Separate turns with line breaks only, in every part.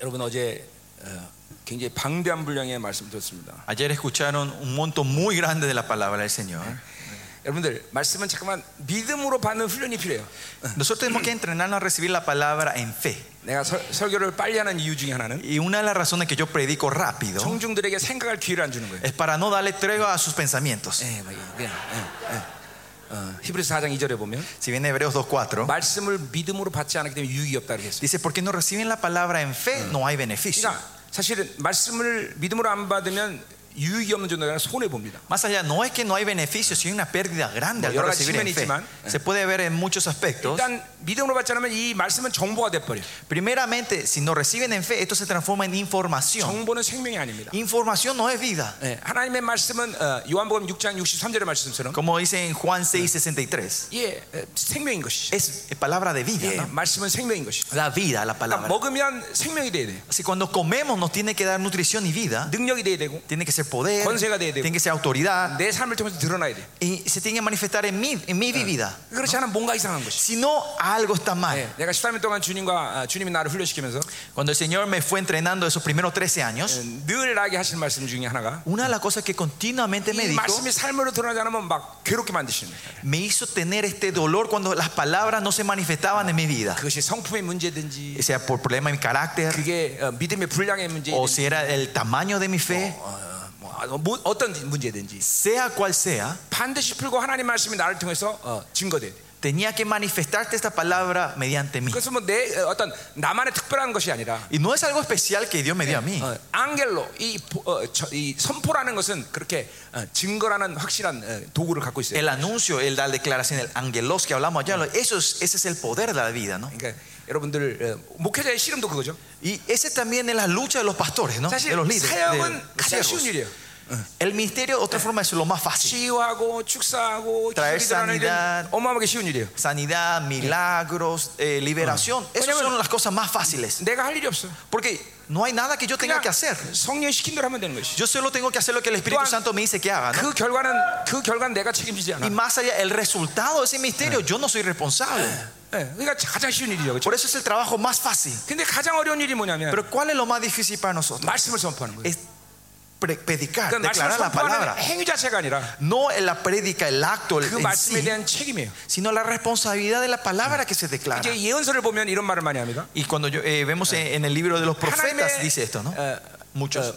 여러분 어제 어, 굉장히 방대한 분량의 말씀 들었습니다.
Ayer escucharon un monto muy grande de la palabra del Señor.
여러분들 말씀은 잠깐만 믿음으로 받는 훈련이 필요해요.
Nosotros tenemos que entrenarnos a recibir la palabra en fe.
내가 설, 설교를 빨리 하는 이유 중에 하나는
Y una de las razones que yo predico rápido
청중들에게 생각할 기회를 안 주는 거예요.
es para no darle tregua a sus pensamientos.
예, 뭐, 예, 그냥, 예, 예. 어, 히브리서 4장 2절에 보면
Si bien Hebreos 2.4
말씀을 믿음으로 받지 않기 때문에 유익이 없다 그랬어요.
dice, porque no reciben la palabra en fe, no hay beneficio.
그러니까 사실은 말씀을 믿음으로 안 받으면 유익이 없는 존재가 손해 봅니다.
Más allá, no es que no hay beneficio, sino una pérdida grande al
Bueno, y
no
ahora
recibir en fe.
Simeon y Chimán.
Se puede ver en muchos aspectos.
일단 믿음으로 받지 않으면 이 말씀은 정보가 돼 버려. 요
Primeramente, si no reciben en fe, esto se transforma en información.
정보는 생명이 아닙니다.
Información no es vida.
예, 하나님의 말씀은 어, 요한복음 6장 63절의 말씀처럼
Como dice en Juan 6.63,
예, 에, 생명인 것이.
es palabra de
예,
vida. ¿no?
말씀은 생명인 것이.
Da vida a la
그러니까
palabra.
먹으면 생명이 돼야 돼요.
Así cuando comemos nos tiene que dar nutrición y vida,
능력이 돼야 되고
tiene que ser poder,
Conseja de- de-
tiene que ser autoridad
내 삶을 통해서 드러나야 돼. 요
y se tiene que manifestar en mí, en mi vida.
그렇지 않으면 뭔가 이상한 것이.
Si no, algo está
예,
mal.
내가 13년 동안 주님과 아, 주님이 나를 훈련시키면서
Cuando el Señor me fue entrenando esos primeros 13
예,
años,
늘 나에게 하신 말씀 중에 하나가
una de las cosas que continuamente me
이
dijo,
말씀이 삶으로 드러나지 않으면 막 괴롭게 만드시는 거예요.
me hizo tener este dolor cuando las palabras no se manifestaban en mi vida.
그것이 성품의 문제든지
O sea, por problema de mi carácter,
그게 어, 믿음의 불량의
o
문제든지
si era el tamaño de mi fe,
어, 뭐, 아, 뭐, 어떤 문제든지
sea cual sea,
반드시 풀고 하나님 말씀이 나를 통해서 어, 증거돼야 돼.
tenía que manifestarte esta palabra mediante mí.
그것은 뭐 내 어떤 나만의 특별한 것이 아니라
Y no es algo especial que Dios me dio a mí.
어, 안겔로 이, 보- 어, 저- 이 선포라는 것은 그렇게 어, 증거라는 확실한 어, 도구를 갖고 있어요.
El anuncio, el, la declaración, el angelos que hablamos allá, eso es- ese es el poder de la vida, ¿no?
그러니까 여러분들 어, 목회자의 씨름도 그거죠.
Y ese también es la lucha de los pastores, ¿no?
사실
De los líderes. de
네. 사역은
los
가장
siervos.
쉬운 일이에요.
El ministerio, de otra forma, es lo más fácil.
치유하고 축사하고
Traer
기술이라는 일은
sanidad.
어마어마하게 쉬운 일이에요.
Sanidad, milagros, eh, liberación, esas
왜냐면-
son las cosas más fáciles.
내가 할 일이 없어.
Porque no hay nada que yo tenga
그냥
que hacer.
성령 시킨 대로 하면 되는 것이.
Yo solo tengo que hacer lo que el Espíritu
Toan-
Santo me dice que haga, ¿no?
그 결과는 그 결과는 내가 책임지지 않아.
Y más allá, el resultado de ese misterio, yo no soy responsable.
예, 그러니까 가장 쉬운 일이죠. 그렇죠?
Por eso es el trabajo más fácil.
근데 가장 어려운 일이 뭐냐면
Pero ¿cuál es lo más difícil para nosotros?
말씀을 선포하는 거예요.
Es pre- predicar,
그러니까 말씀을
declarar la
선포하는
palabra.
행위 자체가 아니라
No en la prédica, el acto
그
en
말씀에
sí,
대한 책임이에요.
sino la responsabilidad de la palabra que se declara.
이제 예언서를 보면 이런 말을 많이 합니다.
Y cuando yo, eh, eh, vemos en, en el libro de los profetas,
하나님의
dice esto, ¿no?
어,
Muchos.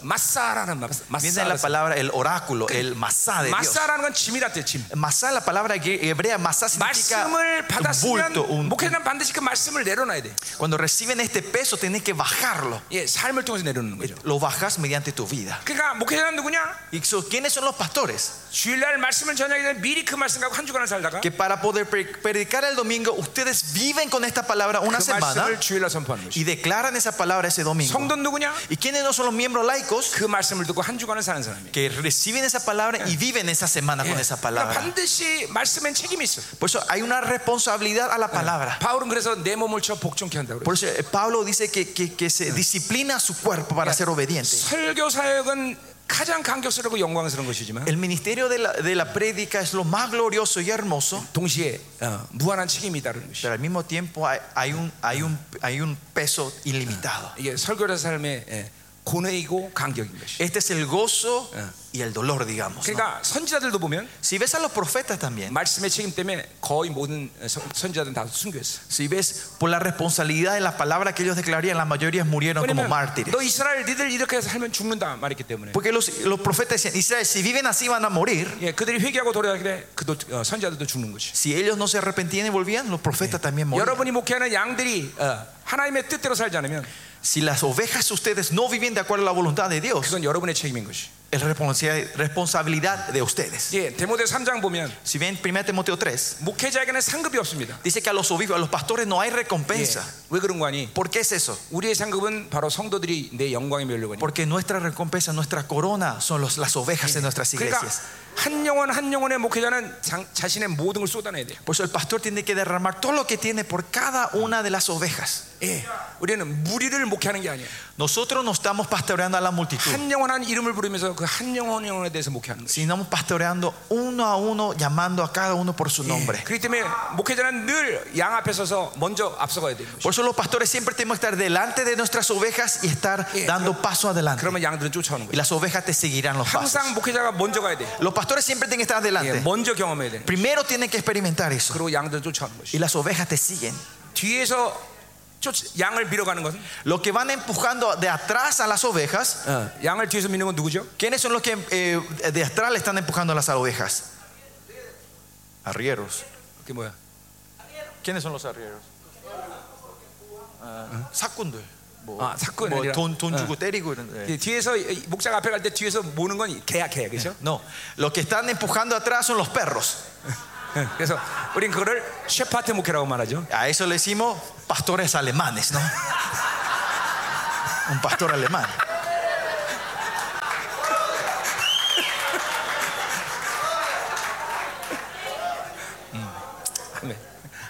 어, 마사라는 말.
Viene la
마사.
palabra, el oráculo, el masá de Dios.
마사라는 건 짐이라 뜻 짐.
Masá, la palabra gre- hebrea, masá
그러니까 말씀을
significa un bulto.
받았으면
un-
목회자는 반드시 그 말씀을 내려놔야 돼.
cuando reciben este peso, tienen que bajarlo.
예, 삶을 통해서 내려놓는 거죠.
Lo bajas mediante tu vida.
그러니까 목회자는 누구냐?
¿Y so- quiénes son los pastores?
주일날 말씀을 전하기 전에 미리 그 말씀 갖고 한 주간을 살다가 그
Que para poder pre- predicar el domingo, ustedes viven con esta palabra una
그
semana
말씀을 주일날 선포하는 거죠.
y declaran esa palabra ese domingo.
성도는 누구냐?
¿Y quiénes no son los miembros laicos?
그 말씀을 듣고 한 주간을 사는 사람이에요.
Que reciben esa palabra y viven esa semana con esa
그러니까
palabra.
반드시 말씀엔 책임이 있어.
Por eso hay una responsabilidad a la palabra.
바울은 그래서 내 몸을 쳐 복종케 한다고 그래요.
Por eso eh, Pablo dice que, que- que se disciplina su cuerpo para ser obediente.
설교 사역은 가장 감격스럽고 영광스러운 것이지만
El ministerio de la, de la prédica es lo más glorioso y hermoso,
동시에 어, 무한한 책임이 있다는 것이.
pero al mismo tiempo hay, hay un, hay, un, hay un peso ilimitado.
이게 설교자 삶의 예, 고뇌이고 감격인 것이.
Este es el gozo y el dolor, digamos. ¿no?
그러니까 선지자들도 보면
Si ves a los profetas también,
말씀의 책임 때문에 거의 모든 어, 선- 선지자들은 다 순교했어.
si ves por la responsabilidad de la palabra que ellos declararían, la mayoría murieron como
왜냐면
mártires.
너 이스라엘 니들 이렇게 해서 살면 죽는다 말했기 때문에.
Porque los, los profetas decían, Israel, si viven así van a morir.
예, 그들이 회개하고 돌아가길래 그도 어, 선지자들도 죽는 것이.
Si ellos no se arrepentían y volvían, los profetas también morían.
여러분이 목회하는 양들이 어, 하나님의 뜻대로 살지 않으면
Si las ovejas ustedes no viven de acuerdo a la voluntad de Dios,
그건 여러분의 책임인 것이.
es responsa- responsabilidad de ustedes.
예, 데모데 3장 보면
Si ven 1 Timoteo 3,
목회자에게는 상급이 없습니다.
dice que a los obispos, a los pastores no hay
예,
recompensa.
왜 그런 거 아니?
¿Por qué es eso?
우리의 상급은 바로 성도들이 내 영광에 멸려고 하니.
Porque nuestra recompensa, nuestra corona son los- las ovejas en nuestras
그러니까
iglesias.
한 영혼 한 영혼의 목회자는 장- 자신의 모든 걸 쏟아내야 돼요.
Por eso el pastor tiene que derramar todo lo que tiene por cada una de las ovejas.
예, 음. 우리는 무리를 목회하는 게 아니에요.
Nosotros no estamos pastoreando a la multitud.
한 영혼 한 이름을 부르면서 그 한 영혼 영혼에 대해서 목회하는 거예요.
sino pastoreando uno a uno, llamando a cada uno por su nombre.
그렇기 때문에 목회자는 늘 양 앞에 서서 먼저 앞서가야 돼요.
Por eso los pastores siempre tenemos que estar delante de nuestras ovejas y estar
Sí,
dando paso adelante.
그러면 양들은 쫓아오는
Y
거예요.
las ovejas te seguirán los pasos.
항상 목회자가 먼저 가야 돼요.
Los pastores siempre tienen que estar
예,
adelante.
먼저 경험해야 돼요.
Primero tienen que experimentar eso.
그리고 양들은 쫓아오는 것이.
Y las ovejas te siguen.
뒤에서 쫓, 양을 밀어가는 것은
Los que van empujando de atrás a las ovejas,
어, 양을 뒤에서 미는 건 누구죠?
¿quiénes son los que eh, de atrás le están empujando a las ovejas? Arrieros.
그게 뭐야?
¿Quiénes son los arrieros? Ah. Sacunde. Ah,
아, 사건이 아니라 어. 이 뒤에서 이 목자가 앞에 갈 때 뒤에서 모는 건 개야 개 그렇죠?
No, los que están empujando atrás son los perros.
그래서 우린 그거를 셰파트 목회라고 말하죠.
A eso le decimos pastores alemanes, ¿no? Un pastor alemán.
아멘.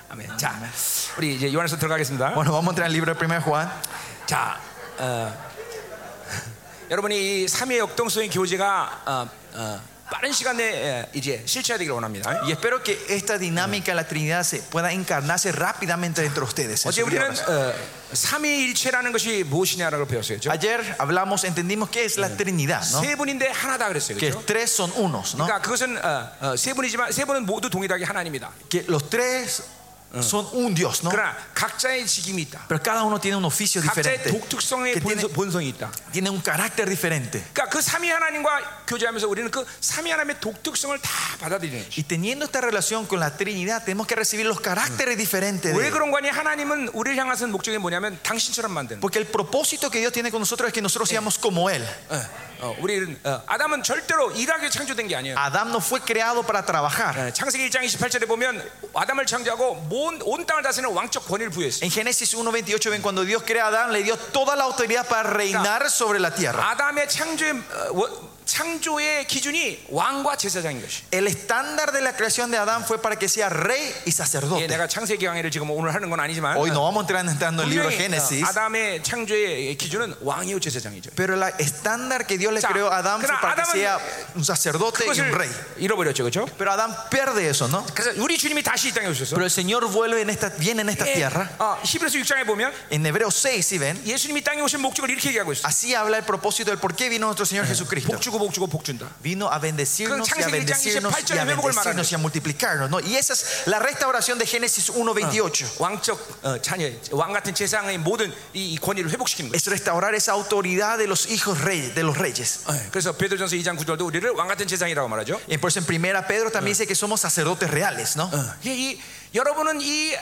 아멘. 자, 우리 이제 요한에서 들어가겠습니다.
Bueno, vamos a entrar al libro de 1 Juan.
자, 어, 여러분이 이 삼위의 역동성의 교제가 어, 어, 빠른 시간 내에 에, 이제 실체되기를 원합니다.
Y espero que esta dinámica de la Trinidad se pueda encarnarse rápidamente dentro de ustedes. en
어제
sus
우리는
vidas.
어, 삼위일체라는 것이 무엇이냐라고 배웠어요. 그죠?
Ayer hablamos, entendimos qué es la Trinidad, ¿no?
세 분인데 하나다 어? 예. 그랬어요.
Que
그죠?
tres son unos, ¿no?
그러니까 그것은 어, 어, 세 분이지만 세 분은 모두 동일하게 하나님이다.
Que los tres son un Dios, ¿no?
그러나 각자의 직임이 있다.
Pero cada uno tiene un oficio
각자의
diferente,
독특성의
que tiene,
본성, 본성이 있다.
tiene un carácter diferente.
그러니까 그 삼위 하나님과 교제하면서 우리는 그 삼위 하나님의 독특성을 다 받아들이는 것이.
Y teniendo esta relación con la Trinidad, tenemos que recibir los caracteres diferentes. de
왜
Él.
그런 거니? 하나님은 우리를 향하신 목적이 뭐냐면 당신처럼 만드는. 거.
Porque el propósito que Dios tiene con nosotros es que nosotros seamos como Él.
어, 어, 우리는 어, 아담은 절대로 일하게 창조된 게 아니에요.
Adán no fue creado para trabajar.
예, 창세기 1장 28절에 보면 아담을 창조하고 온, 온 땅을 다스리는 왕적 권위를 부여했어요.
En Génesis 1.28 ven cuando Dios crea a Adán, le dio toda la autoridad para reinar sobre la tierra.
아담의 창조의 어, 원- 창조의 기준이 왕과 제사장인 것이.
El estándar de la creación de Adán fue para que sea rey y
예,
sacerdote.
내가 창세기 강의를 지금 오늘 하는 건 아니지만
Hoy no vamos a entrar entrando en el libro de
분명히,
Génesis,
어, 아담의 창조의 기준은 왕이요 제사장이죠.
pero el estándar que Dios le
자,
creó a Adán fue
그러나
para que
아담은
sea un sacerdote y un
그것을
rey.
잃어버렸죠, 그렇죠?
Pero Adán pierde eso, ¿no?
그래서 우리 주님이 다시 이 땅에 오셔서
Pero el Señor vuelve en esta, viene en esta
예,
tierra.
어, 히브리서 6장에 보면
En Hebreos 6, si ven,
예수님이 땅에 오신 목적을 이렇게 얘기하고 있어요.
así habla el propósito del por qué vino nuestro Señor Jesucristo.
복 주고 복 주고 복 준다.
Vino a bendecirnos y a
창세기 1장
bendecirnos
28
y a
절의 회복을
bendecirnos y a multiplicarnos. ¿no? Y esa es la restauración de Génesis
Ah.
1.28.
왕적 어, 자녀, 왕 같은 제사장의 모든 이, 이 권위를 회복시키는 거예요.
Es restaurar esa autoridad de los hijos reyes, de los reyes.
예, 그래서 베드로전서 2장 9절도 우리를 왕 같은 제사장이라고 말하죠.
Y por eso en primera Pedro también dice que somos sacerdotes reales, ¿no?
어, 이, 이- 여러분은 이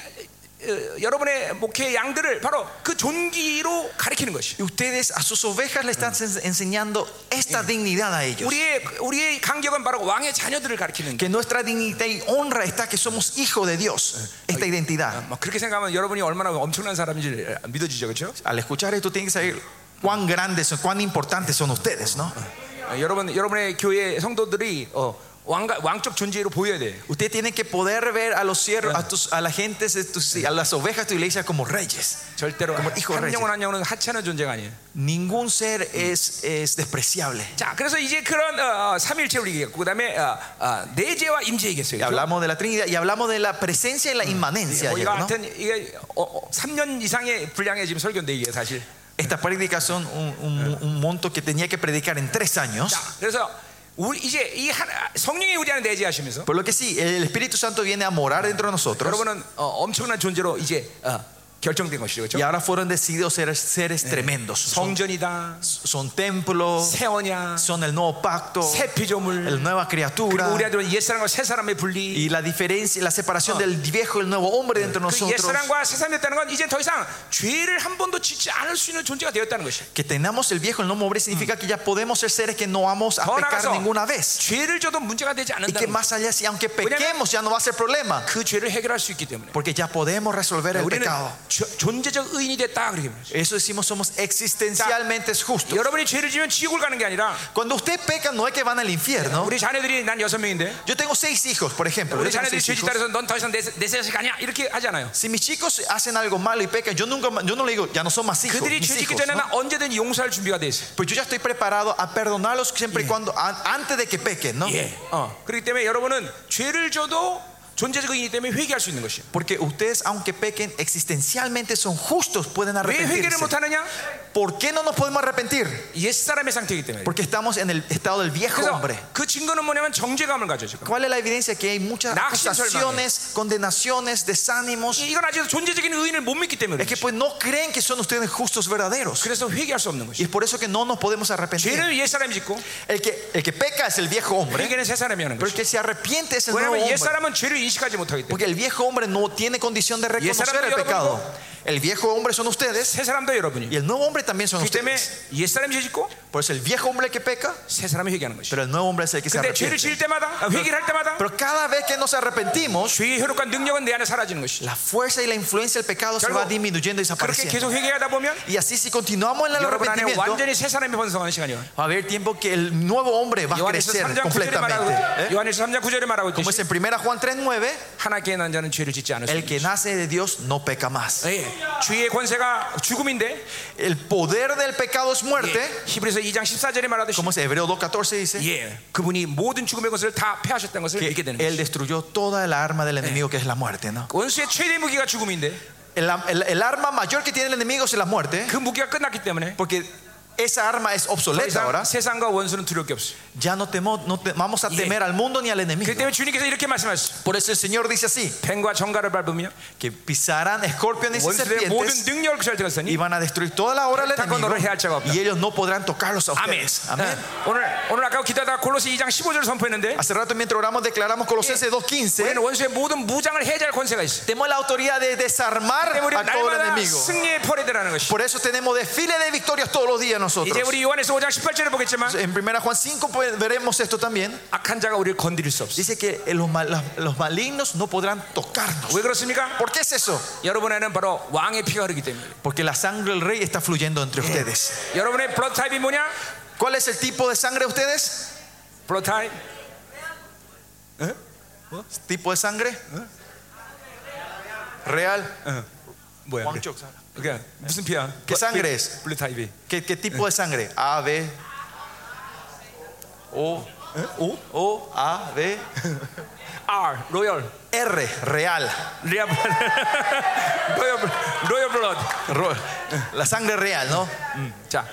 어, 여러분의 목회 양들을 바로 그 존귀로 가리키는 것이.
Y ustedes a sus ovejas le están ens- enseñando esta dignidad a ellos.
우리의 우리의 간격은 바로 왕의 자녀들을 가리키는 게.
Que nuestra dignidad y honra está que somos hijos de Dios. Esta identidad.
막 그렇게 생각하면 여러분이 얼마나 엄청난 사람인지 믿어지죠, 그렇죠?
Al escuchar esto tienen que saber cuán grandes son, cuán importantes son ustedes, ¿no?
어, 여러분 여러분의 교회 성도들이 어, 왕가, 왕적 존재로 보여야 돼요.
Usted tiene que poder ver a los siervos, a, tus- a la gente, de tus- a las ovejas de tu iglesia como reyes.
절대로
그러면 이거
한
그래야지.
영혼 한 영혼은 하찮은 존재가 아니에요.
Ningún ser es, es despreciable.
자, 그래서 이제 그런 어, 어, 삼일체 우리 얘기했고 그다음에 어, 어, 내재와 임재
Y
얘기했어요. 그죠?
hablamos de la Trinidad y hablamos de la presencia y la inmanencia. ayer,
우리가
¿no?
하여튼 이게 어, 어, 3년 이상의 분량의 지금 설교인데 이게 사실.
Estas prácticas son un, un- un monto que tenía que predicar en tres años.
자, 그래서 우리 이제 이 하나- 성령이 우리 안에 내재하시면서
Por lo que sí, el Espíritu Santo viene a morar dentro de nosotros.
여러분은 어, 엄청난 존재로 이제 어, 결정된 것이죠. 그렇죠?
Y ahora fueron decididos ser seres tremendos. Son,
성전이다,
son templo,
새언야,
son el nuevo pacto,
새
la
피조물.
nueva
그리고
criatura.
우리 아들은 옛 사람과 새 사람의 분리.
Y la diferencia, la separación del viejo y el nuevo hombre dentro de
그 옛
nosotros.
사람과 새 사람이 됐다는 건 이제 더 이상 죄를 한 번도 짓지 않을 수 있는 존재가 되었다는 것이.
Que tengamos el viejo, el nuevo hombre significa que ya podemos ser seres que no vamos a
더
pecar
나가서
ninguna vez.
죄를 져도 문제가 되지
Y que
않는다는 것.
más allá, si aunque pequemos, ya no va a ser problema.
그 죄를 해결할 수 있기 때문에
Porque ya podemos resolver el
우리는
pecado.
저- 존재적 의인이 됐다 그렇게 말해요.
Eso decimos somos existencialmente justos.
여러분이 죄를 지면 지옥을 가는 게 아니라
Cuando usted peca no es que van al infierno.
우리 자녀들이 난 여섯 명인데
Yo tengo seis hijos, por ejemplo.
어? 우리
Yo tengo
자녀들이
seis
죄짓
hijos.
따라서 넌 더 이상 내, 내 자식 아니야 이렇게 하지 않아요.
Si mis chicos hacen algo malo y pecan, yo nunca, yo no le digo, ya no son más hijos.
그들이
mis
죄짓기
hijos,
전에
¿no?
난 언제든 지 용서할 준비가 돼 있어요.
Pues yo ya estoy preparado a perdonarlos siempre y cuando a- antes de que pequen, ¿no?
어, 그렇기 때문에 여러분은 죄를 져도 존재적 의인이기 때문에 회개할 수 있는 것이에요.
Porque ustedes, aunque pequen, existencialmente son justos, pueden
왜 회개를
arrepentirse.
못하느냐?
¿Por qué no nos podemos arrepentir?
옛사람의 상태이기 때문에.
Porque estamos en el estado del viejo
그래서
hombre.
그 증거는 뭐냐면 정죄감을 가져 지금.
¿Cuál es la evidencia? Que hay muchas
Nachsicher망해.
acusaciones, condenaciones, desánimos.
이- 이건 아직 존재적인 의인을 못 믿기 때문에.
Es que
그렇지.
pues no creen que son ustedes justos verdaderos.
그래서 회개할 수 없는 것이.
Y es por eso que no nos podemos arrepentir.
죄는 옛사람이 짓고
El que, el que peca es el viejo hombre,
회개는 새 사람이 하는
pero el
것이.
que se arrepiente es el nuevo
왜냐하면
hombre.
옛사람은 죄를 인식하지 못하기 때문에.
Porque el viejo hombre no tiene condición de reconocer el pecado. El viejo hombre son ustedes
새 사람도 여러분이.
y el nuevo hombre también son
그렇기 때문에
ustedes.
옛사람이 짓고
Por eso el viejo hombre que peca,
새 사람이 회개하는 것이.
pero el nuevo hombre es el que se
근데 죄를
arrepiente.
지을 때마다 아, 회개를 할 때마다
Pero cada vez que nos arrepentimos,
죄의 효력과 능력은 내 안에 사라지는 것이죠.
la fuerza y la influencia del pecado se
결국
va disminuyendo y
아, 그렇게
desapareciendo.
계속 회개하다 보면
Y así si continuamos en el
여러분 안에
arrepentimiento,
완전히 새 사람이 번성하는 시간이에요.
va a haber tiempo que el nuevo hombre va a
요한에서
crecer
3장 9절에
completamente.
말하고
¿eh?
요한에서 3장 9절에 말하고
Como
있듯이
es en 1 Juan 3.9,
하나님께 난 자는 죄를 짓지 않을 수
el que nace de Dios no peca más.
예, 주의 권세가 죽음인데
El poder del pecado es muerte,
예, 히브리서 2장 14절에 말하듯이
como es Hebreo 2.14 dice.
예, 그분이 모든 죽음의 것을 다 패하셨다는 것을
que
믿게 되는
él
거예요.
destruyó toda la arma del enemigo que es la muerte, ¿no?
원수의 최대 무기가 죽음인데
El, el- el arma mayor que tiene el enemigo es la muerte,
그 무기가 끝났기 때문에
porque esa arma es
더
obsoleta
이상
ahora.
세상과 원수는 두려울 게 없어요.
Ya no, temo- no te- vamos a
Yeah.
temer al mundo ni al enemigo.
그렇기 때문에 주님께서 이렇게 말씀하셨어요.
Por eso el Señor dice así,
뱀과 정갈을 밟으며
que pisarán escorpiones y
원수의 모든
serpientes
능력을
y
그절되었으니
van a destruir toda la obra del
Taco no
enemigo
real, chaval.
y ellos no podrán tocarlos a
아멘. 아,
ustedes. Amén. Ah.
어, 오늘 오늘 아까 기도하다가 골로새 2장 15절 선포했는데
Hace rato mientras oramos declaramos Colosenses
우리는
2.15,
원수의 모든 무장을 해제할 권세가 있어요.
tenemos la autoridad de desarmar
때문에 우리는
a todo el
날마다 아,
enemigo.
승리의 퍼레드라는 것이.
Por eso tenemos desfile de victorias todos los días
이제
nosotros.
우리 요한에서 5장 18절에 보겠지만
En 1 Juan 5 pues, veremos esto también.
악한 자가 우리를 건드릴 수 없어.
Dice que los, mal- las- los malignos no podrán tocarnos.
왜 그렇습니까?
¿Por qué es eso?
여러분 안에는 바로 왕의 피가 흐르기 때문에.
Porque la sangre del rey está fluyendo entre ustedes.
여러분의 블러드 타입이 뭐냐?
¿Cuál es el tipo de sangre de ustedes?
블러드 타입.
¿Tipo de sangre? Real.
어, 뭐야? 그게?
Wangchuk.
그게 무슨 피야?
Que sangre es.
블루 타입이.
¿Qué, qué tipo de sangre? A, B. O. O. O. A, B.
R. 로열.
R. Real.
리아 블 로열 블- 로열 블러드.
Ro- La sangre real, ¿no?
음. 자,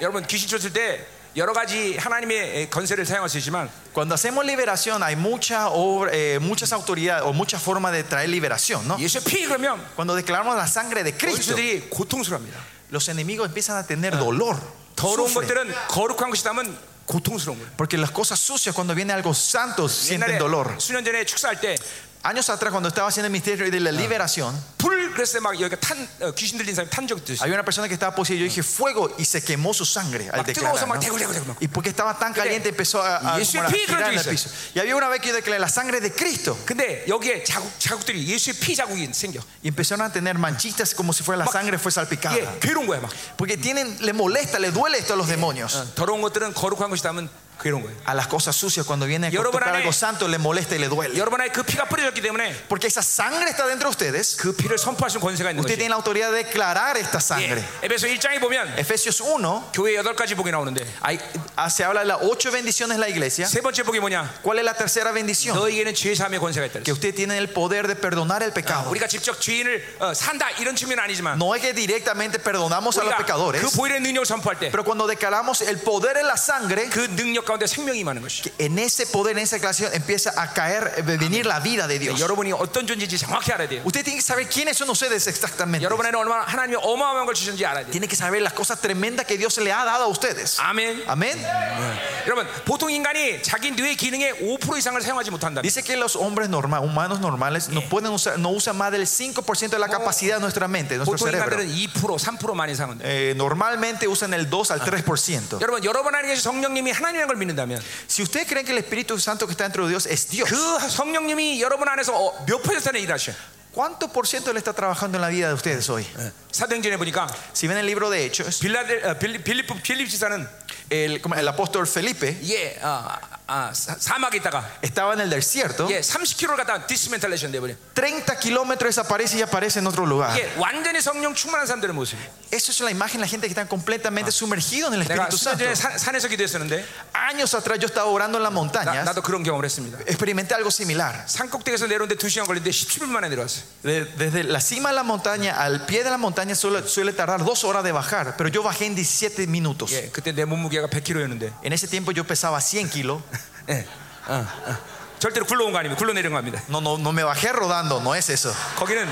여러분 귀신 쫓을 때 여러 가지 하나님의 건세를 사용할 수 있지만
Cuando hacemos liberación hay mucha obra- eh, muchas autoridades o muchas formas de traer liberación, ¿no?
예수의 피 그러면
Cuando declaramos la sangre de Cristo,
원수들이 고통스럽니다.
los enemigos empiezan a tener dolor,
더러운
sufren.
것들은 거룩한 것이다면 고통스러운 거예요.
porque las cosas sucias cuando viene algo santo sienten
옛날에
dolor.
수년 전에 축사할 때
Años atrás cuando estaba haciendo el misterio de la
Ah.
liberación,
불 그랬을 때막 여기가 탄 어, 귀신 들린 사람이 탄 적도 있어요.
había una persona que estaba poseída, yo dije fuego y se quemó su sangre al
막 뜨거워서
declarar.
막
¿no?
대굴대굴대굴 막.
Y porque estaba tan caliente empezó a, a,
Y eso
como a
es peligro,
girar en el
dice.
piso. Y había una vez que yo declaré la sangre de Cristo
근데 여기에 자국 자국들이 예수의 피 자국이 생겨.
y empezaron a tener manchitas como si fuera la
Mak-
sangre fue salpicada.
이게 괴로운 거야 막.
Porque tienen, le molesta, le duele esto a los demonios.
더러운 것들은 거룩한 것이다면 괴로운 거예요.
A las cosas sucias cuando viene a
Yorobon
tocar
an에-
algo santo le molesta y le duele.
여러분 안에 그 피가 뿌려졌기 때문에
Porque esa sangre está dentro de ustedes.
그 피를 선포하신 권세가 있는
Usted
거죠.
tiene la autoridad de declarar esta
예.
sangre.
에베소 1장에 보면
Efesios 1,
교회 여덟 가지 복이 나오는데
hay- ah, se habla de las ocho bendiciones de la iglesia.
세 번째 복이 뭐냐?
¿Cuál es la tercera bendición?
너에게는 죄 사함의 권세가 있다.
Que
그랬어요.
usted tiene el poder de perdonar el pecado.
우리가 직접 죄인을 어, 산다 이런 측면은 아니지만
No es que directamente perdonamos a los
우리가
pecadores,
그 보일의 능력을 선포할 때 그
pero cuando declaramos el poder en la sangre,
능력 가운데 생명이 임하는 것이.
que en ese poder, en esa declaración, empieza a caer, eh, venir la vida de Dios.
여러분이 어떤 존재인지 정확히 알아야 돼요.
Usted tiene que saber quiénes son ustedes exactamente.
여러분에는 얼마나 하나님이 어마어마한 걸 주셨는지 알아야 돼요.
Tiene que saber las cosas tremendas que Dios le ha dado a ustedes.
아멘.
Amén.
네. 여러분 보통 인간이 자기 뇌의 기능의 5% 이상을 사용하지 못한다.
Dice que los hombres norma- humanos normales no pueden usar, no usan más del 5% de la capacidad de nuestra mente, de nuestro
보통
cerebro.
인간들은 2% 3%만 이상은.
Eh, normalmente usan el 2 al 3%.
여러분 여러분 안에 계신 성령님이 하나님인 걸 믿는다면
Si ustedes creen que el Espíritu Santo que está dentro de Dios es Dios,
그 성령님이 여러분 안에서 어, 몇 퍼센트나 일하셔?
¿Cuánto por ciento le está trabajando en la vida de ustedes hoy?
사도행전에 보니까
Si ven el libro de Hechos,
빌라데, 어, 빌리, 빌리프, 빌립 지사는
el, ¿cómo? el apóstol Felipe
예, 아, 아, 사- 사막에 있다가
estaba en el desierto,
예, 30km를 갔다 디스멘탈레이션 돼버려.
30 kilómetros desaparece y aparece en otro lugar.
이게 완전히 성령 충만한 사람들의 모습.
Eso es la imagen de la gente que está completamente sumergido en el
내가
Espíritu
수년
Santo.
전에 산- 산에서 기도했었는데
Años atrás yo estaba orando en las
나,
montañas,
나도 그런 경험을 했습니다.
experimenté algo similar.
산 꼭대기에서 내려오는데 2시간 걸리는데 17분 만에 내려왔어요.
De- desde la cima de la montaña al pie de la montaña suele, suele tardar dos horas de bajar, pero yo bajé en 17 minutos.
예, 그때 내 몸무게가 100kg였는데
En ese tiempo yo pesaba 100 kilos.
예, 어, 어. 절대로 굴러온 거 아닙니다. 굴러 내려온 겁니다.
No, no, no me bajé rodando, no es eso.
거기는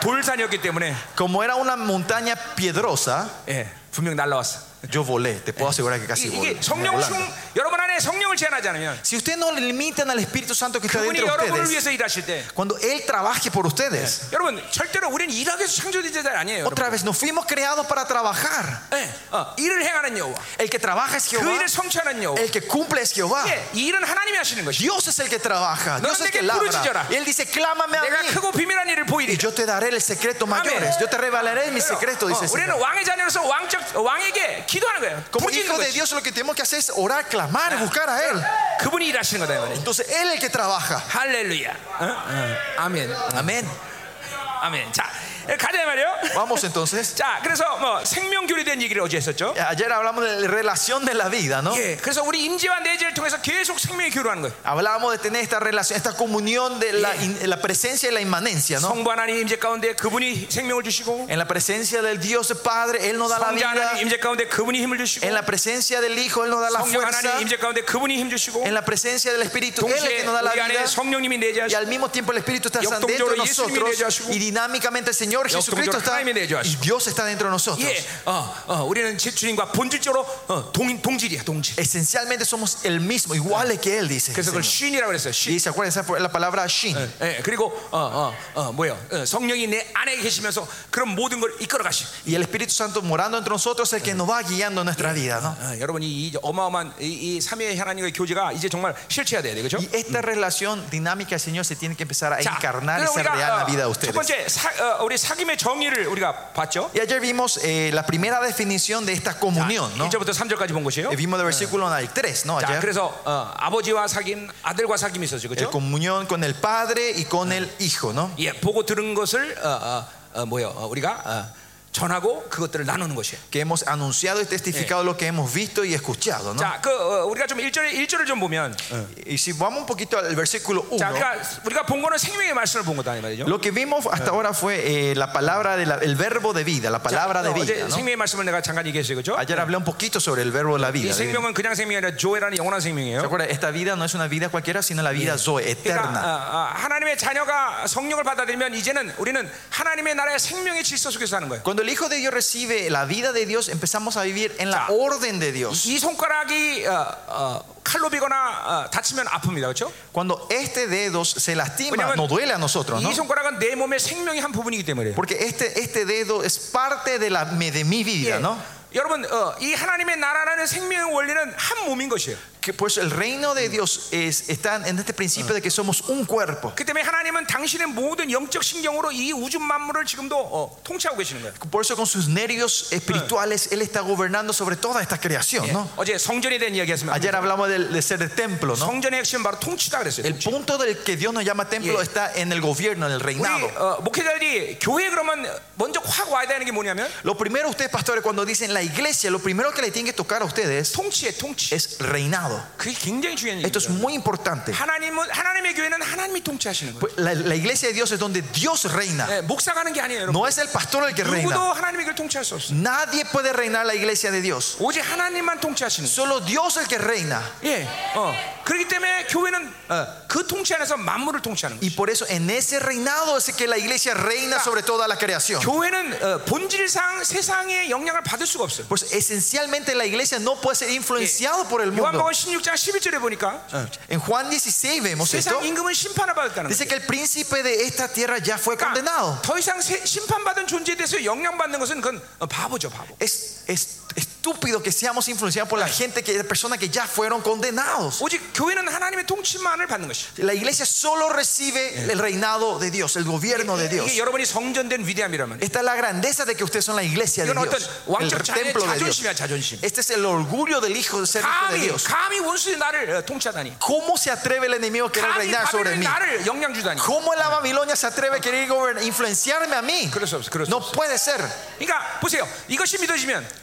돌산이었기 때문에
Como era una montaña piedrosa,
예, 분명 날라왔어.
yo volé. Te puedo asegurar que
이,
casi volé.
이게 성령 충
volando.
여러분 안에 성령을 제한하지 않으면
Si ustedes no limitan al Espíritu Santo que está
그분이
dentro de
여러분을
ustedes,
위해서 일하실 때
cuando Él trabaje por ustedes,
여러분 절대로 우리는 일하기 위해서 창조된 자들 아니에요. 여러분.
otra vez, no fuimos creados para trabajar.
예, 어, 일을 행하는 여호와,
El que trabaja es
그
Jehová,
일을 성취하는 여호와.
el que cumple es Jehová.
예, 이 일은 하나님이 하시는 것이.
Dios es el que trabaja, Dios es el que labra. Él dice, clámame a
내가
mí.
크고 비밀한 일을
Y
보이리.
yo te daré el secreto mayores. Yo te revelaré mis secretos, dice el
어, 우리는
Señor.
왕의 자녀로서 왕적 왕에게 기도하는 거예요.
Como
부르짖는
hijo de
거지.
Dios, lo que tenemos que hacer es orar, clamar, buscar a Él.
그분이 일하시는 거다 이 말이에요.
Entonces, Él es el que trabaja.
할렐루야. 어? 어, 아멘.
Amén.
아멘. 자, 가자 이 말이에요.
Vamos entonces.
자, 그래서 뭐 생명 교류된 얘기를 어제 했었죠.
Ayer hablamos de la relación de la vida, ¿no?
예, 그래서 우리 임재와 내재를 통해서 계속 생명이 교류하는 거예요.
Hablábamos de tener esta relación, esta comunión de la, in- la presencia y la inmanencia, ¿no?
성부 하나님 임재 가운데 그분이 생명을 주시고
En la presencia del Dios Padre, Él nos da la
성자
vida.
하나님 임재 가운데 그분이 힘을 주시고
En la presencia del Hijo, Él nos da la
성령
fuerza.
하나님 임재 가운데 그분이 힘 주시고
En la presencia del Espíritu, Él es el
동시에
que nos da la
우리
vida.
안에 성령님이
Y
내재하시고
al mismo tiempo el Espíritu está
역동적으로
dentro de
예수님이
nosotros
내주하시고
y dinámicamente el Señor Jesucristo
역동적으로
está
하나님이 내주하시고.
y Dios está dentro de nosotros.
예, 어, 어, 우리는 제 주님과 본질적으로 어, 동, 동질이야, 동질.
Esencialmente somos el mismo, iguales que Él, dice. el
그래서 그걸
Señor.
쉰이라고 그랬어요. 쉰.
Y se acuerdan esa- la palabra Shin.
예, 그리고 어, 어, 어, 뭐요? 어, 성령이 내 안에 계시면서 그런 모든 걸 이끌어 가시.
Y el Espíritu Santo morando entre nosotros es el que nos va guiando en nuestra vida. ¿no?
어, 여러분이 이 어마어마한 이, 이 삼위의 하나님과의 교제가 이제 정말 실체가 돼야 돼, 그렇죠?
Y esta relación dinámica del Señor se tiene que empezar a
자,
encarnar y
그래서
ser real en la
우리가
vida de
어, 첫
ustedes.
번째 사, 어, 우리 사귐의 정의를 우리가 봤죠.
Y ayer vimos eh, la primera definición de esta comunión. ¿no?
1절부터 3절까지 본 것이에요.
Eh, Vimos del versículo 1 al 3, ¿no?
자,
Ayer.
그래서 어, 아버지와 사귐, 아들과 사귐이 있었죠,
El
그렇죠?
comunión con el Padre y con el Hijo, ¿no?
예, 보고 들은 것을 어, 어, 어, 뭐요? 어, 우리가 어, 전하고 그것들을 나누는 것이에요.
que hemos anunciado y testificado lo que hemos visto y escuchado. ¿no?
자, 그 어, 우리가 좀 일절에 일절을 좀 보면, 어,
Y si vamos un poquito al versículo 1,
자, 그러니까 우리가 본 거는 생명의 말씀을 본 거다 이 말이죠.
lo que vimos hasta ahora fue eh, la palabra, de la- el verbo de vida, la
자,
palabra de vida.
어제
¿no?
생명의 말씀을 내가 잠깐 얘기했어요, 그죠
Ayer hablé un poquito sobre el verbo de la
이
vida. ¿Se
생명은 그냥 생명이 아니라 조회라는 영원한 생명이에요.
acuerdan? Esta vida no es una vida cualquiera, sino la vida Zoe,
그러니까
eterna.
아, 아, 하나님의 자녀가 성령을 받아들이면 이제는 우리는 하나님의 나라의 생명의 질서 속에서 사는 거예요.
Cuando el Hijo de Dios recibe la vida de Dios, empezamos a vivir en la
Ya.
orden de Dios.
이 손가락이 어, 어, 칼로 비거나 어, 다치면 아픕니다, 그렇죠?
Cuando este dedo se lastima,
왜냐면
nos duele a nosotros, ¿no?
이 손가락은 내 몸의 생명의 한 부분이기 때문에.
Porque este, este dedo es parte de, la, de mi vida, ¿no?
여러분, 어, 이 하나님의 나라라는 생명의 원리는 한 몸인 것이에요.
Que pues el reino de Dios es, está en este principio de que somos un cuerpo.
그 때문에 하나님은 당신의 모든 영적 신경으로 이 우주 만물을 지금도 어, 통치하고 계시는 거예요.
Por eso con sus nervios espirituales Él está gobernando sobre toda esta creación. ¿no?
예. 어제 성전에 대한 이야기했습니다.
Ayer hablamos del- de, ser el templo. ¿no?
성전의 핵심 바로 통치다 그랬어요.
El punto del que Dios nos llama templo
Yeah.
está en el gobierno, en el
우리
reinado.
어, 목회자들이 교회 그러면 먼저 확 와야 되는 게 뭐냐면
Lo primero ustedes pastores cuando dicen la iglesia, lo primero que le tienen que tocar a ustedes
통치에 통치.
es reinado.
그게 굉장히 중요한
Esto es
얘기예요.
muy importante.
하나님은 하나님의 교회는 하나님이 통치하시는 거예요.
Pues, La, la iglesia de Dios es donde Dios reina.
예, 목사가 하는 게 아니에요. 여러분.
No es el pastor el que
누구도
reina.
하나님의 교회를 통치할 수 없어요.
Nadie puede reinar la iglesia de Dios.
오직 하나님만 통치하시는 거예요.
Solo Dios el que reina.
예, 어. 그렇기 때문에 교회는 어, 그 통치 안에서 만물을 통치하는 거예요.
Y por eso en ese reinado es que la iglesia reina sobre toda la creación.
교회는 어, 본질상 세상의 영향을 받을 수가 없어요.
Pues esencialmente la iglesia no puede ser influenciado por el mundo.
요한복음 16장 11절에 보니까
En Juan 16 vemos esto.
세상 임금은 심판을 받았다는 거예요.
Dice que el príncipe de esta tierra ya fue
그러니까
condenado.
더 이상 세- 심판받은 존재에 대해서 영향받는 것은 그건 어, 바보죠, 바보.
Es, es, es estúpido que seamos influenciados por la gente que personas que ya fueron condenados.
오직 교회는 하나님의 통치만을 받는 것이.
La iglesia solo recibe el reinado de Dios, el gobierno de Dios.
이게 여러분이 성전된 위대함이란 말이에요.
Esta es la grandeza de que ustedes son la iglesia de
이건 어떤
Dios, el
왕적 자의
templo de Dios.
자존심이야 자존심.
Este es el orgullo del hijo de ser hijo de
감히
Dios.
감히 원수의 나를 어, 통치하다니.
¿Cómo se atreve el enemigo a querer
감히
reinar sobre
바벨론이
mí?
나를 영향 주다니.
¿Cómo la Babilonia se atreve a querer gobernar- influenciarme a mí?
그럴 수 없어. 그럴 수
No
없어.
puede ser.
그러니까 보세요. 이것이 믿어지면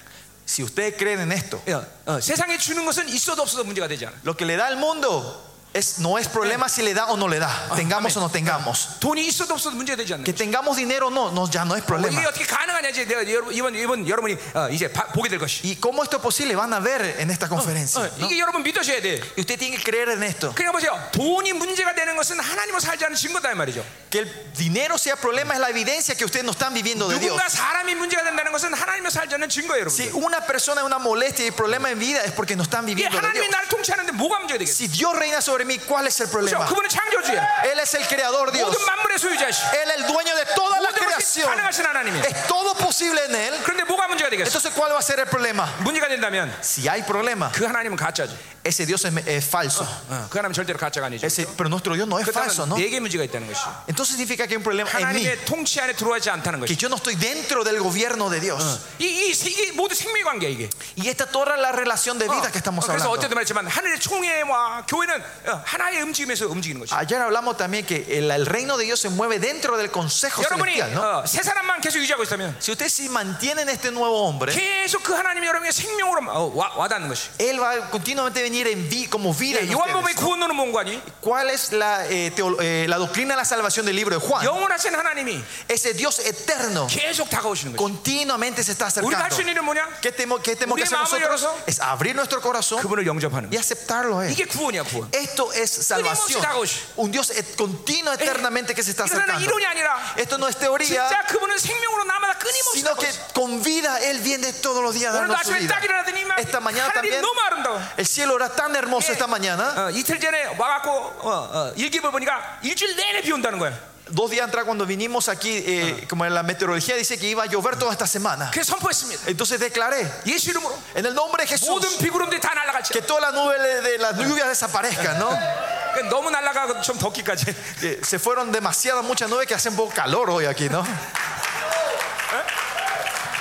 Si ustedes creen en esto,
어, 어, 세상에 주는 것은 있어도 없어도 문제가 되지 않아.
lo que le da al mundo es, no es problema si le da o no le da, tengamos o no tengamos.
돈이 있어도 없어도 문제가 되지 않는.
Que tengamos dinero o no, no, ya no es
거예요. 뭐 이게
problema.
어떻게 가능하냐 이제 내가 여러분 이번 이번 여러분이 어, 이제 봐- 보게 될 것이.
¿Y cómo esto es posible? Van a ver en esta
어,
conferencia. ¿no?
이게 여러분 믿으셔야 돼.
Y usted tiene que creer en esto.
그러니까 보세요. 돈이 문제가 되는 것은 하나님을 살지 않은 증거다 이 말이죠.
Que el dinero sea problema es la evidencia que ustedes no están viviendo de Dios.
누군가 사람이 문제가 된다는 것은 하나님을 살지 않는 증거예요, 여러분.
Si una persona es una molestia y problema en vida es porque no están
이게
viviendo de Dios.
하나님이 나를 통치하는데 뭐가 문제가 되겠어?
Si Dios reina sobre mí, ¿cuál es el
그렇죠?
problema?
그분은 창조주야.
Él es el creador Dios.
모든 만물의 소유자시.
Él es el dueño de toda la
모든 것이
creación.
가능하신 하나님이야.
Es todo posible en Él.
그런데 뭐가 문제가 되겠어?
Entonces, ¿cuál va a ser el problema?
문제가 된다면
Si hay problema,
그 하나님은 가짜지. 어,
ese Dios es, es falso.
그 하나님은 절대로 가짜가 아니죠.
Ese- pero nuestro Dios no es falso,
그렇다면
¿no?
네개 문제가 있다는 것이.
Entonces significa que hay un problema en mí,
하나님의 통치 안에 들어가지 않다는
que
것이.
yo no estoy dentro del gobierno de Dios.
이, 이, 세- 이게 모두 생명 관계야 이게.
Y esta es toda la relación de
어,
vida que
어,
estamos
그래서
hablando.
어쨌든 말했지만 하늘의 총회와 교회는 어, 하나의 움직임에서 움직이는 것이.
Ayer hablamos también que el, el reino de Dios se mueve dentro del consejo
여러분이
celestial, ¿no?
어, 세 사람만 계속 유지하고 있다면
Si ustedes se mantienen este nuevo hombre,
계속 그 하나님이 여러분의 생명으로 어, 와, 와닿는 것이.
él va a continuamente venir en vi, como vida. en
예, 요한복음의
ustedes.
구원론은 뭔가 아니?
¿Cuál es la, eh, teo- eh, la doctrina de la salvación del libro de Juan?
영원하신 하나님이
Ese Dios eterno
계속 다가오시는 거예요.
continuamente se está
우리가 할
acercando.
수 있는 일은 뭐냐?
¿Qué tenemos, qué tenemos que
우리의
hacer
마음을
nosotros?
열어서
Es abrir nuestro corazón
그분을 영접하는
y
거예요.
aceptarlo. a él.
이게 구원이야 구원.
Esto es salvación.
다가오시-
Un Dios et- continuo eternamente Eh, que se está
이거는
acercando.
이론이 아니라
Esto no es teoría,
진짜 그분은 생명으로 나마다 끊임없이
sino que
다가오시는
con vida Él viene todos los días a
오늘도
darnos su
아침에
vida.
딱 예. 일어나더니 막
Esta mañana
하늘이
también.
너무 아름다워.
El cielo era tan hermoso esta mañana.
어, 이틀 전에 와갖고 어, 어, 일기를 보니까 일주일 내내 비 온다는 거야.
Dos días atrás cuando vinimos aquí, eh, como en la meteorología dice que iba a llover toda esta semana.
그래서 선포했습니다.
Entonces declaré
예수 이름으로
en el nombre de Jesús
모든 비구름들이 다 날아갔지.
que toda la nube de- de las lluvias desaparezca, ¿no?
그러니까 너무 날아가고 좀 덥기까지.
Que se fueron demasiadas muchas nubes que hacen poco calor hoy aquí, ¿no?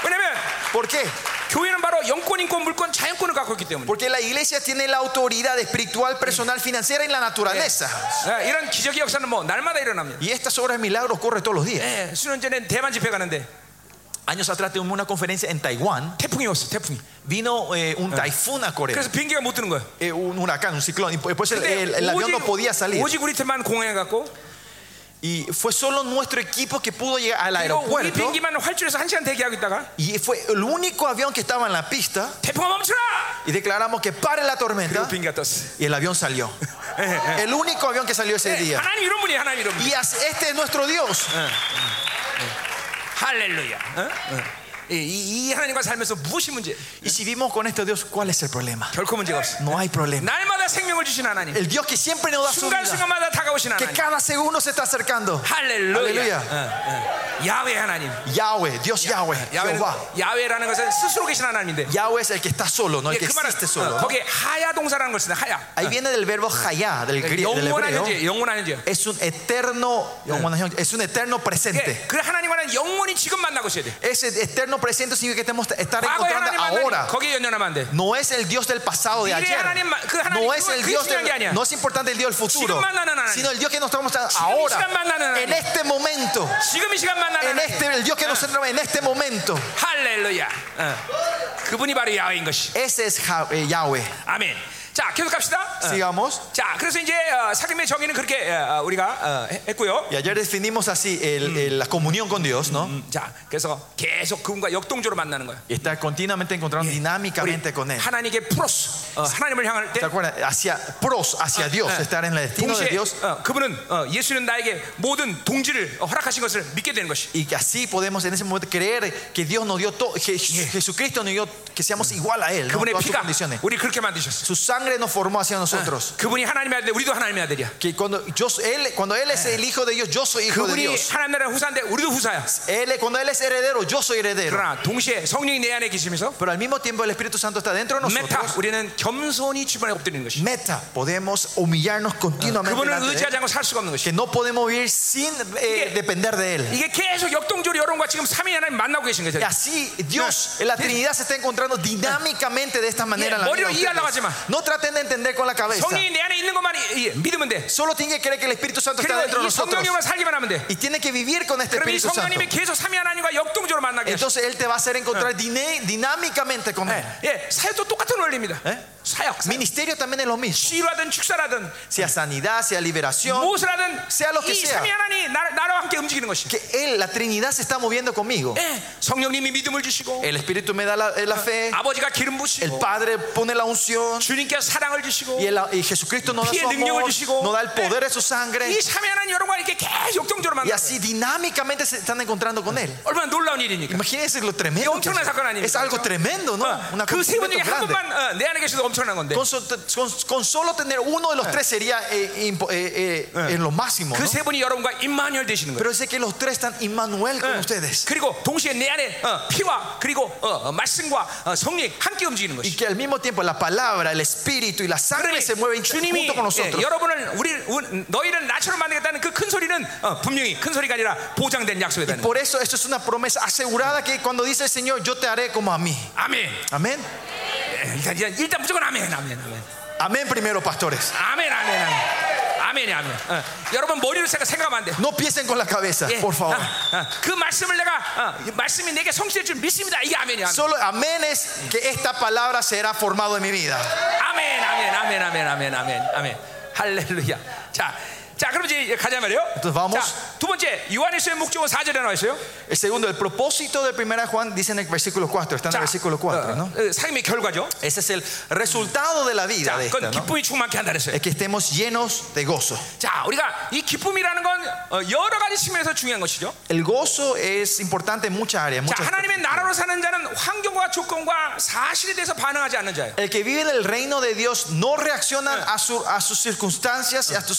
왜냐면
¿Por qué?
교회는 바로 영권, 인권, 물권, 자연권을 갖고 있기 때문에.
Porque la iglesia tiene la autoridad espiritual, personal, financiera y la naturaleza.
예, 이런 기적의 역사는 뭐 날마다 일어납니다.
Y estas obras de milagro ocurren todos los días.
예, 수년 전에 대만 집회 가는데
Años atrás tuvimos una conferencia en Taiwán.
태풍이 왔어, 태풍이.
Vino eh, un taifún a Corea,
그래서 비행기가 못 뜨는 거야.
Eh, un huracán, un ciclón. Y después el,
근데
el- el avión no podía salir.
오직 우리 팀만 공항에 갔고
Y fue solo nuestro equipo que pudo llegar al
그리고 우리
aeropuerto.
비행기만 활주로에서 한 시간 대기하고 있다가
Y fue el único avión que estaba en la pista.
태풍아 멈춰라!
Y declaramos que pare la
그리고
tormenta.
비행기가 떴어.
Y el avión salió. El único avión que salió ese
네,
día.
하나님 이런 분이야, 하나님 이런 분.
Y as- este es nuestro Dios.
할렐루야. 어? 어. 이, 이- 이 하나님과 살면서 무엇이 문제?
Y si vivimos con este Dios, ¿cuál es el problema?
결코 문제가 없어.
No hay problema.
날마다 생명을 주신 하나님.
El Dios que siempre nos da su vida,
순간순간마다 다가오신
que
하나님.
cada segundo se está acercando.
할렐루야.
할렐루야.
어, 어. 야외 하나님.
Yahweh, Dios Yahweh,
야외는,
Jehová.
야외라는 것은 스스로 계신 하나님인데.
Yahweh es el que está solo, no el
예,
que
그 말은
existe solo.
어,
¿no?
거기에 하야 동사라는 것을 하야.
Ahí viene del verbo hayá, del griego, del
영원한
hebreo.
현재, 영원한 현재.
Es un eterno, es un eterno
예,
presente.
그 하나님과는 영원히 지금 만나고 있어야 돼.
Ese eterno presente significa que tenemos que estar
과거의 하나님
encontrando
만나
ahora.
거기에 연연하면 안 돼.
No es el Dios del pasado de
미래의
ayer.
하나님 마- 그 하나님
No es el
그게
Dios
중요한 게 아니야.
del, no es importante el Dios del
지금
futuro,
만나는 하나님.
sino el Dios que nos estamos
이
ahora,
시간 만나는 하나님.
en este momento,
지금 이 시간 만나는
en
하나님.
este, el Dios que nos entra en este momento.
할렐루야. 어. 그분이 바로 야외인 것이.
Ese es Ja- eh, Yahweh.
아멘. 자, 계속 갑시다. 어.
Sigamos.
자, 그래서 이제 어, 사귐의 정의는 그렇게 어, 우리가 어, 했- 했고요.
Y ayer definimos así el- el- la comunión con Dios, ¿no?
자, 그래서 계속 그분과 역동적으로 만나는 거야.
Y estar continuamente encontrando
우리
dinámicamente con Él.
하나님께 프로스 어, 하나님을 향할 때 어.
¿Se acuerdan? Hacia pros, hacia Dios,
ah.
estar en el destino de
동시에
Dios.
어, 그분은 어, 예수는 나에게 모든 동지를 어, 허락하신 것을 믿게 되는 것이.
Y que así podemos en ese momento creer que Dios nos dio todo, Je- Jesucristo nos dio que seamos igual a Él, ¿no?
그분의
todas sus
피가
condiciones.
우리 그렇게 만드셨어.
Su sangre sangre nos formó hacia nosotros.
그분이 하나님의 아들인데 우리도 하나님의 아들이야.
Que cuando, yo, él, cuando Él es el Hijo de Dios, yo soy Hijo de
그분이
Dios.
하나님 나라 후사인데 우리도 후사야.
Él, cuando Él es heredero, yo soy heredero.
그러나 동시에 성령이 내 안에 계시면서
Pero al mismo tiempo el Espíritu Santo está dentro de
메타
nosotros.
우리는 겸손히 주변에 엎드리는 것이.
Meta, podemos humillarnos continuamente.
그분을
delante de él,
의지하지 않고 살 수가 없는 것이.
que no podemos vivir sin eh, depender de Él.
이게 계속 역동적으로 여러분과 지금 삼위 하나님 만나고 계신
Y
거죠.
así Dios, la Trinidad se está encontrando dinámicamente de esta manera. En la vida de
머리로 이해하려고 하지 마.
ustedes. no traten de entender con la cabeza.
성령이 내 안에 있는 것만 이- 이- 믿으면 돼.
Solo tienen que creer que el Espíritu Santo está dentro
그리고
de
이
nosotros.
성령님만 살기만 하면 돼.
Y tienen que vivir con este
그럼 이 예,
Espíritu Santo.
성령님이 계속 삼위 하나님과 역동적으로 만나게 하시.
Entonces Él te va a hacer encontrar diné- dinámicamente con Él.
예, 사역도 똑같은 원리입니다.
예?
사역, 사역.
Ministerio también es lo mismo.
치유하든 축사라든
Sea sanidad, sea liberación.
무엇을 하든
Sea lo que
이
sea.
삼위 하나님 나, 나와 함께 움직이는 것이.
Que Él, la Trinidad, se está moviendo conmigo.
예, 성령님이 믿음을 주시고 예.
El Espíritu me da la, eh, la fe.
아버지가 기름 부시고
El Padre pone la unción.
주님께서 사랑을 주시고
Y, el- y Jesucristo nos da
피의
su
능력을
amor,
주시고.
nos da el poder de su
이
sangre.
삼위 하나님 여러분과 이렇게 계속 역동적으로
Y
만나.
así dinámicamente se están encontrando con Él.
얼마나 놀라운 일이니까.
Imagínense lo tremendo. que
엄청난 사건
es.
아닙니까?
Es algo tremendo, ¿no? Ah, Una
그 세 분 중에
acontecimiento
한
grande.
분만 어, 내 안에 계셔도 엄청난 건데.
Con, so- con- con solo tener uno de los tres sería eh, impo- eh, eh, en lo máximo. ¿no?
그 세 분이 여러분과 임마누엘 되시는 거예요. 어.
Pero dice que los tres están Immanuel con ustedes.
그리고 동시에 내 안에 어, 피와 그리고 어, 어, 말씀과 어, 성령 함께 움직이는
Y
것이.
que al mismo tiempo la palabra, el espíritu y la sangre se mueven
주님이
junto
예,
con nosotros.
여러분을 우리 우- 너희를 나처럼 만들겠다는 그 큰 소리는 어, 분명히 큰 소리가 아니라 보장된 약속이다는.
Por eso esto es una promesa asegurada que cuando dice el Señor, yo te haré como a mí.
아멘.
Amén.
예, 일단, 일단 일단 무조건 아멘, 아멘, 아멘,
Amén primero, pastores.
아멘, 아멘, 아멘, 아멘, 아멘. 어, 여러분 머리로 생각 생각하면 안 돼.
No piensen con la cabeza,
예,
por favor.
아, 아, 그 말씀을 내가 어, 이 말씀이 내게 성취될 줄 믿습니다. 이게 아멘이야. 아멘.
Solo amén es que esta palabra será formado en mi vida.
아멘, 아멘, 아멘, 아멘, 아멘, 아멘, 아멘. 할렐루야. 자, 자, 그럼 이제 가자 말이요.
또 vamos.
자, 두 번째 요한일서의 목적은 4절에 나와 있어요.
El segundo, el propósito de 1 Juan dice en el versículo 4, está en el
자,
versículo 4,
어,
¿no?
어, 삶의 결과죠.
Ese es el resultado de la vida
자,
de
그건
esta, ¿no?
기쁨이 충만케 한다 그랬어요.
Es que estemos llenos de gozo.
자, 우리가 이 기쁨이라는 건 어, 여러 가지 측면에서 중요한 것이죠.
El gozo es importante en muchas áreas.
자,
muchas-
하나님의 나라로 사는 자는 환경과 조건과 사실에 대해서 반응하지 않는 자예요.
El que vive en el reino de Dios no reaccionan a, su- a sus circunstancias y a sus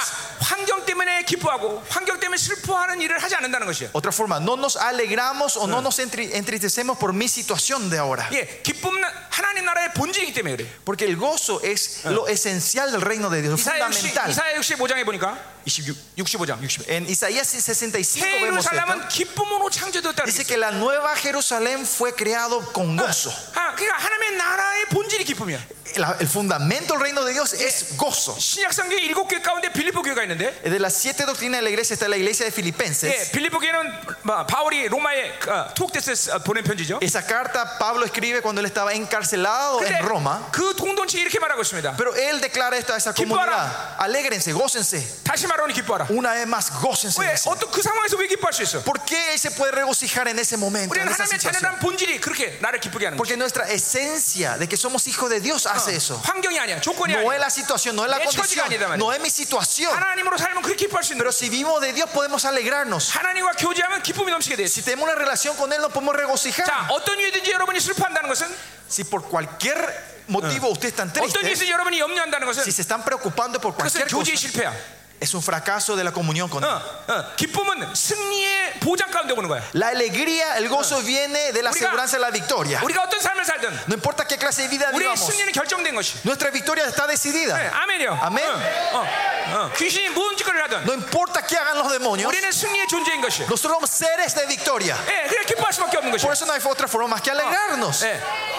그러니까 환경 때문에 기뻐하고 환경 때문에 슬퍼하는 일을 하지 않는다는 것이에요.
Otra forma, no nos alegramos o no nos entri- entristecemos por mi situación de ahora.
예, 기쁨은 하나님 나라의 본질이기 때문에 그래요.
Porque el gozo es lo esencial del reino de Dios,
이사야 60,
fundamental.
이사야 65장에 보니까 65장. 65.
En Isaías 65
새
vemos esto.
예루살렘은 기쁨으로 창조되었다.
Dice que la nueva Jerusalén fue creado con gozo.
아, 그러니까 하나님의 나라의 본질이 기쁨이야.
La- El fundamento del reino de Dios es gozo.
신약 성경 일곱 교회 가운데 빌립보 교회가 있는데,
De las siete doctrinas de la iglesia está la iglesia de
예,
Filipenses.
빌립보 교회는 마- 바울이 로마에 어, 투옥됐을 때 보낸 편지죠.
Esa carta Pablo escribe cuando él estaba encarcelado
근데
en Roma.
그 동동체 이렇게 말하고 있습니다.
Pero él declara esto a esa comunidad: alégrense, gócense.
다시 말하면 기뻐하라.
Una vez más, gócense.
왜
dice.
어떤 그 상황에서 왜 기뻐할 수 있어?
¿Por qué él se puede regocijar en ese momento? en
우리는
esa
하나님의
situación?
자녀라는 본질이 그렇게 나를 기쁘게 하는 거야.
Porque nuestra esencia de que somos hijos de Dios
Ah.
hace eso.
환경이 아니야. 조건이
No
아니야.
es la situación, no es la
내 처지가
condición,
아니다 말이야.
no es mi situación.
하나님으로 살면 그렇게 기뻐할 수 있는
Pero
거야.
si vivimos de Dios podemos alegrarnos.
하나님과 교제하면 기쁨이 넘치게 돼.
Si tenemos una relación con Él nos podemos
자,
regocijar.
어떤 이유든지 여러분이 슬퍼한다는 것은
Si por cualquier motivo ustedes están
어떤
tristes,
일이든지 여러분이 염려한다는 것은
si se están preocupando por
그것은
cualquier cosa,
교제의 실패야.
es un fracaso de la comunión con
어,
Él.
어, 기쁨은 승리의 보장 가운데 오는 거야.
La alegría, el gozo viene de la
Uriga-
aseguranza de la victoria.
우리가 어떤 삶을 살든
No importa qué clase de vida
우리의
vivamos,
승리는 결정된 것이.
nuestra victoria está
네,
decidida.
아멘이요.
아멘.
어, 어, 어. 귀신이 무슨 짓거리를 하든
No importa qué hagan los demonios,
우리는 승리의 존재인 것이.
nosotros somos seres de victoria.
예, 그냥 기뻐할 수밖에 없는 것이.
Por eso no hay otra forma más que alegrarnos.
예,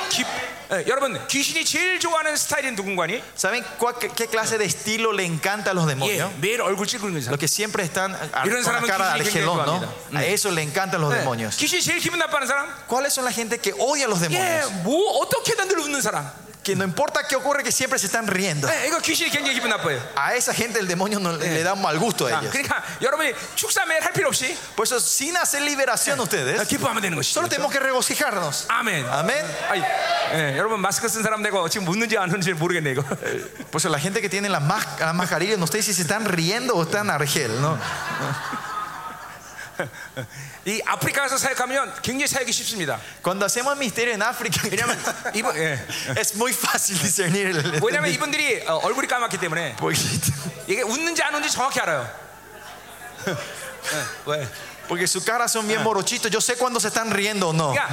기, 예, 여러분 귀신이 제일 좋아하는 스타일은 누군가니?
¿Saben cuál- qué, qué clase de estilo le encanta a los
예,
demonios?
매일 얼굴 찌르는 사람.
Los que siempre están a-
Iron
con la
사람은
cara de
귀신이
Argelón,
굉장히
¿no? A eso le encantan los
예,
demonios.
귀신이 제일 기분 나빠하는 사람?
¿Cuáles son la gente que odia a los
예,
demonios?
뭐 어떻게든 늘 웃는 사람.
Que no importa qué ocurre, que siempre se están riendo.
예, 이거 귀신이 굉장히 기분 나빠요.
A esa gente el demonio no, le le da un mal gusto a
아,
ellos.
그러니까 여러분이 축사 매일 할 필요 없이
Por eso, sin hacer liberación
어,
ustedes,
기뻐하면 되는 것이죠.
solo tenemos que regocijarnos.
아멘.
Amén.
아니, 예, 여러분 마스크 쓴 사람 내가 지금 웃는지 안 웃는지 모르겠네 이거.
Por eso, la gente que tiene la, mas- la mascarilla, no sé si se están riendo o están argel, ¿no?
이 아프리카 가서 사역하면 굉장히 사역이 쉽습니다.
Cuando hacemos misterio en África,
왜냐면 이분 예.
es muy fácil discernir el
왜냐면
entendido.
이분들이 어, 얼굴이 까맣기 때문에
porque,
이게 웃는지 안 웃는지 정확히 알아요. 예, 왜?
porque sus caras son bien morochitos. Yo sé cuando se están riendo o no.
그러니까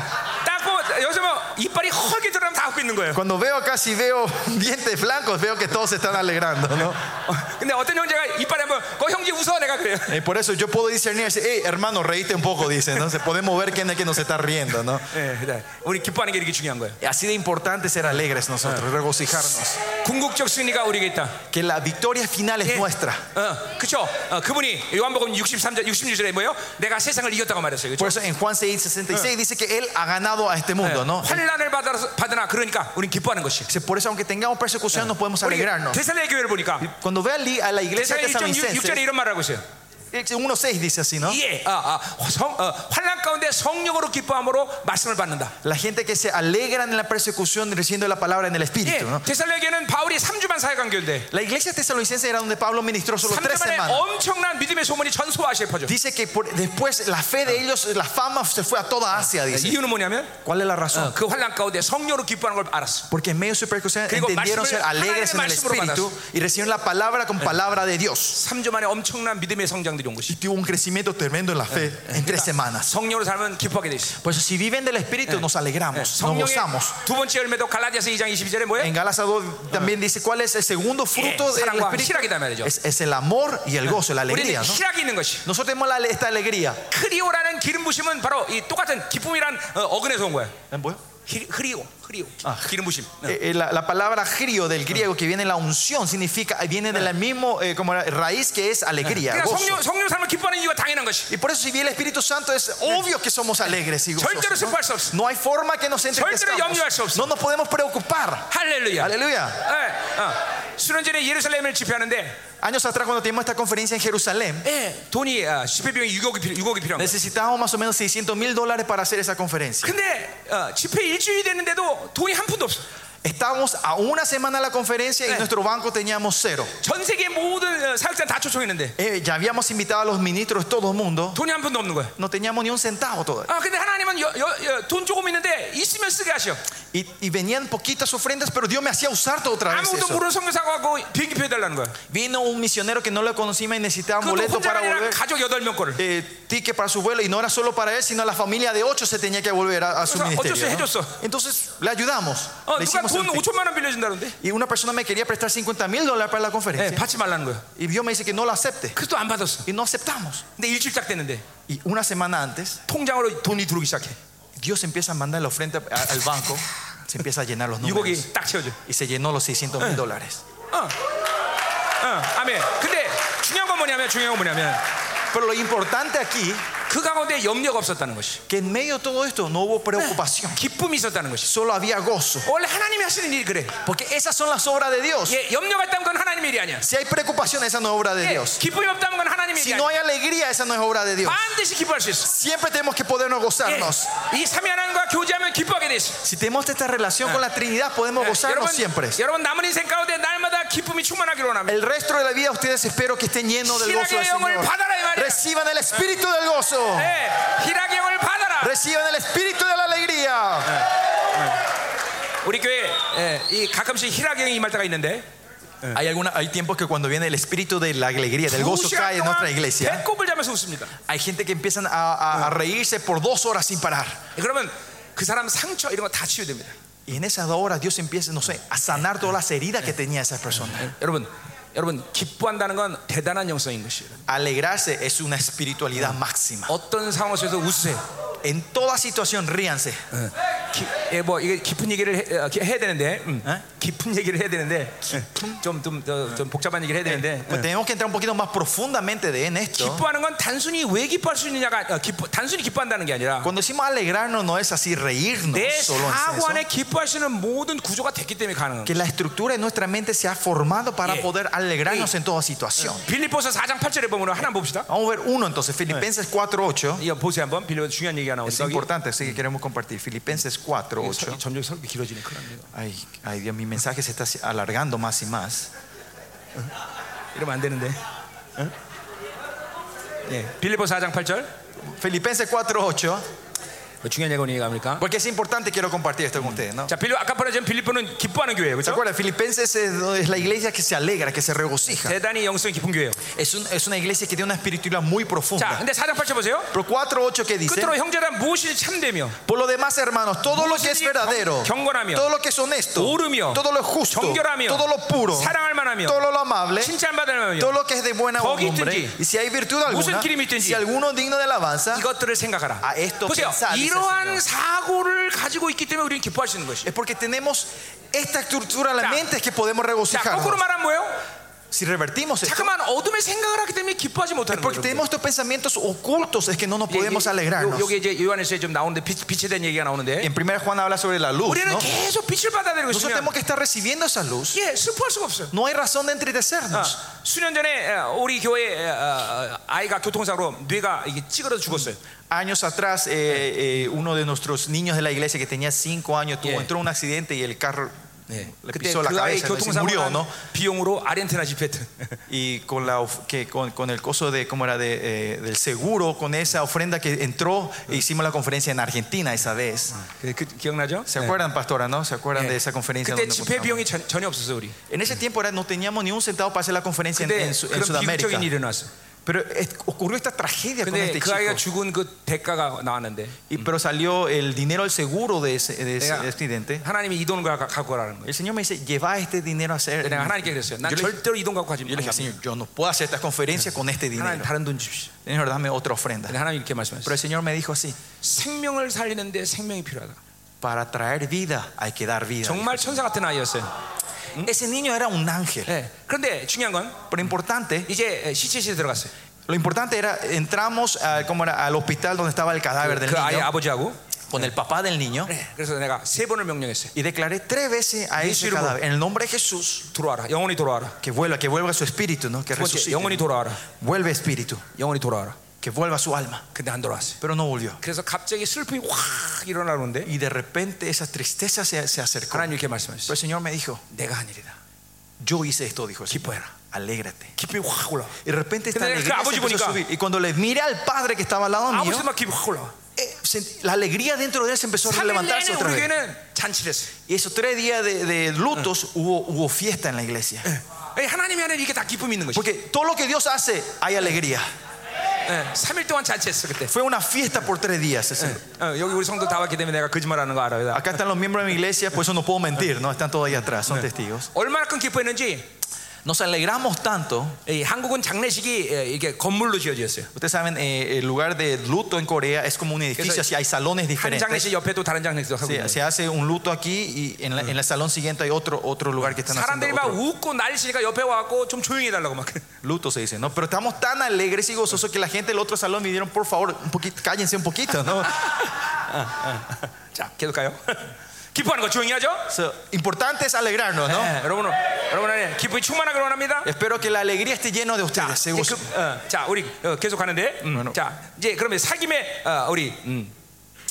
딱 보면 여기서 뭐 이빨이 헐게 들어가면 다 웃고 있는 거예요.
Cuando veo acá, si veo dientes blancos, veo que todos se están alegrando, ¿no?
어, 근데 어떤 형제가 이빨에 한번 거 형제 웃어 내가 그래요.
Eh, por eso yo puedo discernir, decir, hey, hermano, reíte un poco, dice, ¿no? Se- Podemos ver quién es que nos está riendo, ¿no?
예, 그래. 우리 기뻐하는 게 이렇게 중요한 거예요.
Así de importante ser alegres nosotros, regocijarnos.
궁극적 승리가 우리에게 있다.
Que la victoria final es
예.
nuestra.
어, 그쵸? 어, 그분이 요한복음 63장 66절에 뭐예요? 내가 세상을 이겼다고 말했어요. 그쵸?
Por eso en Juan 6, 66 dice que Él ha ganado a este
예,
mundo, ¿no?
환란을 받아서- 받으나 그러니까 우리는 기뻐하는 것이.
Dice, Por eso aunque tengamos persecución, nos podemos
우리
alegrarnos.
대살의 교회를 보니까
Cuando ve a li- a la iglesia
대살의 1.6절에
de Tesalonicenses,
이런 말을 하고 있어요.
1.6 dice así, ¿no?
예, 아, 아, 성, 어, 환란 가운데 성령으로 기뻐함으로 말씀을 받는다.
La gente que se alegran en la persecución recibiendo la palabra en el
예,
Espíritu, ¿no?
대살의 교회는 바울이 3주만 사역한 교회인데
La iglesia tesalonicense era donde Pablo ministró solo
3주
tres
만에
semanas.
엄청난 믿음의 소문이 전소아시에 퍼져.
Dice que por- después la fe de ellos, la fama se fue a toda Asia, dice.
이유는 뭐냐면
¿Cuál es la razón?
어, 그 환란 가운데 성령으로 기뻐하는 걸 알았어.
Porque en medio de su persecución
그리고
entendieron
말씀을-
ser alegres en el
하나님의 말씀으로
Espíritu y recibieron la palabra con palabra de Dios.
3주 만에 엄청난 믿음의 성장들이 온 것이.
Y tuvo un crecimiento tremendo en la fe en tres semanas.
성령으로 살면 기뻐하게 돼 있어. 예,
Por eso, si viven del Espíritu, nos
Ah.
alegramos, nos
성령의
gozamos.
두 번째 열매도 갈라디아서 2장 22절에 뭐예요?
En Gálatas 2 también dice cuál es el segundo fruto
예,
del
사랑과
Espíritu.
희락이다 말이죠.
Es, es el amor y el gozo, la alegría.
우리는
¿no?
희락이 있는 것이.
Nosotros tenemos la ale- esta alegría.
크리오라는 기름 부심은 바로 이 똑같은 기쁨이란 어, 어근에서 온 거야. 히- 흐리오, 흐리오. 기름 부심. 네.
Eh, eh, la, la palabra grio del griego que viene en la unción significa eh, viene de la misma como era, raíz que es alegría.
그러니까
gozo.
성령 성령 삶을 기뻐하는 이유가 당연한 것이.
Y por eso si viene el Espíritu Santo es obvio que somos alegres y
절대로
gozosos.
슬퍼할 수 없어.
No hay forma que nos
절대로 염려할 수
entristezcamos.
없어.
No nos podemos preocupar.
할렐루야.
Aleluya.
예, 어. 수년 전에 예루살렘을 집회하는데
Años atrás cuando teníamos esta conferencia en Jerusalén,
예, 돈이 어, 집회 비용 6억이 필요, 6억이 필요한 거야.
necesitábamos más o menos 600 mil dólares para hacer esa conferencia.
근데 어, 집회 일주일이 됐는데도 돈이 한 푼도 없어.
Estábamos a una semana de la conferencia y
Eh.
en nuestro banco teníamos cero.
전 세계 모든 어, 사역자 다 초청했는데
Eh, ya habíamos invitado a los ministros, todo el mundo.
돈이 한 푼도 없는 거야.
No teníamos ni un centavo todavía.
아 근데 하나님은 여- 여- 여- 돈 조금 있는데 있으면 쓰게 하셔.
Y, y venían poquitas ofrendas, pero Dios me hacía usar todo otra vez.
아무것도
eso.
모르는 성교사가 하고 비행기표 해달라는 거야.
Vino un misionero que no lo conocía y necesitaba un
그것도
boleto
혼자
para
아니라
volver.
가족 여덟 명 거를.
eh, ticket para su vuelo y no era solo para él, sino la familia de ocho se tenía que volver a, a su
O sea, ocho Oh,
ministerio.
se
¿no?
hecho.
Entonces le ayudamos.
어
Le
누가
hicimos
돈
un-
5천만 원 빌려준다는데?
y una persona me quería prestar 50 mil dólares para la
예,
conferencia.
받지 말라는 거야.
Y Dios me dice que no lo acepte.
그래서 또안 받았어.
Y no aceptamos.
근데 일주일 딱 됐는데
Y una semana antes,
통장으로 돈이 들어오기 시작해.
Dios empieza a mandar la ofrenda a- al banco. Se empieza a llenar los números.
6억이 딱 채워져.
Y se llenó los 600
Eh.
mil dólares.
어, 아멘. 근데 중요한 건 뭐냐면 중요한 건 뭐냐면
Pero lo importante aquí,
그 가운데 염려가 없었다는 것이.
que en medio de todo esto no hubo preocupación.
기쁨이 있었다는 것이.
Solo había gozo.
원래 하나님이 하시는 일이 그래.
Porque esas son las obras de Dios.
예, 염려가 있다는 건 하나님의 일이 아니야.
Si hay preocupación, esa no es obra de
예,
Dios.
기쁨이 없다는 건 하나님의
Si
일이
no
아니야.
hay alegría, esa no es obra de Dios.
반드시 기뻐할 수 있어.
Siempre tenemos que podernos
예,
gozarnos.
이 삼위 하나님과 교제하면 기뻐하게 돼 있어.
Si tenemos esta relación con la Trinidad, podemos gozarnos
여러분,
siempre.
여러분 남은 인생 가운데 날마다 기쁨이 충만하기로 원합니다.
El resto de la vida ustedes espero que estén llenos del gozo del
Hirak의 영을
Señor.
받아라, 이 말이야.
Reciban el espíritu del gozo.
예, 희락의 영을 받아라.
Reciban el espíritu de la alegría.
우리 교회 예, 이 가끔씩 희락의 영이 임할 때가 있는데
Hay, alguna, hay tiempos que cuando viene el espíritu de la alegría, del
두
gozo
시간
cae en
동안
nuestra iglesia,
배꼽을 자면서 웃습니다.
hay gente que empiezan a, a- a reírse por dos horas sin parar.
예, 그러면 그 사람 상처 이런 거 다 치유됩니다.
Y en esas dos horas Dios empieza, no sé, a sanar todas las heridas que tenía esa persona.
예, 여러분, 여러분 기뻐한다는 건 대단한 영성인 것이에요.
Alegrarse es una espiritualidad máxima.
어떤 상황 속에서 웃으세요.
En toda situación ríanse.
기, 예, 뭐 이게 깊은 얘기를 해, 어, 기- 해야 되는데, 음,
에?
깊은 얘기를 해야 되는데, 예. 좀좀 좀, 더- 좀 복잡한 얘기를 해야 되는데.
Pues
예. 그렇죠.
tenemos que entrar un poquito más profundamente de- en esto.
기뻐하는 건 단순히 왜 기뻐할 수 있느냐가 어, 기뻐, 단순히 기뻐한다는 게 아니라
Cuando decimos alegrarnos no es así reírnos
내
solo en sí,
사고 안에
eso.
기뻐하시는 모든 구조가 됐기 때문에 가능한 거예요.
que la estructura de nuestra mente se ha formado para
Yeah.
poder alegrarnos en toda situación.
빌리포서 4장 8절에 보면 하나 봅시다.
Vamos a ver uno entonces, Filipenses 4.8.
이거 보세요 한번 빌리포서 중요한 얘기가
Es
나오니까 여기-
importante, así que queremos compartir. Filipenses
여기 설-
4.8.
점점 설교 뭐 길어지네 큰일 납니다.
Ay, ay Dios, mi mensaje se está alargando más y más.
이러면 안 되는데. 응? 예. 빌리보 4장 8절.
Filipenses 4:8.
뭐 중요한 예고니 얘기합니까?
Porque es importante, quiero compartir esto con ustedes. ¿no?
자, 빌리 아까 말한 빌리보는 기뻐하는 교회예요. 그렇죠?
¿Se acuerdan? Filipenses es, es la iglesia que se alegra, que se regocija.
대단히 영성이 깊은 교회예요.
Es, un- es una iglesia que tiene una espiritualidad muy
자,
profunda.
근데 4장 8절 보세요.
Pero 4:8 que dice,
끝으로 형제란 무엇이 참되며
por lo demás, hermanos, todo lo que es verdadero,
경건하며,
todo lo que es honesto,
옳으며,
todo lo justo,
정결하며,
todo lo puro,
사랑할 만하며,
todo lo amable,
칭찬받으며
todo lo que es de buena
거기
hombre,
있든지,
y si hay virtud alguna,
무슨 길이 있든지,
si alguno digno de alabanza,
이것들을 생각하라.
아, esto
보세요.
pensar, dice
이러한
el
사고를 가지고 있기 때문에 우리는 기뻐하시는 것이에요.
es porque tenemos esta estructura en
Ya.
la mente es que podemos
자, 거꾸로
regocijarnos.
말하면 뭐예요?
Si revertimos esto,
자꾸만 어둠의 생각을 하기 때문에 기뻐하지 못하는 거예요.
porque tenemos estos pensamientos ocultos, es que no nos
여러분.
podemos
예,
alegrarnos. 예,
요- 요게 이제 요한에서 좀 나오는데 빛, 빛에 대한 얘기가
Y
나오는데
En 1 Juan habla sobre la luz,
우리는
¿no?
계속 빛을 받아들이고
Nosotros
있으면
tenemos que estar recibiendo esa luz.
예, 슬퍼할 수가 없어요.
No hay razón de
아,
entristecernos.
수년 전에 어, 우리 교회 어, 어, 아이가 교통사고로 뇌가 이게 찌그러져 죽었어요.
Años atrás, eh, eh, uno de nuestros niños de la iglesia que tenía 5 años tuvo,
Yeah.
entró en un accidente y el carro
예.
le
그때
pisó la
그 아이
cabeza y se murió,
교통사고
¿no?
난 비용으로 아르헨티나 집회트.
Y con, la, of- que, con, con el coso de, ¿cómo era? De, eh, del seguro, con esa ofrenda que entró, e hicimos la conferencia en Argentina esa vez.
그, 그 기억나죠?
¿Se
네.
acuerdan, pastora, no? ¿Se acuerdan
예.
de esa conferencia?
그때
donde
집회
mostramos?
비용이 전, 전혀 없었어요 우리.
En ese tiempo era, no teníamos ni un centavo para hacer la conferencia en,
근데
en Su- en
그런
Sudamérica.
비극적인 일이 일어났어. 요
Pero es- ocurrió esta tragedia con
근데
este
그 아이가
chico.
죽은 그 대가가 나왔는데
Y, pero salió el dinero al seguro de ese, de ese
내가
accidente.
하나님이 이 돈을 가- 갖고 가라는 거예요.
El Señor me dice, lleva este dinero a hacer.
내가 하나님께
Yo
그랬어요. 난
le,
절대로 이 돈 갖고 가지
yo le dije,
마.
Señor, yo no puedo hacer estas conferencias con este
하나님
dinero.
다른 돈 주십시오.
Señor, dame otra ofrenda.
근데 네, 하나님 이렇게
Pero
말씀하셨어요.
el Señor me dijo así,
생명을 살리는데 생명이 필요하다. 네.
para traer vida hay que dar vida.
정말 천사 같은 아이였어요.
Ese niño era un ángel.
예. 그런데 중요한 건
Pero importante,
이제 시체실에 들어갔어요.
lo importante era, entramos a- ¿cómo era? al hospital donde estaba el cadáver del
그 아이
niño,
아버지하고.
ah, con el papá del niño,
예. 그래서 내가 세 번을 명령했어요.
y declaré tres veces a ese
Yesu irumo.
cadáver, en el nombre de Jesús,
들어와라. 영원히 돌아와라.
que vuelva, que vuelva su espíritu, ¿no? que
두 번째
resucite.
영원히 돌아와라.
Vuelve espíritu,
영원히 돌아와라.
que vuelva su alma.
근데 안 돌아왔어요.
Pero no volvió.
그래서 갑자기 슬픔이 확 일어나는데
Y de repente esa tristeza se, se acercó.
하나님 이렇게
Pero
말씀하셨어요.
el Señor me dijo,
내가 한 일이다.
yo hice esto, dijo el Señor.
기뻐해라.
Alégrate.
기쁨이 확 올라와.
Y de repente esta
Pero es que
alegría se
abuelo
empezó a
보니까-
subir. Y cuando le miré al padre que estaba al lado
아무
mío,
생각 기쁨이 확 올라와.
eh, sent- la alegría dentro de él se empezó a
3일
levantarse
내내
otra
우리
vez.
교회는 잔치를 했어요.
Y esos tres días de, de lutos hubo, hubo fiesta en la iglesia.
예, 하나님이 하는 이게 다 기쁨이 있는 것이죠.
Porque todo lo que Dios hace, hay alegría.
예, 3일 동안 잔치했어 그때.
Fue una fiesta por tres días. ese-
어, 여기 우리 성도 다 왔기 때문에 내가 거짓말하는 거 알아요. 다.
Acá están los miembros de mi iglesia, por eso no puedo mentir, ¿no? Están todos ahí atrás, son testigos.
얼마나큼 기뻐했는지
Nos alegramos tanto
이 한국은 장례식이 예, 이게 건물로 지어졌어요.
Ustedes saben, eh, el lugar de luto en Corea es como un edificio,
Entonces,
así hay salones
한
diferentes.
장례식 옆에 또 다른 장례식도 하고
Se,
있는
se hace un luto aquí y en, la- en el salón siguiente hay otro, otro lugar que están
사람들이
haciendo
막
otro
웃고 난리치니까 옆에 와갖고 좀 조용히 해달라고 막
luto, se dice, ¿no? Pero estamos tan alegres y gozosos que la gente del otro salón me dijeron, por favor, un poquito, cállense un poquito, ¿no?
자 계속 가요 기뻐하는 거 조용히 하죠
So, importante es alegrarnos, ¿no?
예, 여러분 여러분 안에 기쁨이 충만하게 원합니다
Espero que la alegría esté lleno de ustedes. se
네, 이제
gozan.
그, 어, 자 우리 어, 계속 가는데 음,
bueno.
자 이제 그러면 사김에 어, 우리 음,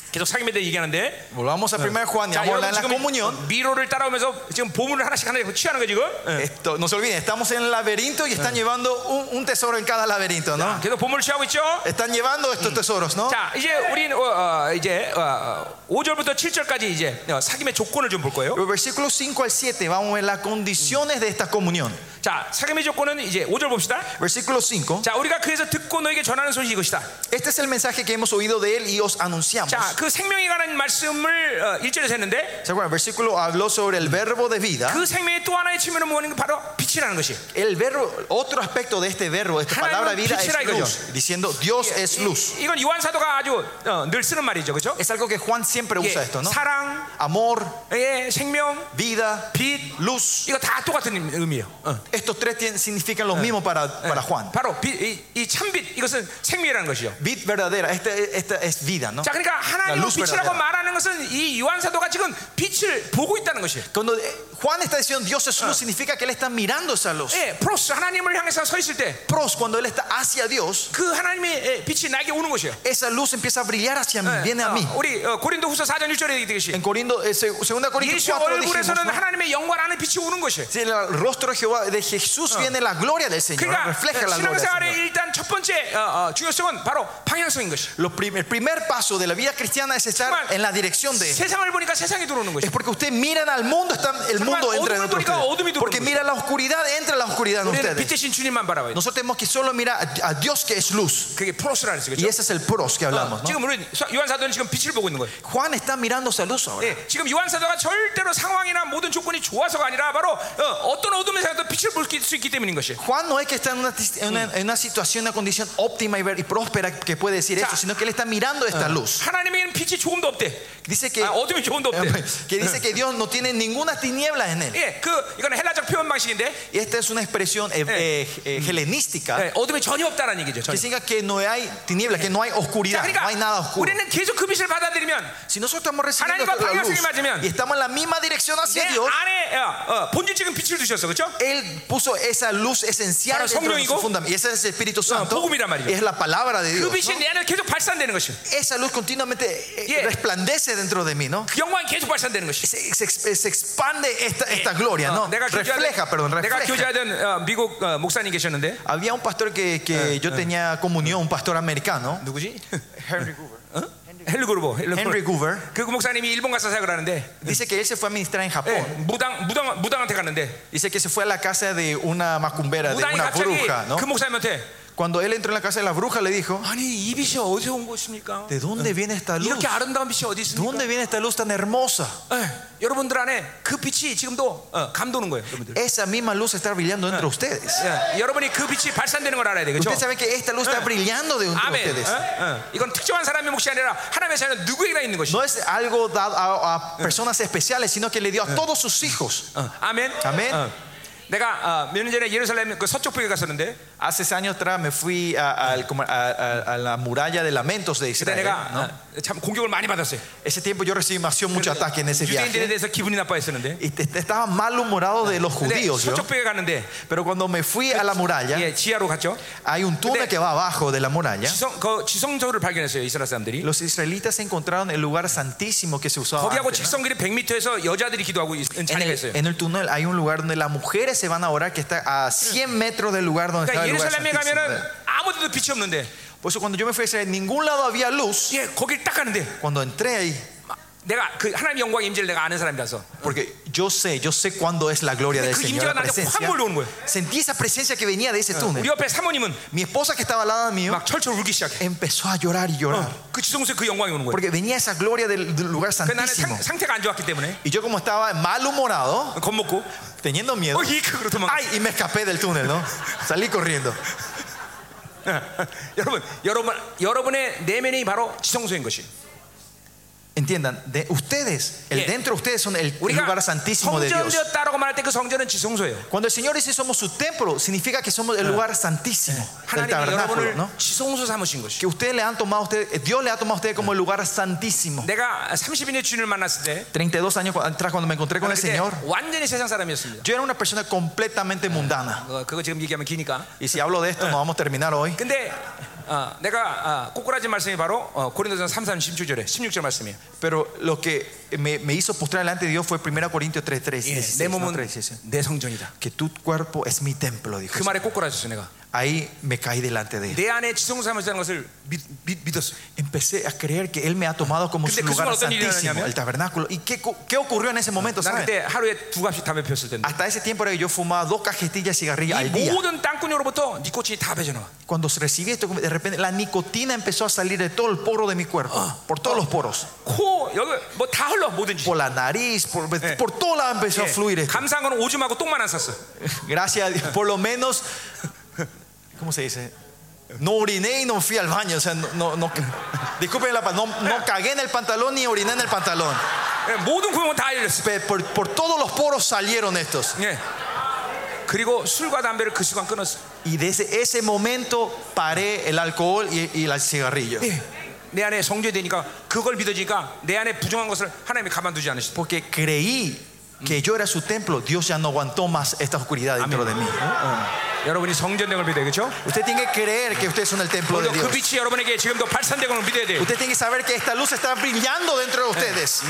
계속 사김에 대해 얘기하는데
Volvamos a 1 Juan y
자
vamos a
여러분
hablar en la comunión.
지금 미로를 따라오면서 지금 보물을 하나씩 하나씩 취하는 거 지금 예.
Esto, no se olviden, estamos en el laberinto y están llevando un, un tesoro en cada laberinto, ¿no?
아, 계속 보물을 취하고 있죠
Están llevando estos tesoros, ¿no?
자 이제 우리는 어, 어, 이제 어, 5절부터 7절까지 이제 어, 사김의 조건을 좀 볼 거예요
Los Versículos 5 al 7, vamos a ver las condiciones de esta comunión.
자 사김의 조건은 이제 5절 봅시다
Versículo 5,
자 우리가 그래서 듣고 너에게 전하는 소식이 이것이다
este es el mensaje que hemos oído de él y os anunciamos.
자 그 생명에 관한 말씀을 어, 1절에서 했는데
¿Se acuerdan? El versículo habló sobre el verbo de vida.
그 생명의 또 하나의 측면은 뭐냐면 바로 빛이라는 것이
El verbo, otro aspecto de este verbo, de esta
Ha나님은
palabra vida
빛이라
es luz, diciendo Dios es luz.
이, 이건 요한 사도가 아주 어, 늘 쓰는 말이죠 그렇죠?
Es algo que Juan
예,
siempre usa esto, ¿no?
사랑,
Amor,
예, 생명,
vida,
빛
luz.
이거 다 똑같은 의- 의미예요 어.
Estos tres tienen- significan lo mismo para, para Juan.
바로 빛, 이, 이 참빛 이것은 생명이라는 것이죠
Vid verdadera, esta, esta es vida, ¿no?
자 그러니까 하나님은
luz
빛이라고
verdadera.
말하는 것은 이 요한 사도가 지금 빛을 보고 있다는 것이에요
Cuando eh, Juan está diciendo Dios es luz, significa que él está mirando esa luz.
예, 프로스 하나님을 향해서 서 있을 때 그
pros, cuando él está hacia Dios,
하나님의 예, 빛이 나에게 오는 것이에요 예, Eh,
esa luz empieza a brillar hacia mí, viene a mí.
어, 우리 어, 고린도 후서 4장 1절에 얘기되듯이
En Corin- Corintios, eh, seg- segunda Corintios
예수
4 dijimos,
얼굴에서는
¿no?
하나님의 영광 안에 빛이 오는 것이에요.
Si en el rostro de Jehová, de Jesús viene la gloria del Señor,
그러니까
refleja la gloria del
신앙생활의
Señor.
일단 첫 번째 어, 어, 중요성은 바로 방향성인 것이.
Lo prim- el primer paso de la vida cristiana es estar
정말
en la dirección de
세상을 보니까 세상이 들어오는 것이.
es porque ustedes miran al mundo, están- el
정말
mundo entra
어둠을
dentro de
보니까 어둠이
ustedes.
들어오는
Porque
거예요.
mira la oscuridad, entra la oscuridad en
우리는 빛
ustedes.
대신 주님만 바라봐요.
Nosotros tenemos que solo mirar a, a Dios que es luz.
그게 프로스라는
Y
거죠.
ese es el pros que hablamos. ¿no?
지금 우리 요한 사도는 지금 빛을 보고 있는 거예요.
Juan está mirándose a luz ahora.
예, 지금 요한 사도가 절대로 상황이나 모든 조건이 좋아서가 아니라 바로 어, 떤 어둠의 상황도 빛을 볼 수 있기 때문인 것이. 에
Juan no es que está en una, tis- en una- en una situación, una condición óptima y, ver- y próspera que puede decir
Ya.
eso, sino que él está mirando esta luz.
하나님에게는 빛이 조금도 없대.
Dice que,
아, 어둠이 조금도 없대.
que dice que Dios no tiene ninguna tiniebla en él.
예, 그 이거는 헬라적 표현 방식인데
Y esta es una expresión eh, eh, eh, helenística
예, 어둠이 전혀 없다라는 얘기죠.
que
전혀.
significa que no hay tiniebla, que no hay
자,
oscuridad, no hay nada
그러니까
oscuro.
우리는 계속 그 빛을 받아들이면
Si nosotros estamos recibiendo
하나님과
la
방향성이
luz
맞으면
y estamos en la misma dirección
내
hacia Dios,
안에 어, 어, 본질적인 빛을 주셨어, 그렇죠?
Él puso esa luz esencial
Para
dentro de
성령이고,
nuestro fundamento. Y ese es el Espíritu Santo.
복음이란 말이죠.
y es la palabra de
그
Dios.
빛이
¿no?
내 안에 계속 발산되는 것이. 그
Esa luz continuamente eh,
Yeah.
resplandece dentro de mí, ¿no?
그 영광이 계속 발산되는 것이.
Se, se exp- se expande esta, esta
어,
gloria, ¿no?
내가
Refleja, perdón,
교제하던, 내가
refleja.
교제하던 어, 미국 어, 목사님 계셨는데
Había un pastor que, que yo tenía comunión, un pastor americano,
누구지? 어? 헨리 그루버. 헨리
Henry
그루버.
Hoover.
그 목사님이 일본 가서 사역을 하는데
Dice que él se fue a ministrar en
예,
Japón.
무당 무당 무당한테 갔는데
Dice que se fue a la casa de una macumbera, de
무당이
una
갑자기
bruja, ¿no?
그 목사님한테
Cuando él entró en la casa de la bruja, le dijo:
아니 이 빛이 어디서 온 것입니까?
¿De dónde viene esta luz?
이렇게 아름다운 빛이 어디 있습니까?
¿Dónde viene esta luz tan hermosa?
예, 여러분들 안에 그 빛이 지금도 어, 감도는 거예요, 여러분들.
Esa misma luz está brillando entre ustedes.
예, 여러분이 그 빛이 발산되는 걸 알아야 되겠죠?
Ustedes saben que esta luz está brillando de entre
아멘.
ustedes.
그 어? 어. 이건 특정한 사람의 몫이 아니라 하나님의 자녀 누구에게나 있는 것이.
No es algo dado a, a personas especiales, sino que le dio a todos sus hijos.
어, 아멘.
아멘.
어. 내가 어, 몇년 전에 예루살렘 그 서쪽 부에 갔었는데
Hace seis años atrás me fui a, al- como a- a- a la muralla de lamentos
그때
de Israel.
내가
¿no?
어, 참 공격을 많이 받았어요.
Ese tiempo yo recibí demasiado mucho ataque en ese
유대인들에
viaje.
대해서 기분이 나빠했었는데.
Y te- te- estaba malhumorado de los
근데
judíos. Ah. yo.
서쪽 부에 갔는데
Pero cuando me fui a la muralla,
예, 지하로 갔죠.
hay un túnel que va abajo de la muralla.
지성 그 지성소를 발견했어요 이스라엘 사람들이.
Los israelitas encontraron el lugar santísimo que se usaba.
거기하고
antes, ¿no?
직성길이 100m에서 여자들이 기도하고 있-
En
자리가
el,
있어요.
en el túnel hay un lugar donde las mujeres se van a orar que está a 100 metros del lugar donde
그러니까
está el lugar
예루살렘에
santísimo.
가면은 아무데도 빛이 없는데
Por eso cuando yo me fui a Israel, en ningún lado había luz.
예, 거길 딱 가는데
Cuando entré ahí,
막 내가 그 하나님의 영광 임재를 내가 아는 사람이라서
porque yo sé, yo sé cuándo es la gloria del
그
Señor, la
임재가 나한테 확
presencia.
몰려오는 거예요.
Sentí esa presencia que venía de ese
우리
túnel.
옆에 사모님은
Mi esposa que estaba al lado mío
막 철철 울기 시작해.
empezó a llorar y llorar,
그 지성소에 그 영광이 오는 거예요.
porque venía esa gloria del, del lugar
그 나는 상,
santísimo.
상태가 안 좋았기 때문에
Y yo como estaba malhumorado,
겁먹고
teniendo miedo,
어이 그로 도망.
ay, y me escapé del túnel, ¿no? Salí corriendo.
여러분, 여러분, 여러분의 내면이 바로 지성소인 것이.
Entiendan, de ustedes, el
Yeah.
dentro de ustedes son el, el
우리가
lugar santísimo de Dios.
성전되었다라고 말할 때 그 성전은 지성소예요.
Cuando el Señor dice somos su templo, significa que somos el lugar santísimo del
하나님이
tabernáculo,
여러분을
¿no?
지성소 삼으신 것이.
Que ustedes le han tomado, a ustedes, Dios le ha tomado a ustedes como el lugar santísimo.
내가 30인의 주인을 만났을 때
32 años atrás cuando me encontré con el
그때
Señor,
완전히 세상 사람이었습니다.
yo era una persona completamente mundana.
어, 그거 지금 얘기하면 기니까.
Y si hablo de esto, no vamos a terminar hoy.
근데 어, 내가 어, 꼬꾸라진 말씀이 바로 어, 고린도전 3, 3, 16절에 16절 말씀이에요.
Pero lo que me, me hizo postrar delante de Dios fue 1 Corintios 3, 3,
예, 내
16, ¿no?
몸은
3, 16.
내 성전이다.
Que tu cuerpo es mi templo, dijo.
그 말에 꼬꾸라졌어 내가.
Ahí me caí delante de él.
내 안에 지성소 삼으시다는 것을 믿, 믿, 믿었어.
Empecé a creer que Él me ha tomado como
근데
su
그
lugar
순간 어떤 일이
santísimo,
일어나냐면-
el tabernáculo. ¿Y qué, co- qué ocurrió en ese momento?
난
¿saben?
그때 하루에 두 갑씩 담배 피웠을 텐데.
Hasta ese tiempo era que yo fumaba dos cajetillas de cigarrillos al
아, 이
día.
모든 땅꾼으로부터 네 꽃이 다 배져나와.
Cuando se recibí esto, de repente la nicotina empezó a salir de todo el poro de mi cuerpo, por todos los poros,
코 여기 뭐 다 흘러 뭐든지. 예.
por la nariz, por, por todo lado empezó a
Eh.
fluir esto.
감사한 건 오줌하고 똥만 안 쌌어.
Gracias a Dios, por lo menos, ¿cómo se dice? No oriné y no fui al baño. O sea, no, no, no- disculpen la pa- no, no cagué en el pantalón ni oriné en el pantalón.
예, 모든 구멍은 다 열렸어.
Pe- Por, por todos los poros salieron estos.
예. 그리고 술과 담배를 그 순간 끊었어.
Y desde ese momento paré el alcohol y, y el cigarrillo.
예. 내 안에 성전이 되니까 그걸 믿어지니까 내 안에 부정한 것을 하나님이 가만두지 않으시다.
Porque creí que yo era su templo, Dios ya no aguantó más esta oscuridad dentro de mí.
여러분이 성전된 걸 믿어야 되겠죠?
Usted tiene que creer que ustedes son el templo de
오히려 그
Dios.
빛이 여러분에게 지금도 발산되는 걸 믿어야 돼요.
Usted tiene que saber que esta luz está brillando dentro de ustedes.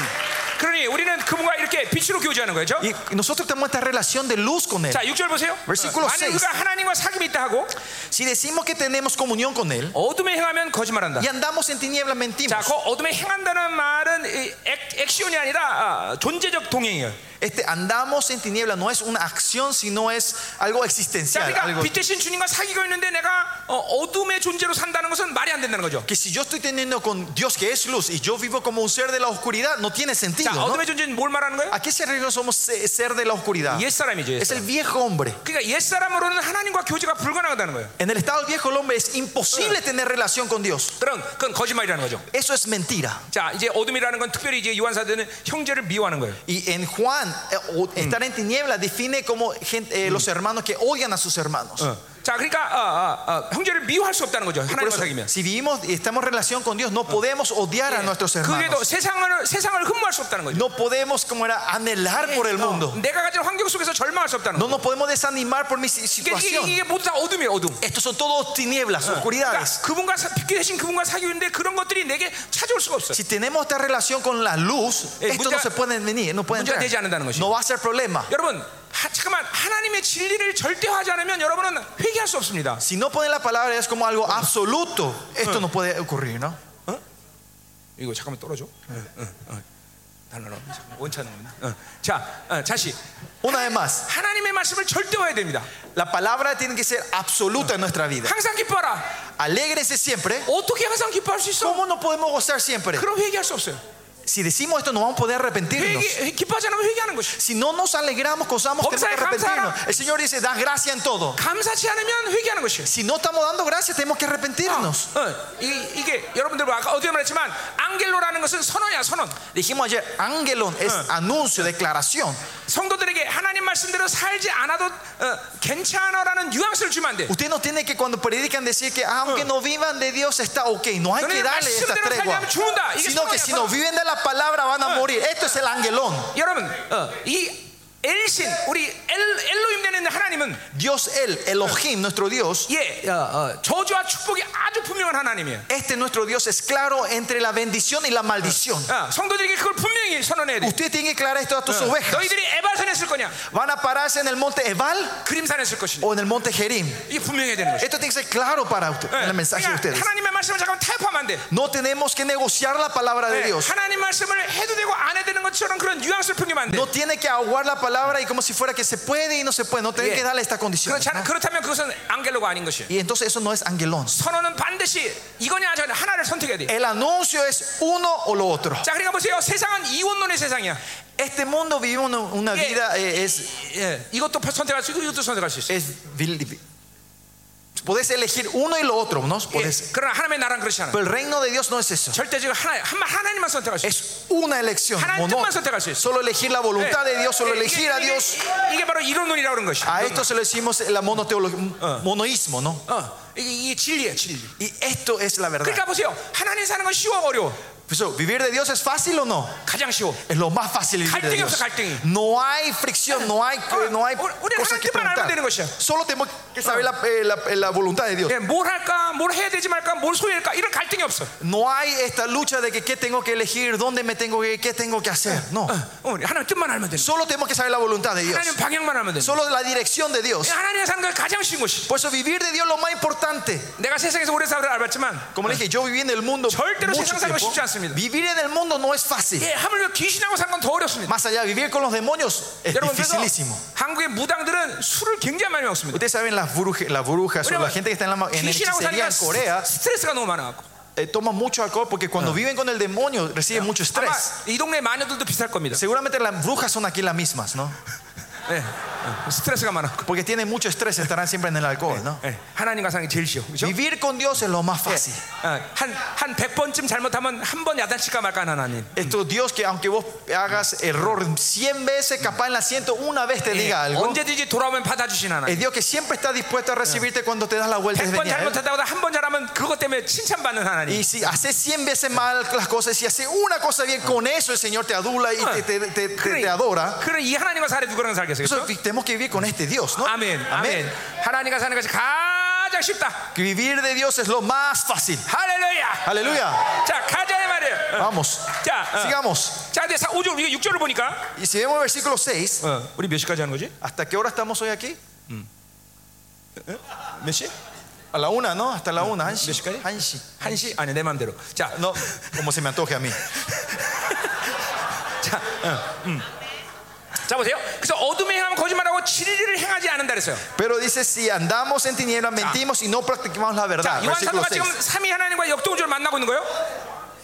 그러니 우리는 그분과 이렇게 빛으로 교제하는 거죠.
Y nosotros tenemos esta relación de luz con Él.
자, 6절 보세요.
Versículo
만일
seis.
우리가 하나님과 사귐이 있다 하고
Si decimos que tenemos comunión con Él
어둠에 행하면 거짓말한다.
y andamos en tinieblas, mentimos.
자, 그 어둠에 행한다는 말은 이 액, 액션이 아니라 아, 존재적 동행이에요.
Este, andamos en tinieblas no es una acción, sino es algo
자,
existencial.
그러니까
algo-
빛 대신 주님과 사귀고 있는데 내가 어, 어둠의 존재로 산다는 것은 말이 안 된다는 거죠.
que si yo estoy teniendo con Dios que es luz y yo vivo como un ser de la oscuridad, no tiene sentido.
자,
¿no?
어둠의 아, 존재는 뭘 말하는 거예요?
¿A qué se refiere somos se- ser de la oscuridad?
옛사람이죠.
Es el
옛사람.
viejo hombre.
그러니까 옛사람으로는 하나님과 교제가 불가능하다는 거예요.
En el estado del viejo hombre es imposible tener relación con Dios.
그럼 그건 거짓말이라는 거죠.
Eso es mentira.
자, 이제 어둠이라는 건 특별히 이제 요한사도는 형제를 미워하는 거예요.
Y en Juan, eh, o- estar en tinieblas define como gente- eh, los hermanos que odian a sus hermanos.
자, 그러니까 어, 어, 어, 형제를 미워할 수 없다는 거죠.
Por
하나님과
eso,
사귀면.
si vivimos y estamos en relación con Dios, no podemos odiar a nuestros
예. 그게도
hermanos.
세상을 세상을 흠모할 수 없다는 거죠.
No podemos, como era, anhelar por el
어,
mundo.
내가 가진 환경 속에서 절망할 수 없다는
No
거죠.
nos podemos desanimar por mi si-
이게, 이게,
situación.
이게 모두 다 어둠이에요, 어둠.
Estos son todos tinieblas,
그러니까
oscuridades.
그분과 사- 빛 대신 그분과 사귀는데 그런 것들이 내게 찾아올 수가 없어요.
Si tenemos esta relación con la luz,
Eh,
esto
문제가-
no se puede venir, no puede
문제가
entrar.
되지 않는다는 것이죠.
No va a ser problema.
여러분, 하, 잠깐만 하나님의 진리를 절대화하지 않으면 여러분은 회개할 수 없습니다.
Si no ponen la palabra es como algo absoluto. Esto no puede ocurrir, ¿no?
이거 잠깐만 떨어져. 달라라. 원찮은 겁니다. 네. 어. 자, 어, 다시
Una vez más,
하나님의 말씀을 절대화해야 됩니다.
la palabra tiene que ser absoluta en nuestra vida.
항상 기뻐라.
Alégrense siempre.
어떻게 항상 기뻐할 수 있어?
¿Cómo no podemos gozar siempre?
그럼 회개할 수 없어요.
Si decimos esto, no vamos a poder arrepentirnos.
회개, 회- 기뻐하지 않으면 회개하는 것이.
Si no nos alegramos, gozamos, tenemos que arrepentirnos. El Señor dice, da gracia en todo.
감사치 않으면 회개하는 것이.
Si no estamos dando gracia, tenemos que arrepentirnos.
어, 이, 이게 여러분들 뭐 아까 어디에 말했지만 안gel로라는 것은 선언이야 선언.
Dijimos ayer, angelón es anuncio, declaración.
성도들에게 하나님 말씀대로 살지 않아도 어, 괜찮아라는 뉘앙스를 주면 안 돼.
Usted no tiene que cuando predican decir que "Ah, aunque no vivan de Dios está ok. No hay que darle esta tregua. Sino que si no viven de la palabra van a morir. Esto es el angelón.
여러분, 어, 이 엘신 우리 엘, 엘로임 되는 하나님은
Dios, Él, Elohim, nuestro Dios.
예, 어, 어, 저주와 축복이 아주 분명한 하나님이에요.
Este nuestro Dios es claro entre la bendición y la maldición.
어, 성도들에게 그걸 분명히 선언해야 돼.
Usted tiene que aclarar esto a tus ovejas.
너희들이 에발산에 쓸 거냐,
¿Van a pararse en el monte Ebal
그림산에 쓸 것이냐,
o en el monte Jerim?
이게 분명해야 되는 것이죠. 예,
Esto tiene que ser claro para usted,
Ah.
en el mensaje de ustedes.
하나님의 말씀을 잠깐 타협하면 안 돼.
No tenemos que negociar la palabra de
예,
Dios.
하나님 말씀을 해도 되고 안 해도 되는 것처럼 그런 뉘앙스를 풍기면 안 돼.
No tiene que aguar la palabra y como si fuera que se puede y no se puede. No tiene
Yeah.
que darle esta condición.
그렇지 않- 그렇다면 그것은 안gel로가 아닌 것이에요.
Y entonces eso no es angelón.
선언은 반드시 이거냐 저거냐 하나를 선택해야 돼.
El anuncio es uno o lo otro.
자, 그러니까 보세요. 세상은 이원론의 세상이야.
Este mundo vive una, una
Yeah.
vida eh, es,
예, 이것도 선택할 수 있고 이것도 선택할 수 있어.
es vil- podés elegir uno y lo otro, ¿no?
예,
Podés-
그러나 하나님의 나라는 그렇지 않아.
pero el reino de Dios no es eso.
절대 지금 하나 한 하나님만 선택할 수 있어.
Es una elección.
하나님
mono-
뜻만 선택할 수 있어.
Solo elegir la voluntad
예,
de Dios, solo
예, 이게,
elegir a
이게,
Dios. 아,
이게 바로 이론론이라고 그런 것이.
A esto se lo decimos la monoteolo- monoísmo, ¿no?
어, 이게, 이게 진리예요, 진리.
Y esto es la verdad.
그러니까 보세요. 하나님 사는 건 쉬워 어려워.
Por eso, ¿Vivir de Dios es fácil o no?
가장 쉬워.
Es lo más fácil vivir
갈등이
de Dios.
없어, 갈등이.
No hay fricción, no hay,
어,
no hay
우리- 우리는
cosas que
하나님만 알면
preguntar.
되는 것이야.
Solo tenemos que saber la, eh, la- eh, la voluntad de Dios.
예, 뭘 할까, 뭘 해야 되지 말까, 뭘 소유할까 이런 갈등이 없어.
No hay esta lucha de que qué tengo que elegir, dónde me tengo que, qué tengo que hacer. No.
어, 우리 하나님 뜻만 알면 돼.
Solo tenemos que saber la voluntad de Dios.
하나님 방향만 알면 돼.
Solo la dirección de Dios.
하나님 사는 건 가장 쉬운 것이.
Por eso vivir de Dios es lo más importante.
내가 세상에서 오래 살아 알았지만,
Como le dije, yo viví en el mundo.
절대로
mucho
세상 살고
tiempo.
싶지 않습니다.
Vivir en el mundo no es fácil.
예, 하물며 귀신하고 산 건 더 어렵습니다.
Más allá, vivir con los demonios es
여러분 그래서
dificilísimo.
한국의 무당들은 술을 굉장히 많이 먹습니다.
Ustedes saben las, bruje- las brujas o
왜냐면
la gente que está en, la, ma- en
귀신하고
hechicería
사니까
en Corea
스- 스트레스가 너무 많아갖고
eh, toman mucho alcohol porque cuando viven con el demonio reciben mucho
아마
estrés.
이 동네 마녀들도 비슷할 겁니다.
Seguramente las brujas son aquí las mismas, ¿no?
예, 예, 스트레스가 많아갖고
Porque tienen mucho estrés, estarán siempre en el alcohol, ¿no?
예, 하나님과 사는 게 제일 쉬워. 그죠? 예,
Vivir con Dios es lo más fácil.
한한 100번쯤 잘못하면 한 번 야단칠까 말까 하는 하나님.
Esto Dios que aunque vos hagas error 100 veces, capaz en la ciento una vez te
예,
diga algo.
언제든지 돌아오면 받아주신
Es
하나님.
Dios que siempre está dispuesto a recibirte cuando te das la vuelta. Ah. es
100번
venir a Él.
잘못하다보다 한 번 잘하면 그것 때문에 칭찬받는 하나님.
Y si haces 100 veces mal las cosas, si haces una cosa bien, con eso el Señor te adula y te, te- te- te- te adora.
그래 이 하나님과 살아 누구랑 살겠어요?
Eso
그죠?
tenemos que vivir con este Dios, ¿no?
아멘, 아멘. 하나님과 사는 것이 가장 쉽다.
Que vivir de Dios es lo más fácil.
할렐루야.
Aleluya.
자 가자 이 말이에요.
Vamos.
자, 어.
Sigamos.
자, 근데 5절 우리가 6절을 보니까
Y si vemos el versículo 6,
어, 우리 몇 시까지 하는 거지?
¿hasta qué hora estamos hoy aquí? ¿Eh?
몇 시?
A la una, ¿no? Hasta la una. Hanshi.
¿Mexicali?
Hanshi.
1시? 아니, 내 마음대로. 자,
No, como se me antoje a mí.
자, 어, 음. 자 보세요. 그래서 어둠에 행하면 거짓말하고 진리를 행하지 않는다 그랬어요.
Pero dice, si andamos en tinieblas, mentimos y no practicamos la
자,
verdad.
요한
Versículo
사도가
6.
지금 삼위 하나님과 역동적으로 만나고 있는 거예요.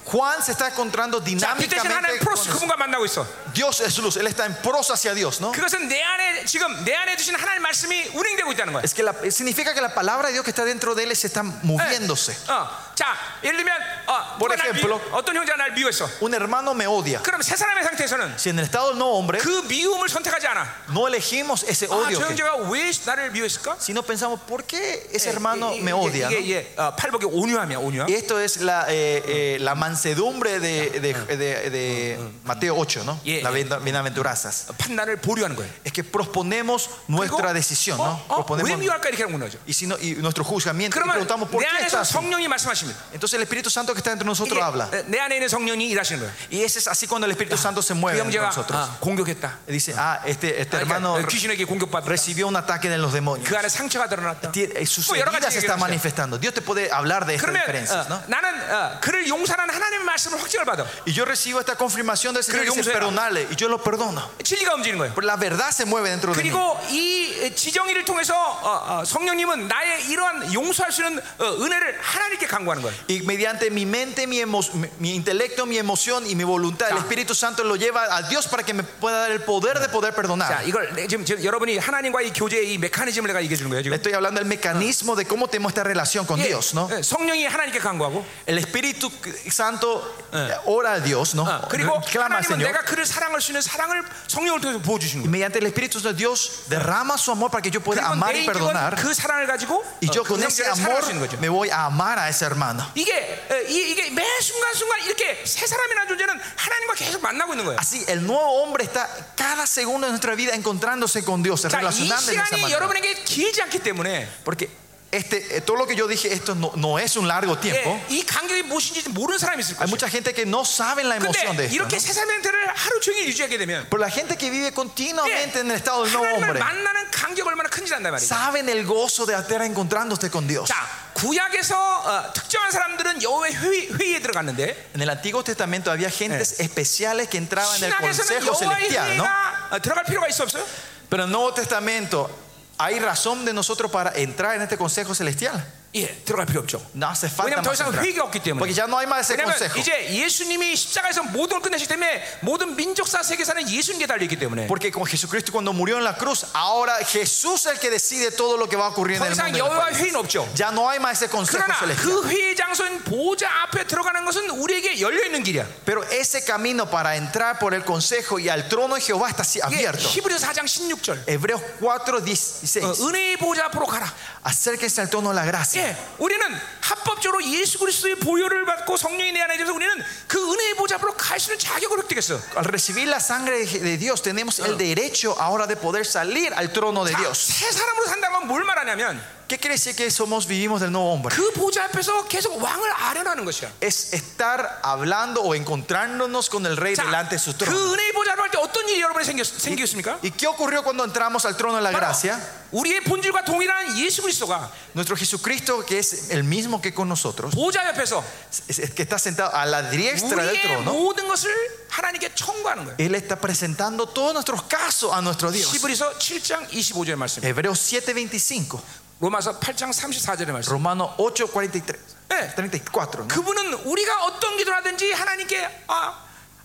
Juan se está encontrando
자, 그 대신 하나님
dinámicamente.
프로스
con-
그분과 만나고 있어.
Dios es luz, él está en pros hacia Dios, ¿no?
그것은 내 안에 지금 내 안에 주신 하나님 말씀이 운행되고 있다는 거예요.
Es que la- significa que la palabra de Dios que está dentro de él se está moviéndose.
어, 자, 예를 들면 어,
Por
누가 날 미-
ejemplo.
어떤 형제가 날 미워했어.
Un hermano me odia.
그럼 세 사람의 상태에서는
Si en el estado del no hombre
그 미움을 선택하지 않아.
no elegimos ese
아,
odio,
저
que-
형제가 왜 나를 미워했을까? 예,
si no pensamos por qué ese
이-
hermano
이-
me odia,
이게,
¿no?
이게, 이게 어, 팔복의 온유함이야, 온유함.
Y esto es la, eh, eh, la mansedumbre de, de, de- de Mateo 8, ¿no?
Yeah.
La bien- bienaventuranzas.
판단을 보류하는 거예요.
Es que proponemos
그리고,
nuestra decisión,
어,
¿no?
어, 왜
Proponemos
미워할까 이렇게 하는 거죠.
y, si no- y nuestro juzgamiento y
그러면
preguntamos por
내
qué
안에서
está así.
성령이 말씀하십니다.
Entonces el Espíritu Santo que está entre
이게,
nosotros habla.
어, 내 안에 있는 성령이 일하시는 거예요.
Y ese es así cuando el Espíritu Santo se
그
mueve entre
형제가
nosotros.
아, 공격했다.
Y Dice, ah, este, este
아,
hermano
그러니까 귀신에게 공격받다.
recibió un ataque de los demonios.
그 안에 상처가 드러났다.
Tiene- eh, Sus
뭐 여러 가지
heridas se
얘기를
están
하세요.
manifestando. Dios te puede hablar de estas
그러면
diferencias,
어,
¿no?
나는 어, 그를 용서하는 하나님의 말씀을 확증을 받아.
Y yo recibo esta confirmación del
그를
Señor que dice,
용서해라.
perdonale. Y yo lo perdono.
진리가 움직이는 거예요.
Pero la verdad se mueve dentro de mí.
그리고 이 지정이를 통해서 어, 어, 성령님은 나의 이러한 용서할 수 있는 어, 은혜를 하나님께 강구하는 거예요.
Y mediante mi mente, mi, emo- mi- mi intelecto, mi emoción y mi voluntad, el
Ya.
Espíritu Santo lo lleva a Dios para que me pueda dar el poder de poder
자,
perdonar.
이걸 내- 지금, 지금 여러분이 하나님과 이 교제의 이 메커니즘을 내가 얘기해 주는 거예요.
Le
지금
estoy hablando del mecanismo de cómo tenemos esta relación con
예,
Dios, ¿no?
예, 성령이 하나님께 강구하고
El Espíritu Santo eh, ora a Dios, ¿no? Eh,
어, 그리고
Clama al
하나님은
Señor.
내가 그를 사랑할 수 있는 사랑을 성령을 통해서 보여주시는
Y
거예요.
mediante el Espíritu Santo Dios derrama su amor para que yo pueda
그리고
amar
내
y
인격은
perdonar.
그 사랑을 가지고
Y
어,
yo
그
con ese
형제를 사랑할
amor
수 있는 거죠.
me voy a amar a ese hermano.
이게 어, 이- 이게 매 순간 순간 이렇게 세 사람이라는 존재는 하나님과 계속 만나고 있는 거예요.
Así, el nuevo hombre está cada segundo de nuestra vida encontrándose con Dios,
자, 이
relacionándose de esa
시간이
manera.
여러분에게 길지 않기 때문에
Porque este, eh, todo lo que yo dije, esto no, no es un largo tiempo.
예, 뭐 이 간격이 무엇인지 모르는 사람이 있을
Hay
거예요.
mucha gente que no sabe
뭐
la emoción de
근데
esto.
이렇게 세 사람의 상태를 하루 종일 유지하게 되면
Pero la gente que vive continuamente en el estado del nuevo
하나님을
hombre
만나는 간격 얼마나 큰지 안단 말이에요.
saben el gozo de estar encontrándote con Dios.
자, 구약에서 어, 특정한 사람들은 여호와의 회의, 회의에 들어갔는데
En el Antiguo Testamento había gentes especiales que entraban en el
신약에서는
consejo
아, 네, 여호와의
celestial, ¿no?
회의가 어, 들어갈 필요가 있어 없어요?
Pero en el Nuevo Testamento hay razón de nosotros para entrar en este consejo celestial.
예, 들어갈 필요 없죠.
No hace falta
왜냐면 더
más
이상
entrar.
회의가 없기 때문에.
Porque ya no hay más ese
왜냐면
consejo.
이제 예수님이 십자가에서 모든 걸 끝내시기 때문에 모든 민족사 세계사는 예수님께 달려있기 때문에
Porque con Jesucristo cuando murió en la cruz, ahora Jesús es el que decide todo lo que va a ocurrir en
더
el mundo.
이상
y en el
여호와의
país.
회의는 없죠.
Ya no hay más ese consejo
그러나
celestial.
그 회의 장소인 보좌 앞에 들어가는 것은 우리에게 열려 있는 길이야.
Pero ese camino para entrar por el consejo y al trono de Jehová está así
이게
abierto.
히브리서 4장 16절.
Hebreos 4,
어,
16.
은혜의 보좌 앞으로 가라.
uh. Acérquense al trono de la gracia.
예, 우리는 합법적으로 예수 그리스도의 보혈을 받고 성령이 내 안에 있어서 우리는 그 은혜의 보좌 앞으로 갈 수 있는 자격을 획득했어.
Al recibir la sangre de de Dios, tenemos el derecho ahora de poder salir al trono de
자,
Dios.
새 사람으로 산다는 건 뭘 말하냐면
¿Qué quiere decir que somos vivimos del nuevo hombre?
그 보좌 앞에서 계속 왕을 아련하는 것이야.
Es estar hablando o encontrándonos con el rey
자,
delante de su trono. 예.
그 은혜의 보좌로 할 때 어떤 일이 여러분이 생겼, 생겼습니까?
¿Y qué ocurrió cuando entramos al trono de la
바로
gracia?
우리의 본질과 동일한 예수 그리스도가
Nuestro Jesucristo, que es el mismo que con nosotros,
보좌 옆에서
es- es que está sentado a la diestra del
우리의
trono.
모든 것을 하나님께 청구하는 거예요.
Él está presentando todos nuestros casos a nuestro Dios.
히브리서 7장 25절의 말씀,
Hebreos 7:25,
로마서 8장 34절의 말씀.
Romano 8:43,
네.
34. ¿no?
그분은 우리가 어떤 기도를 하든지 하나님께 아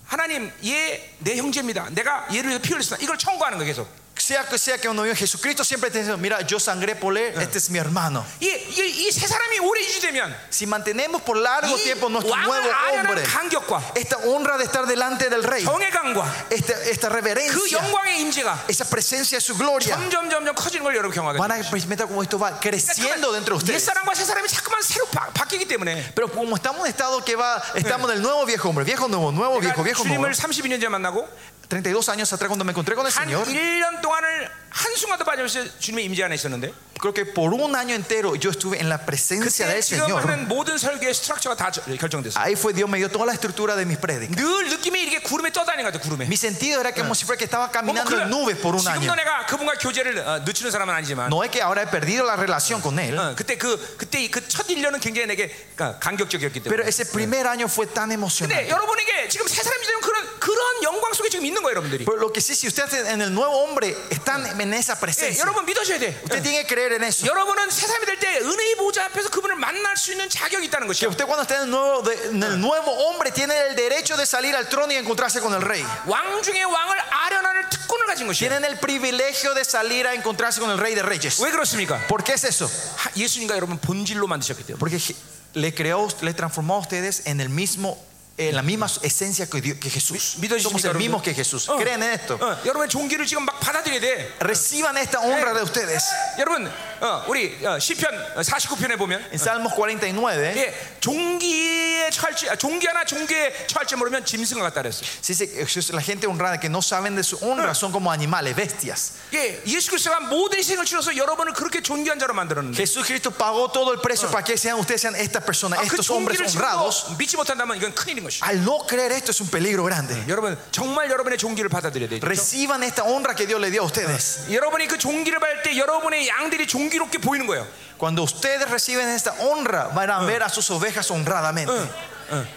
하나님 얘내 형제입니다. 내가 얘를 위해서 피 흘렸습니다. 이걸 청구하는 거예요, 계속.
Sea que sea que uno vive Jesucristo siempre te dice, mira, yo sangré por él, este es mi hermano.
이이세 사람이 오래 유지되면
Si mantenemos por largo
이
tiempo nuestro nuevo
왕을 아련한
hombre,
간격과
esta honra de estar delante del rey,
정의감과
esta, esta
그
reverencia,
영광의 임재가
esa presencia de su gloria,
점점 점점 커지는 걸 여러분 경험하게
van a experimentar como esto va creciendo dentro de
그러니까 옛
ustedes.
사람과 새 사람이 자꾸만 새로 바, 바뀌기 때문에
Pero como estamos en un estado que va, estamos en el nuevo viejo hombre, viejo nuevo, nuevo viejo, viejo nuevo.
그러니까 주님을 32년 전에 만나고
32 años atrás cuando me encontré con el
한
Señor.
1년 동안을 한순간도 빠짐없이 주님의 임재 안에 있었는데
creo que por un año entero yo estuve en la presencia
그때 아.
del
지금
Señor.
하는 모든 설교의 스트럭처가 다 저- 결정됐어요.
Ahí fue Dios me dio toda la estructura de mis prédicas.
늘 느낌이 이렇게 구름에 떠다니는 것 같아요. 구름에.
Mi sentido era que como si fuera que
뭐,
estaba
뭐,
caminando en nubes por un
지금도
año.
내가 그분과 교제를 어, 늦추는 사람은 아니지만
No es que ahora he perdido la relación con Él,
어, 그때 그 그때 그 첫 일년은 굉장히 내게 가- 간격적이었기
pero
때문에.
ese primer año fue tan
근데
emocionante.
여러분에게 지금 새 사람이 되면 그런 그런 영광 속에 지금 있는 거예요, 여러분들이.
Pero lo que sí, si ustedes en el nuevo hombre están en esa
예,
presencia,
여러분 믿으셔야 돼.
usted tiene que creer en eso.
여러분은 새 사람이 될 때 은혜의 보좌 앞에서 그분을 만날 수 있는 자격이 있다는
Que
것이에요.
usted cuando está en el nuevo, de- en el nuevo hombre tiene el derecho de salir al trono y encontrarse con el rey.
왕 중에 왕을 아련하는 특권을 가진 것이에요.
Tienen el privilegio de salir a encontrarse con el rey de reyes.
왜 그렇습니까?
¿Por qué es eso?
하- 예수님과 여러분 본질로 만드셨기 때문에.
Porque Je- le creó, le transformó a ustedes en el mismo, en la misma esencia que, Dios- que Jesús.
믿어지십니까,
Somos el
여러분들?
mismo que Jesús.
어.
Creen en esto.
어, 여러분의 종기를 지금 막 받아들여야 돼.
Reciban esta honra de ustedes.
여러분, 어, 우리 어, 시편 49편에 보면
En Salmos 49
예, 종기에 처할지 아, 종기 하나 종기에 처할지 모르면 짐승과 같다 그랬어요.
se dice que Jesús- la gente honrada que no saben de su honra son como animales, bestias.
예, 예수 그리스도가 모든 희생을 치러서 여러분을 그렇게 존귀한 자로 만들었는데
Jesús Cristo pagó todo el precio para que sean ustedes sean estas personas,
아, 그
estos hombres
종기를
honrados.
지금도 믿지 못한다면 이건 큰일인 것이죠.
Al no creer esto es un peligro grande.
여러분 정말 여러분의 종기를 받아들여야 되죠.
Reciban esta honra que Dios le dio a ustedes.
여러분이 그 종기를 받을 때 여러분의 양들이 종기롭게 보이는 거예요.
Cuando ustedes reciben esta honra, van a ver a sus ovejas honradamente.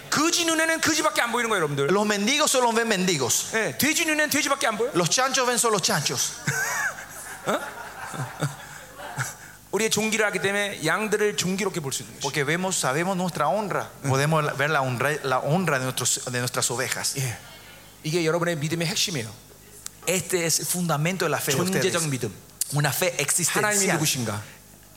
거지 눈에는 거지밖에 안 보이는 거예요, 여러분들.
Los mendigos solo ven mendigos.
예, 돼지 눈에는 돼지밖에 안 보여.
Los chanchos ven solo chanchos.
우리의 종기를 하기 때문에 양들을 종기롭게 볼 수 있는 거죠.
Porque vemos, sabemos nuestra honra. Podemos la- ver la honra, la honra de, nuestros, de nuestras ovejas.
예. 이게 여러분의 믿음의 핵심이에요.
Este es el fundamento de la fe de
존재적
ustedes.
믿음.
Una fe
하나님이
existencial.
누구신가?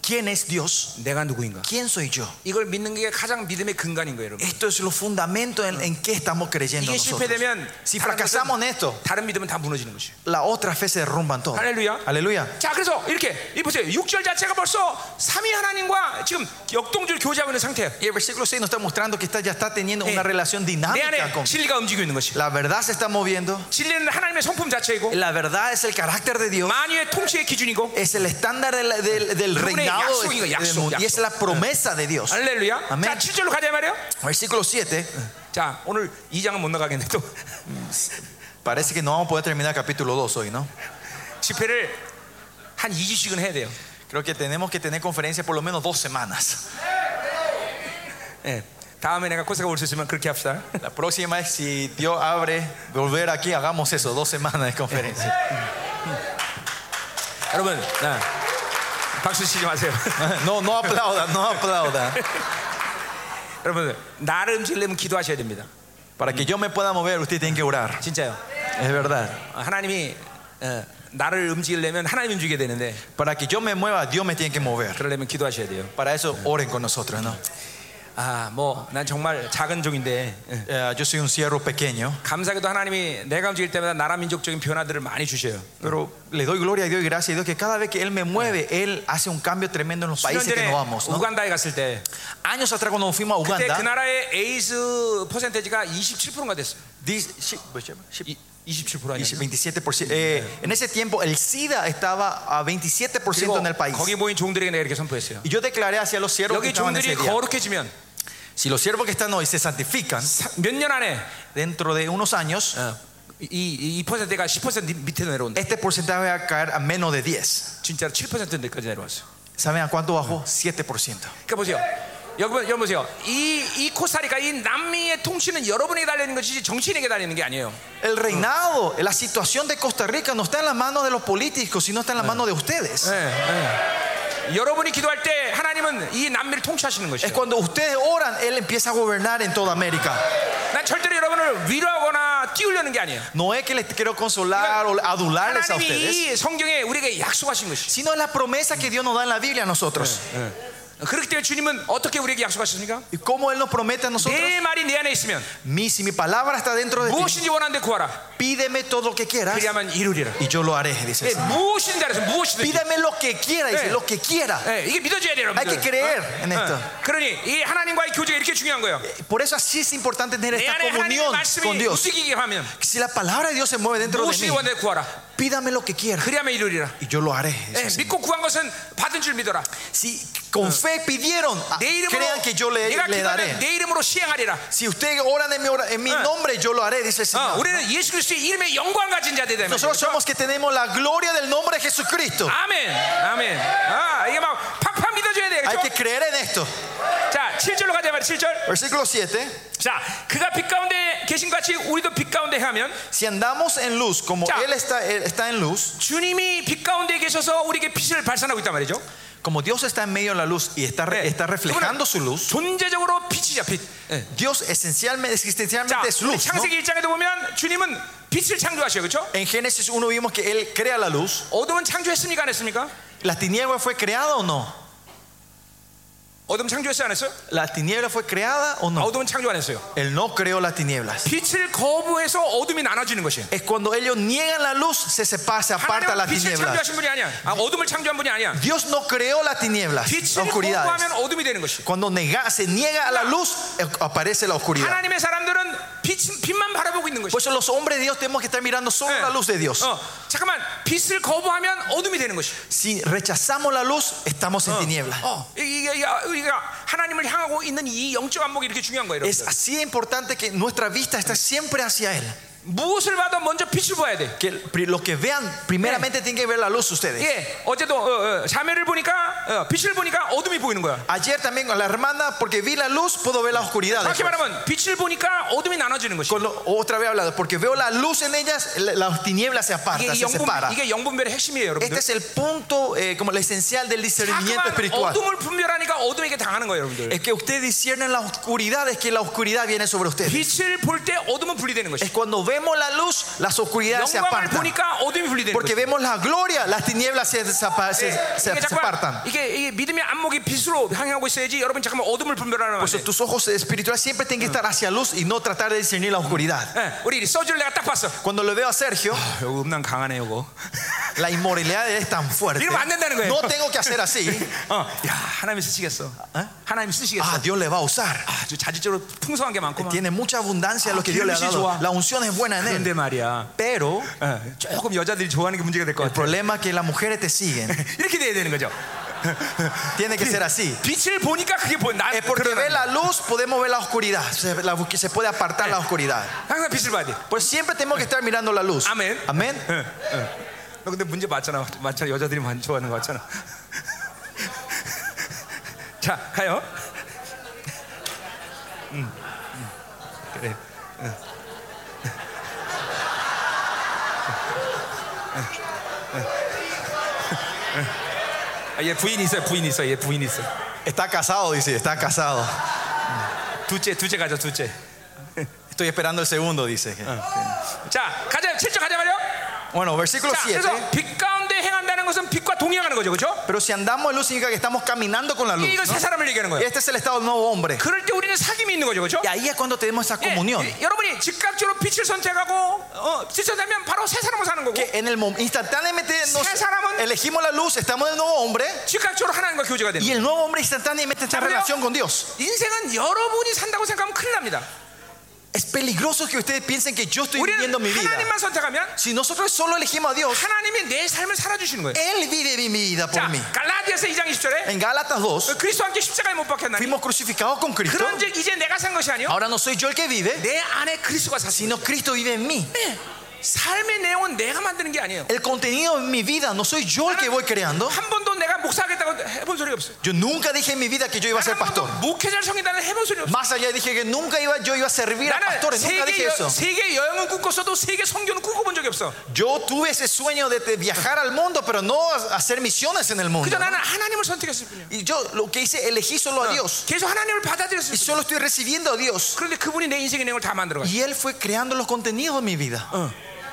¿Quién es Dios?
내가 누구인가?
¿Quién soy yo?
이걸 믿는 게 가장 믿음의 근간인 거예요, 여러분.
Esto es lo fundamento en, en que estamos creyendo
이게
nosotros.
실패되면
Si
네, 다른
fracasamos
믿음,
en esto,
다른 믿음은 다 무너지는 것이에요.
la otra fe se derrumban todo.
할렐루야.
Aleluya.
자, 그래서 이렇게 이 보세요. 6절 자체가 벌써 삼위 하나님과 지금 역동적으로 교제하고 있는 상태예요.
Y el versículo 6 nos está mostrando que está, ya está teniendo una
Eh,
relación
내
dinámica
안에
con...
진리가 움직이고 있는 것이.
La verdad se está moviendo.
진리는 하나님의 성품 자체이고
La verdad es el carácter de Dios.
만유의 통치의 기준이고
es el estándar del, del- del
Lunes,
reinado de-
yakso, digo,
del
yakso,
mundo, y
yakso.
es la promesa de Dios.
할렐루야.
아멘.
자, 7절로 가자 말이요.
Versículo 7,
자, 오늘 2장은 못 나가겠네 또.
parece que no vamos a poder terminar el capítulo 2 hoy, ¿no?
집회를 한 2주씩은 해야 돼요.
Creo que tenemos que tener conferencia por lo menos dos semanas.
예. 다음에 내가 코스가 올 수 있으면 그렇게 합시다.
La próxima es si Dios abre, volver aquí, hagamos eso, dos semanas de conferencia.
여러분, 네. 박수 치지 마세요.
No, no aplaudan, no aplaudan.
여러분, 나를 움직이려면 기도하셔야 됩니다.
Para que yo me pueda mover, usted tiene que orar.
진짜요. 아,
Es verdad.
하나님이 어, 나를 움직이려면 하나님 움직여야 되는데
Para que yo me mueva, Dios me tiene que mover.
그러려면 기도하셔야 돼요.
Para eso oren con nosotros, ¿no?
아, 뭐 난 정말 작은 종인데 예.
Eh, yo soy un siervo pequeño,
감사하게도 하나님이 내가 움직일 때마다 나라 민족적인 변화들을 많이 주셔요.
Pero le doy gloria a Dios y gracias a Dios que cada vez que Él me mueve, Él hace un cambio tremendo en los
10년
países que
전에
nos vamos. ¿no?
우간다에 갔을 때
Años atrás cuando nos fuimos a
그때 그
Uganda,
나라의 에이즈 퍼센테이지가 27%가 됐어요.
dis- shi- shi-
이- 27% 아니에요?
27%, eh, en ese tiempo el SIDA estaba a 27%
그리고
en el país.
거기 모인 종들에게 내가 이렇게 선포했어요.
Y yo declaré hacia los siervos que
여기
estaban
종들이
ese día,
거룩해지면
si los siervos que están hoy se santifican,
몇 년 안에
dentro de unos años,
어, 이, 이 퍼센트가 10% 밑에 내려온다.
este porcentaje va a caer a menos de 10.
진짜로 7%까지 내려왔어요.
¿Saben a cuánto bajó? 7%.
그러니까 보세요. 여러분, 여러분 보세요. 이, 이 코스타리카, 이 남미의 통치는 여러분에게 달리는 것이지 정치인에게 달리는 게 아니에요.
El reinado, la situación de Costa Rica no está en las manos de los políticos, sino está en las manos de ustedes.
여러분이 기도할 때 하나님은 이 남미를 통치하시는
Es
것이에요.
cuando ustedes oran, Él empieza a gobernar en toda América.
난 절대로 여러분을 위로하거나 띄우려는 게 아니에요.
No es que les quiero consolar o adularles a ustedes,
하나님이 이 성경에 우리에게 약속하신 것이.
sino es la promesa que Dios nos da en la Biblia a nosotros.
네. 그렇기 때문에 주님은 어떻게 우리에게 약속하셨습니까?
¿Y cómo Él nos promete a nosotros?
내 말이 내 안에 있으면
Mi, si mi palabra está
네.
dentro de ti,
무엇인지 원하는데 구하라.
pídeme todo lo que quieras
그리하면 이루리라.
y yo lo haré, dice.
예,
el Señor.
무엇인지 알아서 무엇이든.
Pídeme lo que quiera, dice,
Eh.
lo que quiera.
예, 이게 믿어져야 돼요,
Hay que
여러분들.
creer en
네,
esto.
Ah. 그러니 이 하나님과의 교제가 이렇게 중요한 거예요.
Por eso así es importante tener
내
esta
안에 하나님의
comunión con
말씀이
Dios.
움직이게 하면
Si la palabra de Dios se mueve dentro de
무엇이
mí,
원해 구하라.
Pídame lo que quiera
그리하면 이루리라.
y yo lo haré. Eso
예,
sí.
믿고 구한 것은 받은 줄 믿어라.
Si con fe pidieron, ah,
내 이름으로
crean que yo le,
내가
le
기도하면
daré.
내 이름으로 시행하리라.
Si ustedes oran en mi, hora- en mi
Ah.
nombre, yo lo haré, dice el
어,
Señor.
우리는 예수 그리스도의 이름의 영광 가진 자들이 되면
Nosotros somos que tenemos la gloria del nombre de Jesucristo.
아멘, 아멘. 아, 이게 막 팍팍 믿어줘야 돼.
Hay que
그렇죠?
creer en esto.
자, 7절로 가자 말이야. 7절.
Versículo 7.
자, 그가 빛 가운데 계신 것 같이 우리도 빛 가운데 하면
Si andamos en luz, como
Ya.
Él está, Él está en luz,
주님이 빛 가운데 계셔서 우리에게 빛을 발산하고 있단 말이죠.
como Dios está en medio de la luz y está, re-
Eh.
está reflejando su luz,
존재적으로 빛이자 빛. 예.
Dios esencialmente,
자,
existencialmente es
우리
luz. ¿no?
창세기 1장에도 보면 주님은 빛을 창조하셔요. 그렇죠?
En Génesis 1 vimos que Él crea la luz.
어둠은 창조했습니까? 안 했습니까?
¿La tiniebla fue creada o no?
어둠 창조했어요? 안 했어요?
¿La tiniebla fue creada o no?
어둠은 창조 안 했어요.
Él no creó las tinieblas.
빛을 거부해서 어둠이 나눠지는 것이에요.
Es cuando ellos niegan la luz, se separa, se aparta la
하나님은 빛을
tiniebla.
창조하신 분이 아니야. 아, 어둠을 창조한 분이 아니야.
Dios no creó la tiniebla, la
빛을
oscuridad.
거부하면 어둠이 되는 것이.
Cuando nega, se niega a la luz, eh, aparece la oscuridad.
하나님의 사람들은 빛, 빛만 바라보고 있는 것이.
Por eso los hombres de Dios tenemos que estar mirando
Eh,
solo la luz de 뭐 Dios.
어, 잠깐만 빛을 거부하면 어둠이 되는 것이.
Si rechazamos la luz, estamos en tiniebla.
어, 이게, 이게, 이게 아, 하나님을 향하고 있는 이 영적 안목이 이렇게 중요한 거예요.
Es
여러분들.
así de importante que nuestra vista está siempre hacia Él.
무엇을 봐도 먼저 빛을 봐야 돼.
Que pri- lo que vean, primeramente tienen que ver la luz ustedes.
예, 어제도 어, 어, 자매를 보니까 어, 빛을 보니까 어둠이 보이는 거야.
Ayer también con la hermana, porque vi la luz, puedo ver la oscuridad.
그렇게
después.
말하면 빛을 보니까 어둠이 나눠지는 것이.
Con lo- otra vez hablado, porque veo la luz en ellas, la, la tiniebla se
이게,
aparta,
이
se
영분,
separa.
이게 영분별의 핵심이에요,
Este
여러분들.
es el punto, eh, como el esencial del
자꾸만
discernimiento espiritual.
어둠을 분별하니까 어둠에게 당하는 거예요, 여러분들.
Es que usted discierne las oscuridades, que la oscuridad viene sobre usted.
빛을 볼 때 어둠은 분리되는 것이.
Es cuando vemos la luz, las oscuridades se
영광을
apartan.
보니까 어둠이 분리되는
Porque
것이.
vemos la gloria, las tinieblas se, desapa-
Eh,
se- se-
예, 이게
se apartan.
잠깐 이게, 이게 믿음의 안목이 빛으로 향하고 있어야지 여러분 잠깐만 어둠을 분별하는
Por eso
거예요.
tus ojos espirituales siempre tienen que estar hacia luz y no tratar de discernir la oscuridad.
예, 우리 서지를 내가 딱 봤어.
Cuando lo veo a Sergio,
이거 음란 강하네 이거.
la inmoralidad es tan fuerte.
이러면 안 된다는 거예요.
No tengo que hacer así.
어, 야 하나님이 쓰시겠어. 하나님이 쓰시겠어. 아, 네.
Ah, Dios le va a usar.
아주 자질적으로 풍성한 게 많구만.
Tiene mucha abundancia
Ah,
lo que Dios le ha
quiero decir,
dado.
Joa.
La unción es buena en
그런데
él.
말이야.
Pero
어, 조금 여자들이 좋아하는 게 문제가 될 것
el
같아.
problema es que las mujeres te siguen.
이렇게 돼야 되는 거죠.
Tiene que ser así.
빛을 보니까 그게 예. 보여. 나
Es porque ve
그러나.
la luz, podemos ver la oscuridad. Se, la- se puede apartar la oscuridad.
항상 빛을 봐야 돼.
Pues siempre tenemos que estar mirando la luz.
Amén.
Amén.
너 근데 문제 맞잖아. 맞잖아. 여자들이 많이 좋아하는 거 맞잖아. 자, 가요. 음, 음, 그래. 응. 아, 얘 부인 있어요. 부인 있어요. 얘 부인 있어.
Está casado, dice. Está casado.
둘째, 둘째 가자. 둘째.
Estoy esperando el segundo, dice.
자, 가자. 칠절 가자 말이요.
Bueno, versículo
자,
7.
그래서 빛 가운데 행한다는 것은 빛과 동행하는 거죠. 그렇죠?
Pero si andamos en luz significa que estamos caminando con la luz.
이거
¿no?
세 사람을 얘기하는 음. 거예요.
Este es el estado del nuevo hombre.
그럴 때 우리는 사귐이 있는 거죠. 그렇죠?
Y ahí es cuando tenemos esa
예,
comunión.
예, 여러분이 즉각적으로 빛을 선택하고 어, 빛을 선택하면 바로 새 사람으로 사는 거고
Que en el mom- instantáneamente nos
세 사람은
elegimos la luz, estamos en el nuevo hombre
즉각적으로 하나님과 교제가 되는
y el nuevo hombre instantáneamente está en
Amén.
relación con Dios.
거예요. 인생은 여러분이 산다고 생각하면 큰일 납니다.
Es peligroso que ustedes piensen que yo estoy
우리는
viviendo mi vida.
하나님만 선택하면
Si nosotros solo elegimos a Dios,
하나님이 내 삶을 살아주시는 거예요.
Él vive mi vida por
자,
mí.
갈라디아서 2장 20절에
En Gálatas 2
예. 그리스도 함께 십자가에 못 박혔나니
fuimos crucificados con Cristo.
그런즉 이제 내가 산 것이 아니요
Ahora no soy yo el que vive,
내 안에 그리스도가 사시니
sino Cristo vive en mí.
삶의 내용은 내가 만드는 게 아니에요.
El contenido de mi vida no soy yo el que voy creando.
한 번도 내가 목사하겠다고 해본 소리가 없어요.
Yo nunca dije en mi vida que yo iba a ser
한 번도
pastor.
목회자를 성인다는 해본 소리 없어요.
Más allá dije que nunca iba, yo iba a servir a
나는
pastores, nunca
세계,
dije
여,
eso.
세계 여행은 꿈꿨어도 세계 선교는 꿈꿔본 적이 없어.
Yo tuve ese sueño de te- viajar al mundo, pero no a- hacer misiones en el mundo.
그저 나는 하나님을 선택했을 뿐이야.
Y yo lo que hice, elegí solo
Ah.
a Dios.
계속 하나님을 받아들였을
Y
뿐.
solo estoy recibiendo a Dios.
그런데 그분이 내 인생의 내용을 다 만들어가.
Y Él fue creando los contenidos de mi vida.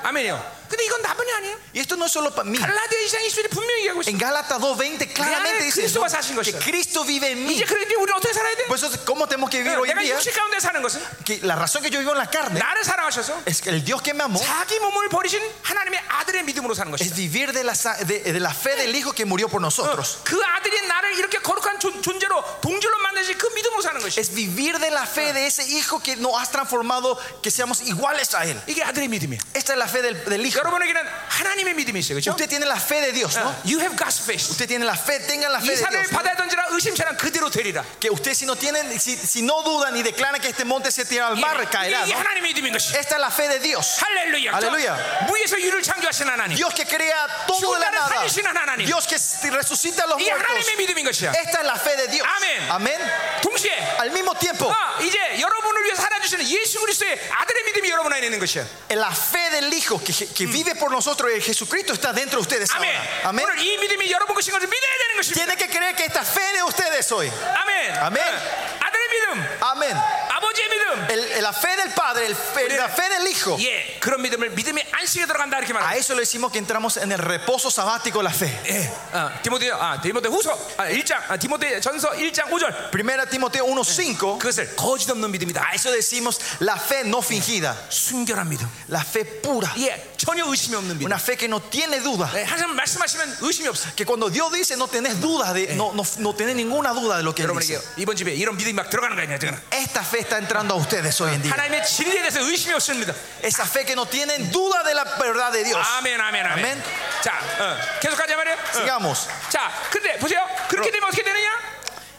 아멘이요. 근데 이건 나뿐이 아니에요.
Y esto no es solo para mí.
갈라디아 이상 이슈를 분명히 얘기하고 있어.
En Gálatas 2.20 claramente dice
Cristo vas a hacer
que
cosas.
Cristo vive en mí.
이제 그러니 우리는 어떻게 살아야 돼?
Por eso, ¿cómo tenemos que vivir hoy en
내가
día?
육식 가운데 사는 것은
Que la razón que yo vivo en la carne
나를 사랑하셔서
es que el Dios que me amó
자기 몸을 버리신 하나님의 아들의 믿음으로 사는
es
것이다.
vivir de la, sa-
Ah.
de- de la fe del Hijo que murió por nosotros.
그 아들이 나를 이렇게 거룩한 존, 존재로 동질로 만든 것이 그 믿음으로 사는 것이.
Es vivir de la
Ah.
fe de ese hijo que nos has transformado, que seamos iguales a él.
이게 아들의 믿음이에요.
Esta es la fe del, del hijo.
여러분에게는 하나님의 믿음이 있어요. 그렇죠? 어?
Usted tiene la fe de Dios, ¿no?
You have God's faith.
Usted tiene la fe, tengan la fe
이
de
산을
Dios. ¿no?
바다에 던지라 의심처럼 그대로 되리라.
Que usted si no tienen, si, si no dudan y declaran que este monte se tira al mar, caerá.
이게
¿no?
하나님의 믿음인 것이.
Esta es la fe de Dios.
할렐루야.
할렐루야.
무에서 유를 창조하신 하나님.
Dios que crea todo de la nada. Dios que resucita a los
이게
muertos.
하나님의 믿음인 것이야.
Esta es la fe de Dios.
Amén.
Amén. Ah.
동시에
Al mismo tiempo,
아, 이제 여러분을 위해서 살아주시는 예수 그리스도의 아들의 믿음이 여러분 안에 있는 것이야.
la fe del Hijo que, que vive por nosotros, el Jesucristo, está dentro de ustedes
아멘.
ahora. Mm. Amén.
오늘 이 믿음이 여러분 것인 것을 믿어야 되는 것입니다.
Tienen que creer que esta fe de ustedes hoy.
예. 아멘.
아멘.
어, 아들의 믿음,
Amén.
아버지의 믿음.
El- la fe del Padre, el fe- la fe del Hijo.
예, 그런 믿음을 믿음의 안식에 들어간다 이렇게
A
말합니다.
eso le decimos que entramos en el reposo sabático de la fe.
예. 어, 디모데 아, 디모데 후서 아, 1장 아, 디모데 전서 1장 5절.
Primera Timoteo 1.5.
그것을 거짓 없는 믿음이다.
A eso decimos la fe no fingida,
순결한 믿음.
la fe pura.
예, 전혀 의심이 없는 믿음.
Una fe que no tiene duda.
예, 하나님 말씀하시면 의심이 없어.
Que cuando Dios dice no tenés dudas de, no, no, no tenés ninguna duda de lo que Él
여러분에게
dice.
이번 집에 이런 믿음이 막 들어가는 거 아니냐 지금.
Esta fe está entrando a ustedes hoy en día.
하나님의 진리에 대해서 의심이 없습니다.
Esa fe que no tienen duda de la verdad de Dios.
아멘, 아멘, 아멘.
아멘.
자, 어, 계속하자 말이에요. 어.
Sigamos.
자, 근데 보세요. 그렇게 되면 어떻게 되느냐?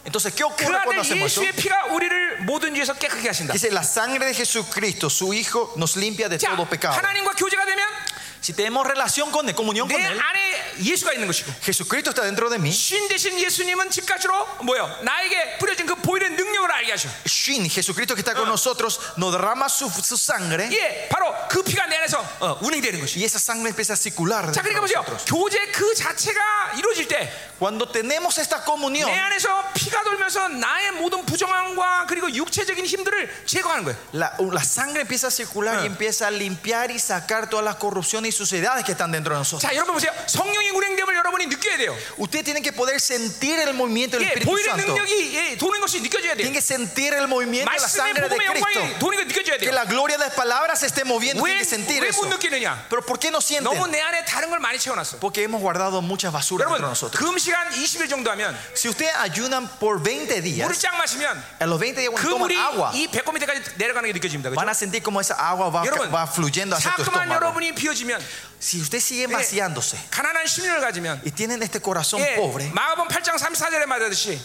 Entonces, ¿qué ocurre
그
cuando
아들
hacemos
예수의
esto?
피가 우리를 모든 죄에서 깨끗게 하신다.
Dice, la sangre de Jesucristo, su Hijo, nos limpia de
자,
todo pecado.
하나님과 교제가 되면
Si tenemos relación con Él, comunión con
내
Él,
안에 예수가 있는 것이고.
Jesucristo está dentro de mí.
신 대신 예수님은 집가시로 뭐요? 나에게 뿌려진 그 보일의 능력을 알게 하셔.
Shin, Jesucristo que está con nosotros, nos derrama su, su sangre
예, 바로 그 피가 내 안에서 어, 운행되는 것이.
y esa sangre empieza a circular.
자,
dentro de
그러니까 보세요.
nosotros.
교제 그 자체가 이루어질 때 내
Cuando tenemos esta comunión,
안에서 피가 돌면서 나의 모든 부정함과 그리고 육체적인 힘들을 제거하는 거예요.
La, la sangre empieza a circular y empieza a limpiar y sacar todas las corrupciones y suciedades que están dentro de nosotros.
자, 여러분 보세요. 성령의 운행됨을 여러분이 느껴야 돼요.
Usted tiene que poder sentir el movimiento del
예,
Espíritu
보일의
Santo.
능력이 예, 도는 것이 느껴져야 돼요.
Tiene que sentir el movimiento de la
말씀의
sangre de
복음의 영광이
Cristo.
도는 걸 느껴져야
Que
돼요.
la gloria de las palabras se esté moviendo. Tiene que sentir
왜못
eso.
느끼느냐?
Pero ¿por qué no
너무
sienten?
내 안에 다른 걸 많이 채워놨어.
Porque hemos guardado muchas basuras dentro de
여러분,
nosotros.
금시간 20일 정도 하면
Si ustedes ayunan por 20
물을
días,
쫙 마시면
a los 20 días
그
cuando
물이
toman agua,
이 배꼽 밑에까지 내려가는 게 느껴집니다. 그죠?
van a sentir como esa agua va,
여러분,
va fluyendo hacia tu
자꾸만
estómago.
여러분이 비워지면
Si usted sigue vaciándose
가난한 심령을 가지면
y tienen este corazón
예,
pobre,
마가복음 8장 34절에 말하듯이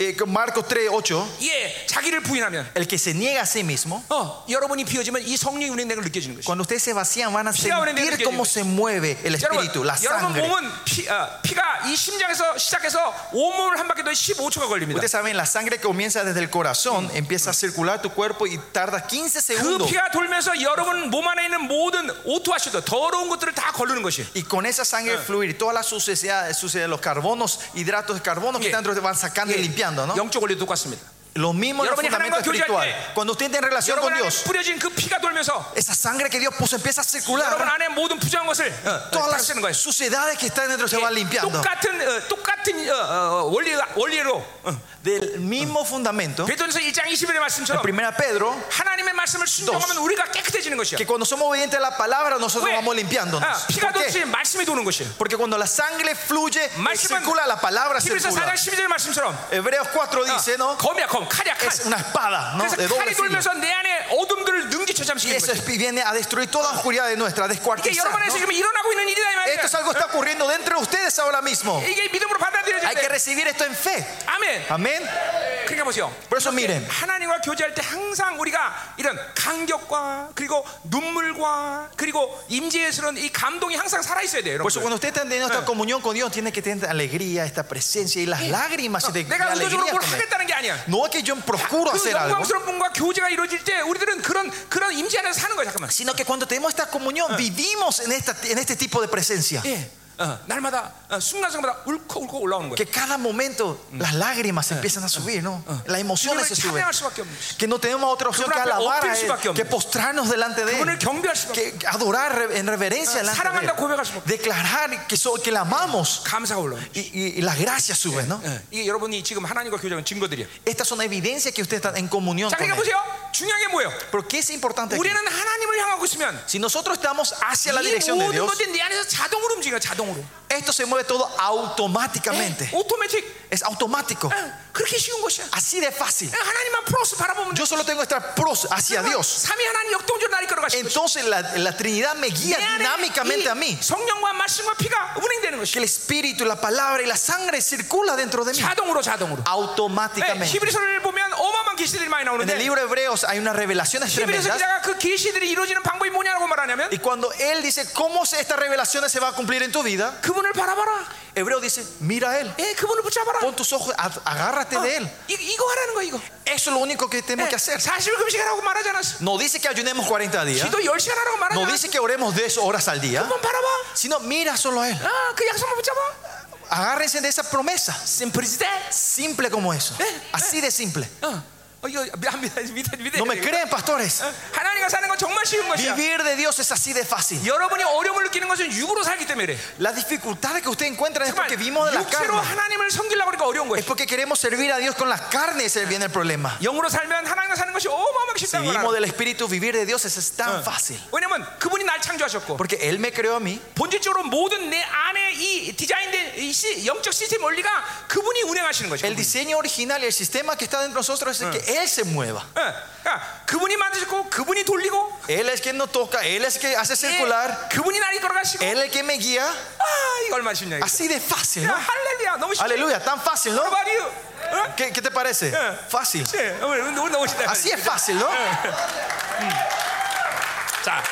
Eh, con Marcos 3, 8,
예, 자기를 부인하면
el que se niega a sí mismo,
어, 여러분이 비워지면 이 성령의 운행되는 걸 느껴지는 것이죠.
cuando ustedes se vacían van a
Fíjate,
sentir
fíjate.
cómo se mueve el
여러분,
espíritu, la
여러분
sangre.
몸은 피, 어, 피가 이 심장에서 시작해서 온몸을 한 바퀴 돌 15초가 걸립니다.
Ustedes saben, la sangre que comienza desde el corazón empieza a circular tu cuerpo y tarda 15
그
segundos.
피가 돌면서 여러분 몸 안에 있는 모든 오토아시도 더러운 것들을 다 걸르는 것이.
Y con esa sangre fluir, todas las suciedades, suciedades, los carbonos, hidratos de carbono que
Yeah.
están dentro van sacando y limpiando, ¿no?
영적 원리도 똑같습니다.
Lo mismo en el
여러분이
fundamento
하나님과
espiritual.
교제할
Cuando usted está en relación
여러분
con
안에
Dios,
뿌려진 그 피가 돌면서
esa sangre que Dios puso empieza a
여러분
circular.
안에 모든 부정한 것을 어, 어,
Todas
다 쓰는 거예요.
las suciedades que están dentro se van limpiando.
똑같은 어, 똑같은 어, 어, 원리 원리로 어.
Del mismo fundamento,
베드로서 1장 21의
en
말씀처럼
primera Pedro
하나님의 말씀을 순종하면 우리가 깨끗해지는 것이야.
que cuando somos obedientes a la palabra nosotros
왜?
vamos limpiándonos.
아, 피가
¿Por qué?
돌지 말씀이 도는 것이야.
Porque cuando la sangre fluye, eh,
말씀은
circula la palabra
히브리서 4장
circula.
12절 말씀처럼
Hebreos 4 dice, ¿no?
검이야 검 칼이야 칼.
Es una espada, ¿no?
그래서
De doble
칼이
filo.
돌면서 내 안에 어둠들을 능지처
Y
잠시키는
eso
거지.
es- viene a destruir toda oscuridad de nuestra, a
이게
descuartizar.
여러분에서
Ah. ¿no?
지금 일어나고 있는 일이다 이 말이야.
Esto es algo que está ocurriendo dentro de ustedes ahora mismo.
이게 믿음으로 받아들여져야
Hay
돼.
que recibir esto en fe.
아멘.
Amén.
그러니까 보세요.
Por eso miren,
하나님과 교제할 때 항상 우리가 이런 감격과 그리고 눈물과 그리고 임재스러운 이 감동이 항상 살아 있어야 돼요,
por eso
여러분.
cuando usted está teniendo esta comunión con Dios, tiene que tener alegría, esta presencia y las lágrimas y de, de
어, 내가 의도적으로
alegría.
뭘
con él.
하겠다는 게 아니야.
No es que yo procuro
그
hacer algo,
영광스러운 분과 교제가 이루어질 때 우리들은 그런 그런 임재 안에서 사는 거야, 잠깐만.
sino que cuando tenemos esta
Ah.
comunión, vivimos en, esta, en este tipo de presencia.
예. 어, 날마다 어, 순간순간마다 울컥울컥 올라오는 거야.
Que cada momento
Mm.
las lágrimas
Ah.
empiezan a subir, ¿no? Las emociones
주님을
se suben.
찬양할 뭐 수밖에 없는 것이.
Que no tenemos otra opción que
그분 앞에
alabar
엎드릴
a Él,
수밖에 없는
que postrarnos delante de
그분을
Él,
경배할 수밖에 없는
que adorar re- en reverencia delante de
사랑한다
Él,
고백할 수밖에 없는
declarar que, so- que la amamos
감사가 올라오는 거야.
y, y- y las gracias suben, ¿no?
예, 이게 여러분이 지금 하나님과 교제하는 증거들이야.
Estas son evidencias que ustedes están en comunión
자,
con
그러니까
Él.
보세요. 중요한 게 뭐예요?
Pero ¿qué es importante aquí?
우리는 하나님을 향하고 있으면
Si nosotros estamos
이
hacia la dirección de
모든
Dios,
것들이 내 안에서 자동으로 움직여 자동으로. 예.
esto se mueve todo
아,
automáticamente.
오토매틱. 예.
Es automático.
그렇게 쉬운 것이야.
Así de fácil.
그냥 하나님만 플러스 바라보면 돼.
Yo solo tengo esta pros hacia Dios.
삼위 하나님 역동적으로 나를 이끌어가시는 것이.
Entonces la, la Trinidad me guía
아,
dinámicamente a mí.
성령과 말씀과 피가 운행되는
Que
것이.
el Espíritu, la palabra y la sangre circula dentro de mí.
자동으로 자동으로. 네,
Automáticamente.
히브리서를 보면 어마어마한 계시들이 많이
En el
나오는데
libro de Hebreos hay unas revelaciones
히브리서
tremendas.
기자가 그 계시들이 이루어지는 방법이 뭐냐라고 말하냐면
Y cuando él dice cómo se- estas revelaciones se va a cumplir en tu vida,
그분을 바라봐라.
Hebreo dice, mira a él,
예, 그분을 붙잡아라. 어,
pon tus ojos, a-
네,
agárrate de él.
이, 이거 하라는 거야 이거.
Eso es lo único que tenemos
그러니까
que hacer.
40일 금식하라고 말하지 않았어.
No dice que ayunemos 40 días,
기도 10시간 하라고 말하지
no
않았어.
dice que oremos 10 horas al día,
한번 바라봐.
sino mira solo a él.
아, 그 약속만 붙잡아.
Agárrense de esa promesa,
심플리스테.
simple como eso, así de simple.
어, 어, 이거 믿- 믿- 믿- 믿어야
No me
돼.
creen, pastores.
어, 하나님과 사는 건 정말 쉬운 것이야.
Vivir de Dios es así de fácil.
여러분이 어려움을 느끼는 것은 육으로 살기 때문에 그래.
Las dificultades que usted encuentra es
정말
porque vimos de la
육체로
carne,
하나님을 섬기려고 그러니까 어려운 거예요.
es porque queremos servir a Dios con la carne, ese viene el problema.
영으로 살면 하나님과 사는 것이 어마어마하게
Si
쉽다는
vivimos
거야.
del Espíritu, vivir de Dios es- es tan fácil.
왜냐면 그분이 날 창조하셨고
Porque Él me creó a mí.
본질적으로 모든 내 안에 이 디자인된 이 시- 영적 시스템 원리가 그분이 운행하시는 거죠.
El diseño original y el sistema que está dentro de nosotros es que Él se mueva.
예, 그러니까 그분이 만드셨고 그분이 돌리고
Él es quien nos toca, Él es quien hace
예,
circular,
그분이 나를 이끌어가시고
Él es quien me guía.
아 이거 얼마나 쉽냐 이거
Así de fácil,
야,
¿no?
할렐루야 너무 쉽다
Aleluya, tan fácil, ¿no?
바로 어?
¿Qué, qué te parece? Fácil.
예, 오늘 오늘 너무 쉽다
Así es fácil, ¿no?
자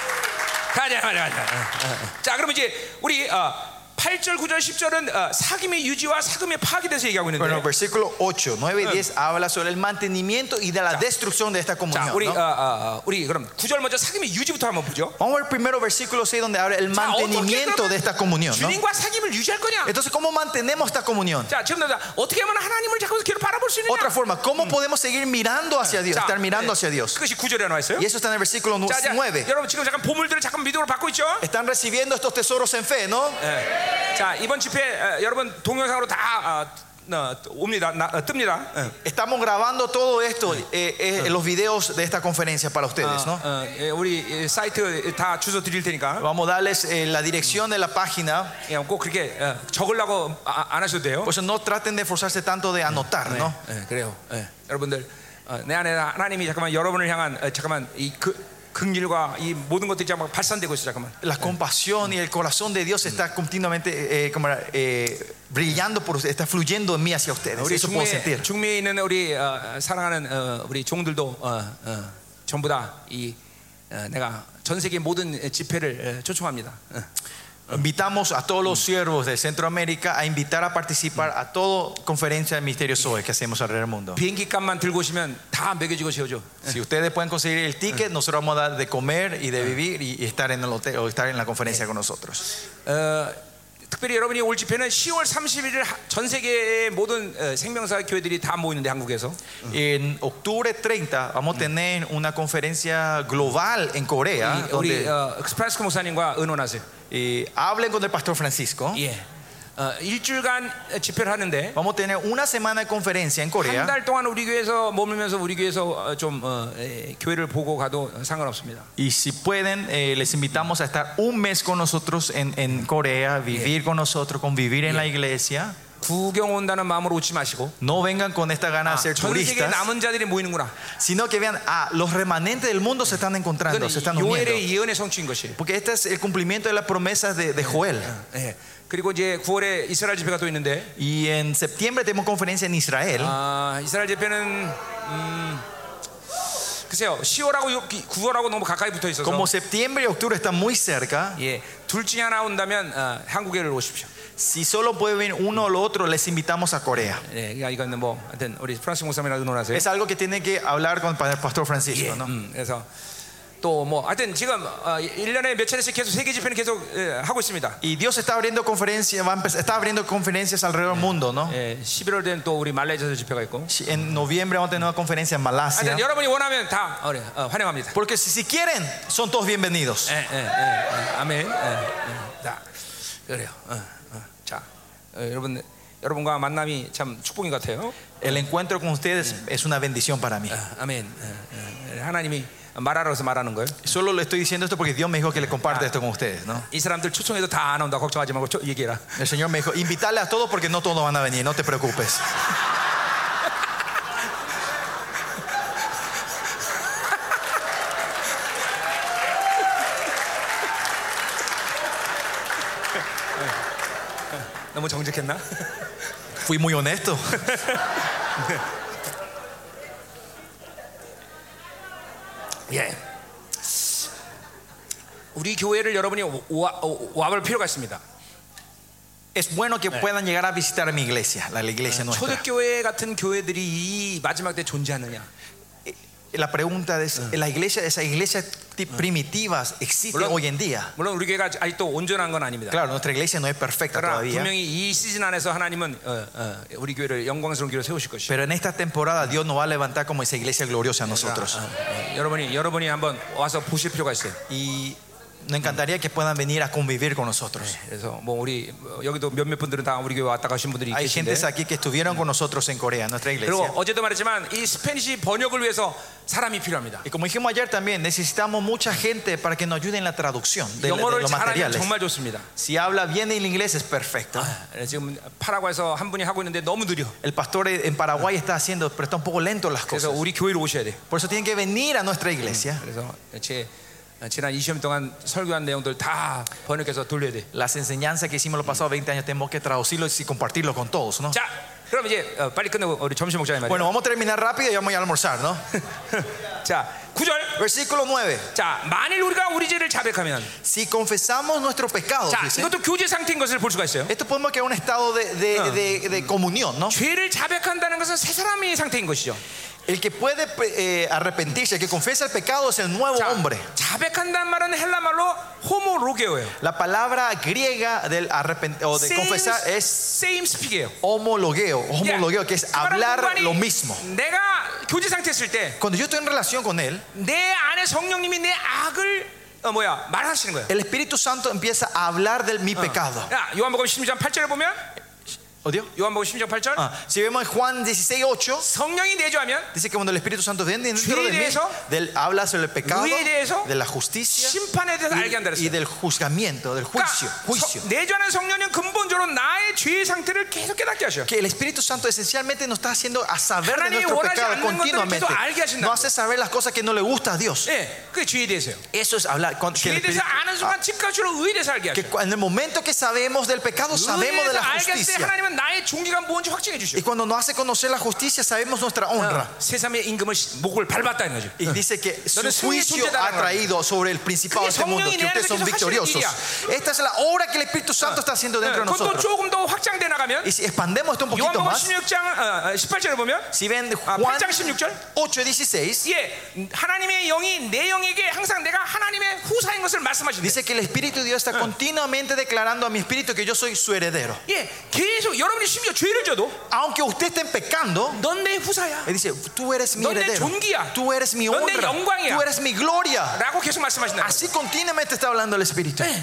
가자 가자 가자 어, 어. 자 그러면 이제 우리 어, 8절 9절 10절은 어, 사귐의 유지와 사귐의 파악에 대해서 얘기하고
Bueno,
있는데
versículo 8, 9 y 10 habla sobre el mantenimiento y de la destrucción de esta
자
comunión.
우리
¿no?
어, 어, 어, 우리 그럼 9절 먼저 사귐의 유지부터 한번 보죠
Vamos al primero versículo 6 donde habla el mantenimiento de esta comunión, ¿no?
아,
예.
주님과 사귐을 유지할 거냐
Entonces, ¿cómo mantenemos esta comunión?
자 지금 나 어떻게 하면 하나님을 자꾸 계속 바라볼 수 있느냐
Otra forma, ¿cómo podemos seguir mirando hacia Dios?
자,
Estar
예,
mirando hacia Dios.
그것이 9절에 나와 있어요
Y eso está en el versículo
자, 자,
9.
여러분 지금 잠깐 보물들을 잠깐 믿음으로 받고 있죠?
Están recibiendo estos tesoros en fe, ¿no?
Eh. 예. 자 이번 집회 어, 여러분 동영상으로 다 어, 어, 옵니다, 나, 어, 뜹니다. 예.
Estamos grabando todo esto, eh, eh, los videos de esta conferencia para ustedes, 아, ¿no?
어, 예, 우리 이 사이트 다 주소 드릴 테니까
Vamos a darles eh, la dirección de la página,
예, 꼭 그렇게 어, 적으려고 아, 안 하셔도 돼요.
por eso no traten de esforzarse tanto de anotar, ¿no?
예, 그래요. 예. 여러분들 어, 내 안에 하나님이 잠깐만 여러분을 향한 어, 잠깐만 이 그, 긍휼과 이 모든 것들이 잠깐 발산되고 있어 잠깐만.
La compasión y el corazón de Dios está continuamente eh, como era, eh, brillando por ustedes, está fluyendo en mí hacia ustedes.
우리
Eso puedo
중미에,
sentir.
중미에 있는 우리 어, 사랑하는 어, 우리 종들도 어, 어, 전부 다 이 어, 내가 전 세계 모든 집회를 어, 초청합니다. 어.
Invitamos a todos los siervos de Centroamérica a invitar a participar a toda conferencia de Misterio Zoe que hacemos alrededor del mundo.
비행기 값만 들고 오시면 다 먹여주고 재워줘. 어.
Si ustedes pueden conseguir el ticket, nosotros vamos a dar de comer y de vivir y, y estar en el hotel o estar en la conferencia con nosotros.
어, 특별히 여러분이 올 집회는 10월 31일 전 세계의 모든 어, 생명사 교회들이 다 모이는데 한국에서
En octubre 30 vamos a tener una conferencia global en Corea
이, 우리
donde
어, 스프라스코 목사님과 의논하세요.
eh, hablen con el pastor Francisco.
예. 어, 일주일간 집회를 하는데
Vamos a tener una semana de conferencia en
한
Corea
달 동안 우리 교회에서 머물면서 우리 교회에서 어, 좀 어, 에, 교회를 보고 가도 상관없습니다.
y si pueden eh, les invitamos a estar un mes con nosotros en, en Corea, vivir con nosotros, convivir en la iglesia.
구경 온다는 마음으로 오지 마시고 아,
No vengan con esta gana de ser
전 세계
turistas,
남은 자들이 모이는구나.
sino que vean, ah, los remanentes del mundo se están encontrando, se están
이건
uniendo.
요엘의 예언의 성취인 것이에요.
Porque este es el cumplimiento de las promesas de, de Joel.
예. 그리고 이제 9월에 이스라엘 집회가 또 있는데
Y en septiembre tenemos conferencia en Israel.
아, 이스라엘 집회는 음, 글쎄요. 10월하고 9월하고 너무 가까이 붙어 있어서
Como septiembre y octubre están muy cerca,
예. 둘 중에 하나 온다면 어, 한국에를 오십시오.
si solo puede venir uno o lo otro, les invitamos a Corea.
예. 그러니까 이거는 뭐 하여튼 우리 프랑스 목사님이랑 의논하세요.
Es algo que tiene que hablar con el pastor Francisco. ¿no?
음, 그래서 또 뭐 하여튼 지금 어, 1년에 몇 차례씩 계속 세계 집회는 계속 예, 하고 있습니다.
Y Dios está abriendo conferencias, va a empezar- está abriendo conferencias alrededor del mundo. ¿no?
예, 11월 되면 또 우리 말레이시아에서 집회가 있고.
Si- En noviembre vamos a tener una conferencia en
하여튼
Malasia.
여러분이 원하면 다 어, 그래, 어, 환영합니다.
Porque si, si quieren, son todos bienvenidos.
예, 예, 예, 예, 아멘. 예, 예. 자, 그래요. 어, 어. 자, 어, 여러분 여러분과 만남이 참 축복인 것 같아요.
El encuentro con ustedes es una bendición para mí.
아, 아멘. 아, 아, 하나님이 말하라서 말하는 거예요.
Solo le estoy diciendo esto porque Dios me dijo que le comparte esto con ustedes, ¿no?
이 사람들 초청해도 다 안 온다. 걱정하지 말고 저- 얘기해라.
El Señor me dijo, invitarle a todos porque no todos van a venir, no te preocupes.
너무 정직했나?
Fui muy honesto.
예. 우리 교회를 여러분이 와- 와- 와볼 필요가 있습니다.
Es bueno que puedan llegar a visitar mi iglesia, la, la iglesia nuestra.
초대교회 같은 교회들이 이 마지막 때 존재하느냐?
La pregunta es, ¿la iglesia, esas iglesias ti- primitivas existen
Hola.
hoy en día?
물론 우리 교회가 아직도 온전한 건 아닙니다.
Claro, nuestra iglesia no es perfecta
그러나
todavía.
분명히 그러니까 이 시즌 안에서 하나님은 어, 어, 우리 교회를 영광스러운 교회로 세우실 것이죠.
Pero en esta temporada Dios nos va a levantar como esa iglesia gloriosa a nosotros.
어, 여러분이 여러분이 한번 와서 보실 필요가 있어요.
Y nos encantaría que puedan venir a convivir con nosotros.
그래서 뭐 우리 어, 여기도 몇몇 분들은 다 우리 교회 왔다 가신 분들이
Hay
계신데
gentes aquí que estuvieron con nosotros en Corea, nuestra
그리고
iglesia.
어제도 말했지만 이 스페니시 번역을 위해서 사람이 필요합니다.
Y como dijimos ayer también, necesitamos mucha gente para que nos ayude en la traducción de, de
영어를
los
잘하면
materiales.
정말 좋습니다.
Si habla bien el inglés es perfecto.
예, 지금 파라과에서 한 분이 하고 있는데 너무 느려.
El pastor en Paraguay está haciendo, pero está un poco lento las
그래서
cosas.
우리 교회로 오셔야 돼.
Por eso tienen que venir a nuestra iglesia.
그래서 제 어, 지난 20년 동안 설교한 내용들 다 번역해서 돌려야 돼.
Las enseñanzas que hicimos los pasados 20 años tenemos que traducirlos y compartirlo con todos, ¿no?
자, 그럼 이제 어, 빨리 끝내고 우리 점심 먹자 이 말이야.
Bueno, vamos a terminar rápido y vamos a ir a almorzar, ¿no? 뭐,
자, 9절.
Versículo 9.
자, 만일 우리가 우리 죄를 자백하면
Si confesamos nuestros pecados,
자,
dice,
이것도 교제 상태인 것을 볼 수가 있어요.
esto podemos crear un estado de, de- de- de comunión, ¿no?
죄를 자백한다는 것은 새 사람의 상태인 것이죠.
El que puede eh, arrepentirse, el que confiesa el pecado es el nuevo
자,
hombre.
자백한다는 말은 헬라 말로 호모로게오예요.
La palabra griega del arrepent- o de confesar es
same speak이에요.
homologueo,
예.
homologueo, que
그
es
말은
hablar
공간이
lo mismo.
내가 교제 상태 있을
Cuando yo estoy en relación con él,
때 내 안에 성령님이 내 악을 어, 뭐야 말하시는 거예요.
el Espíritu Santo empieza a hablar de mi pecado.
야, 요한복음 16장 8절에 보면
¿O Dios?
요한복음 16장 8절
Ah, si vemos en Juan 16, 8,
성령이 내주하면
dice que cuando el Espíritu Santo viene dentro de mí,
Juicio.
del, habla sobre el pecado,
Juicio.
de la justicia
심판에 대해서 알게 한다
y
그랬어요.
del juzgamiento, del juicio. juicio.
서- 내주하는 성령은 근본적으로 나의 죄의 상태를 계속 깨닫게 하셔.
Que el Espíritu Santo esencialmente nos está haciendo a saber
하나님이
de nuestro
원하지
pecado
않는
continuamente.
것들을 계속 알게 하신다는
Nos hace saber las cosas que no le gusta a Dios.
예, 그게 죄에 대해서요.
Eso es hablar. Cuando- que
죄에
el
대해서
Espíritu-
아는 그 순간 즉각적으로 의에 대해서 알게
que
하셔.
cu- en el momento que sabemos del pecado, sabemos de
의에서
la
알게 할때
justicia.
하나님은 나의 종기가 뭔지 확증해 주셔.
Y cuando nos hace conocer la justicia, sabemos nuestra honra.
세상의 임금을 시- 목을 밟았다는 거죠.
Y dice que su
너는 승리의
juicio
존재다라는
ha traído sobre el principado de este mundo,
성령이
que
내 안에서
ustedes son
계속 하시는
victoriosos. Esta es la obra que el Espíritu Santo está
예,
haciendo dentro de
그것도
nosotros.
조금 더 확장돼 나가면
Ah, Y si expandemos esto un poquito
요한복음
más,
16장 어, 18절에 보면
si ven
아,
Juan
8장 16절
8 y 16,
예, 하나님의 영이 내 영에게 항상 내가 하나님의 후사인 것을 말씀하신대.
dice que el Espíritu de Dios
Ah.
está continuamente declarando a mi espíritu que yo soy su heredero.
예, 계속 여러분이 심지어 죄를 져도
Aunque usted estén pecando,
넌 내 후사야.
él dice, tú eres mi
¿Dónde
heredero,
존귀야?
tú eres mi
¿Dónde
honra,
영광이야?
tú eres mi gloria.
라고 계속 말씀하신다.
Así continuamente está hablando el Espíritu.
Eh.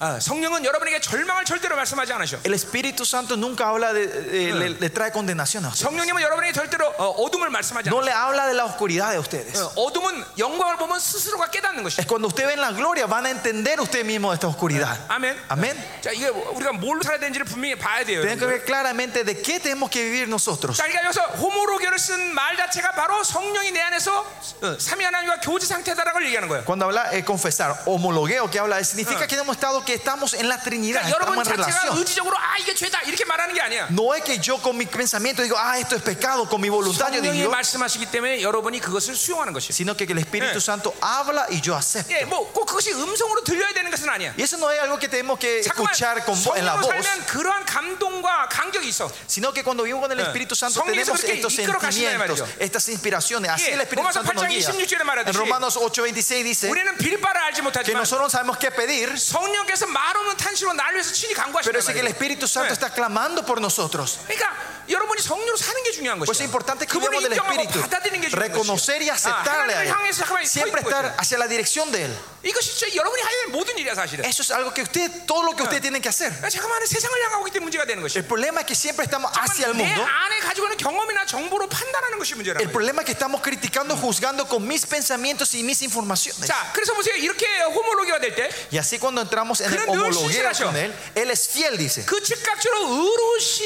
아, 성령은 여러분에게 절망을 절대로 말씀하지 않으셔.
El Espíritu Santo nunca habla de, de-
Eh.
le, le trae condenación a usted.
성령님은 여러분에게 절대로 어, 어둠을 말씀하지 않아.
No le habla de la oscuridad de ustedes.
어, 어둠은 영광을 보면 스스로가 깨닫는 것이.
Es cuando usted ven la gloria van a entender usted mismo esta oscuridad.
아멘. 네,
Amén.
자, 이게 우리가 뭘로 살아야 되는지를 분명히 봐야 돼요.
Tenemos que
여러분.
ver claramente de qué tenemos que vivir nosotros.
자, 그러니까 여기서 호모로교를 쓴 말 자체가 바로 성령이 내 안에서 어, 삼위 하나님과 교제 상태다라고 얘기하는 거예요.
Cuando habla eh, confesar, homologueo que habla,
Eh.
significa que hemos estado que estamos en la Trinidad,
그러니까 여러분
estamos en
자체가
relación.
의지적으로 아 이게 죄다 이렇게 말하는 게 아니야.
No es que yo con mi pensamiento digo, ah, esto es pecado, con mi voluntad yo
성령이
digo,
말씀하시기 때문에 여러분이 그것을 수용하는 것이에요.
sino que el Espíritu
Eh.
Santo habla y yo acepto.
예, 뭐 꼭 그것이 음성으로 들려야 되는 것은 아니야.
Y eso no es algo que tenemos que
잠깐만
escuchar con vo- en la
성령으로
voz,
살면 그러한 감동과 감격이 있어.
sino que cuando vivimos con el Espíritu
Eh.
Santo
Son
tenemos
esos que
estos
icono que hacen de
sentimientos,
amarillo.
estas inspiraciones. Así
Sí,
el Espíritu
Romanos
Santo nos
8,
guía.
26 말하듯이.
En Romanos 8:26 dice
우리는 빌바를 알지
que
못하지만
nosotros no sabemos qué pedir,
성령께서 말 없는 탄식으로 나를 위해서 친히
Pero
간구하시는
es que el
거예요.
Espíritu Santo
Eh.
está clamando por nosotros.
그러니까 여러분이 성령으로 사는 게 중요한
Por eso
것이에요.
es importante que
그분을
vivamos del
인정하고
Espíritu.
받아들이는 게 중요한
Reconocer y
것이에요. 아,
aceptarle a
하나님을
Él.
향해서 가만히 서
Siempre
있는
estar
거예요.
hacia la dirección de Él.
이것이 진짜 여러분이 하는 모든 일이야 사실은.
Eso es algo que usted, todo lo que
Ah.
usted tiene que hacer.
그러니까 잠깐만에 세상을 향하고 있기 때문에 문제가 되는 것이에요.
El problema es que siempre estamos hacia el
내
mundo.
안에 가지고 있는 경험이나 정보로 판단하는 것이 문제라는
El
거예요.
problema es que estamos criticando, juzgando con mis pensamientos y mis informaciones.
자, 그래서 보세요. 이렇게 호모로기가 될 때 그
Y así cuando entramos en el
그는 늘
homologueo
신실하셔.
con Él, Él es fiel, dice.
그 즉각적으로 의로신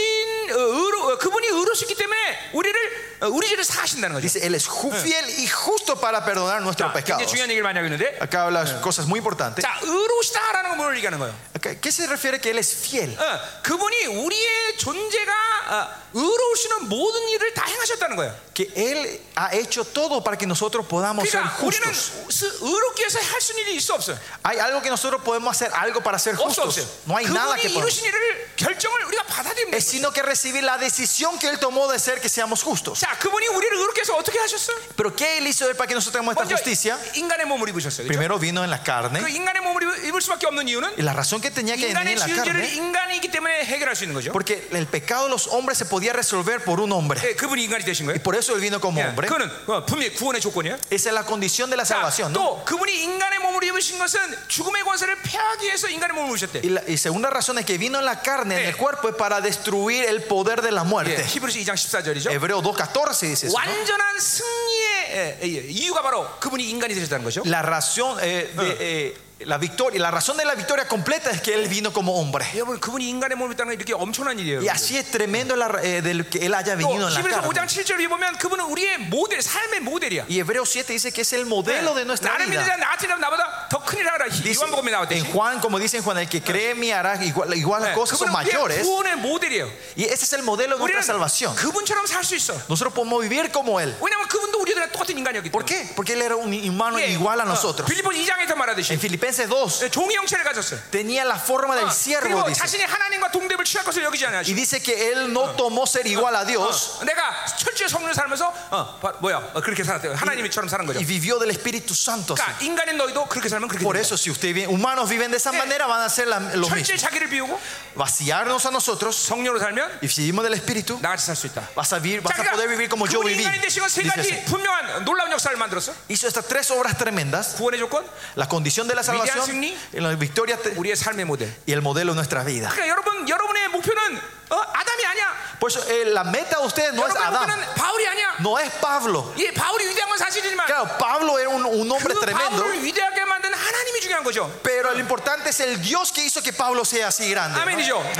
어, 의로, 어, 그분이 의로시기 때문에 우리를 어, 우리 죄를 사하신다는 거죠.
Dice, Él es ju- fiel y justo para perdonar nuestros
예, 자, 아, 네. 굉장히
pecados.
중요한 얘기를 많이 하고 있는데
Acá habla cosas muy importantes.
자, 의로시다라는 건 뭘 얘기하는 거예요?
Acá, ¿Qué se refiere que Él es fiel?
어, 그분이 우리의 존재가 어, 의로우시는 모든 일을 다 행하셨다는 거예요.
Que Él ha hecho todo para que nosotros podamos ser
그러니까 우리는
justos.
스- 의롭게 해서 할 수 있는 일이 있어 없어요.
Hay algo que nosotros podemos hacer, algo para ser
없어 없어요.
justos. No hay nada que
그분이
podamos.
이루신 일을 결정을 우리가 받아들이면
Es
되는 거예요.
sino que recibir la decisión que Él tomó de ser que seamos justos.
자, 그분이 우리를 의롭게 해서 어떻게 하셨어요?
Pero ¿qué Él hizo Él para que nosotros tengamos esta
먼저
justicia?
인간의 몸을 입으셨어요. 그렇죠?
Primero vino en la carne.
그러니까 그 인간의 몸을 입- 입을 수밖에 없는 이유는
Y la razón que tenía que venir
인간의
en la
지은죄를
carne,
인간이기 때문에 해결할 수 있는 거죠.
porque el pecado de los hombres se podía resolver por un hombre.
예, 그분이 인간이 되신
Y
거예요.
por eso él vino como
예,
hombre.
그거는 어, 분명히 구원의 조건이에요.
Esa es la condición de la
자,
salvación. ¿no?
또 그분이 인간의 몸을 입으신 것은 죽음의 권세를 패하기 위해서 인간의 몸을 입으셨대.
Y, la, y segunda razón es que vino en la carne, en
Eh.
el cuerpo, es para destruir el poder de la
예,
muerte.
히브리서 2장 14절이죠.
Hebreo 2.14 dice eso. ¿no?
완전한 승리의 예, 예, 이유가 바로 그분이 인간이 되셨다는 거죠.
La razón eh, de eh, la victoria, la razón de la victoria completa es que él vino como hombre.
여러분 그분이 인간의 몸을 입다는 건 이렇게 엄청난 일이에요.
Y así es tremendo la, ra- eh, del que él haya
또
venido en la
히브리서 5장
carne.
7절을 보면 그분은 우리의 모델, 삶의 모델이야.
Y Hebreo 7 dice que es el modelo de nuestra
네. 나를
vida.
믿으라 나한테 나보다 더 큰일 하라.
Dice,
요한복음에
en
나왔듯이.
Juan, como dice en Juan, el que cree en mí hará igual, igual las
예,
cosas son
그분은 우리의
mayores.
구원의 모델이에요.
Y ese es el modelo de nuestra
우리는
salvación.
그분처럼 살 수 있어.
Nosotros podemos vivir como Él.
왜냐면 그분도 우리들과 똑같은 인간이었기
¿Por
때문에.
qué? Porque Él era un humano
Ah.
igual a nosotros.
빌리본 2장에서 말하듯이
En Filipenses 2
예, 종의 형체를 가졌어요.
tenía la forma del
어,
siervo,
그리고
dice.
자신이 하나님과 동대를 취할 것을 여기지
Y
않으시고
dice que Él no tomó ser igual a Dios
어, 내가 철저히 성령 살면서 어, 바- 뭐야 어, 그렇게 살았대요. 하나님처럼 사는 거죠.
y vivió del Espíritu Santo. así.
그러니까 인간인 너희도 그렇게 살면 그렇게
Por
됩니다.
eso, si ustedes vi- humanos viven de esa manera, van a hacer la- lo mismo.
철저히 자기를 비우고
Vaciarnos a nosotros
성령으로 살면
y si vivimos del Espíritu,
나같이 살 수 있다.
vas a, vivir, vas a
그러니까
poder vivir como yo
그분이
viví.
인간이 되신 건세
Dice así.
가지 분명한 놀라운 역사를 만들었어.
Hizo estas tres obras tremendas.
구원의 조건,
La condición de la
Midian
salvación,
Signi.
la victoria te-
우리의 삶의 모델.
y el modelo de nuestra vida.
그러니까 여러분 여러분의 목표는 어, 아담이 아니야.
Por eso eh, la meta de ustedes no es
여러분의
Adán,
목표는 바울이 아니야.
no es Pablo.
이 바울이 위대한 건 사실이지만
Claro, Pablo era un, un hombre
그러니까 그
tremendo,
바울을 위대하게 만든 하나님이 중요한 거죠.
pero lo importante es el Dios que hizo que Pablo sea así grande. ¿no?
아멘이죠. 어.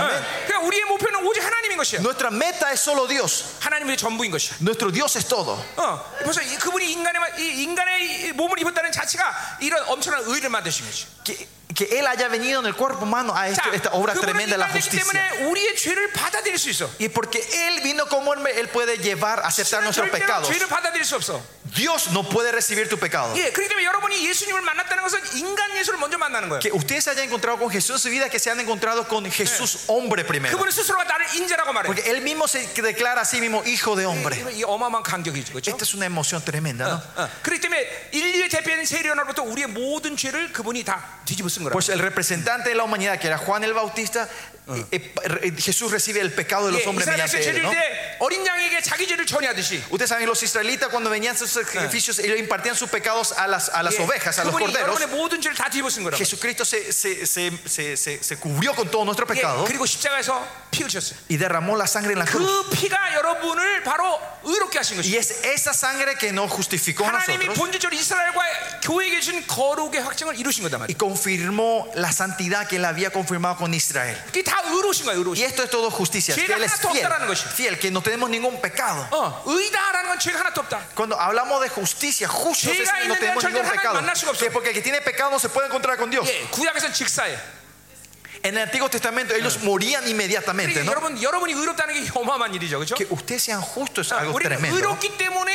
그러니까 우리의 목표는 오직 하나님인 것이에요.
Nuestra meta es solo Dios.
하나님이 전부인 것이야.
Nuestro Dios es todo.
어, 벌써 이- 그분이 인간의 마- 이 인간의 이 몸을 입었다는 자체가 이런 엄청난 의를 만드신 것이.
Que, que Él haya venido en el cuerpo humano a esto-
자,
esta obra
그분은
tremenda de la
인간이기
justicia.
때문에 우리의 죄를 받아들일 수 있어.
Y porque Él vino como hombre, Él puede llevar, aceptar nuestros
절대로
pecados.
죄를 받아들일 수 없어.
Dios no puede recibir tu pecado.
예, 그렇기 때문에 여러분이 예수님을 만났다는 것은 인간 예수를 먼저 만나는 거예요.
Que ustedes se hayan encontrado con Jesús en su vida, que se han encontrado con Jesús hombre primero.
그분은 스스로가 나를 인자라고 말해.
Porque él mismo se declara a sí mismo hijo de hombre.
이, 이 어마어마한 간격이죠, 그렇죠?
Esta es una emoción tremenda, ¿no?
어, 그렇기 때문에 인류의 대표인 세리언으로부터 우리의 모든 죄를 그분이 다 뒤집어 쓴 거라고.
Pues el representante de la humanidad, que era Juan el Bautista, eh, eh, Jesús recibe el pecado de los
예,
hombres
이스라엘 백성
mediante él,
죄를
¿no?
때 어린 양에게 자기 죄를 전이하듯이
Ustedes saben, los israelitas cuando venían sus sacrificios, ellos impartían sus pecados a las, a las
예,
ovejas, a los
그분이
corderos.
여러분의 모든 죄를 다 뒤집어 쓴 거라고.
Jesucristo se, se, se, se, se- se cubrió con todo nuestro
예,
pecado
그리고 십자가에서 피 흘렸어요.
y derramó la sangre en la cruz.
그 피가 여러분을 바로 의롭게 하신 것이.
Y es esa sangre que nos justificó a
예, 하나님이
nosotros
본질적으로 이스라엘과 교회에게 주신 거룩의 확증을 이루신 거단
y
말이에요.
confirmó la santidad que él había confirmado con Israel.
그게 다 의로우신 거예요,
Y
의로우신.
esto es todo justicia.
Sí,
Que él
era
es
justo
fiel,
optar라는 것이.
fiel, que no tenemos ningún pecado.
어, 의다라는 건 죄가 하나도 없다.
Cuando hablamos de justicia, justos
Sí,
es que no
있는데
tenemos
절대
ningún
하나님
pecado.
만날 수가 없어.
Que porque el que tiene pecado no se puede encontrar con Dios.
예, 구약에서는 직사예요.
En el Antiguo Testamento ellos morían
그러니까
inmediatamente, ¿no?
여러분 여러분이 의롭다는 게 어마어마한 일이죠, 그렇죠?
Que ustedes sean justos es algo
우리는
tremendo. ¿no?
의롭기 때문에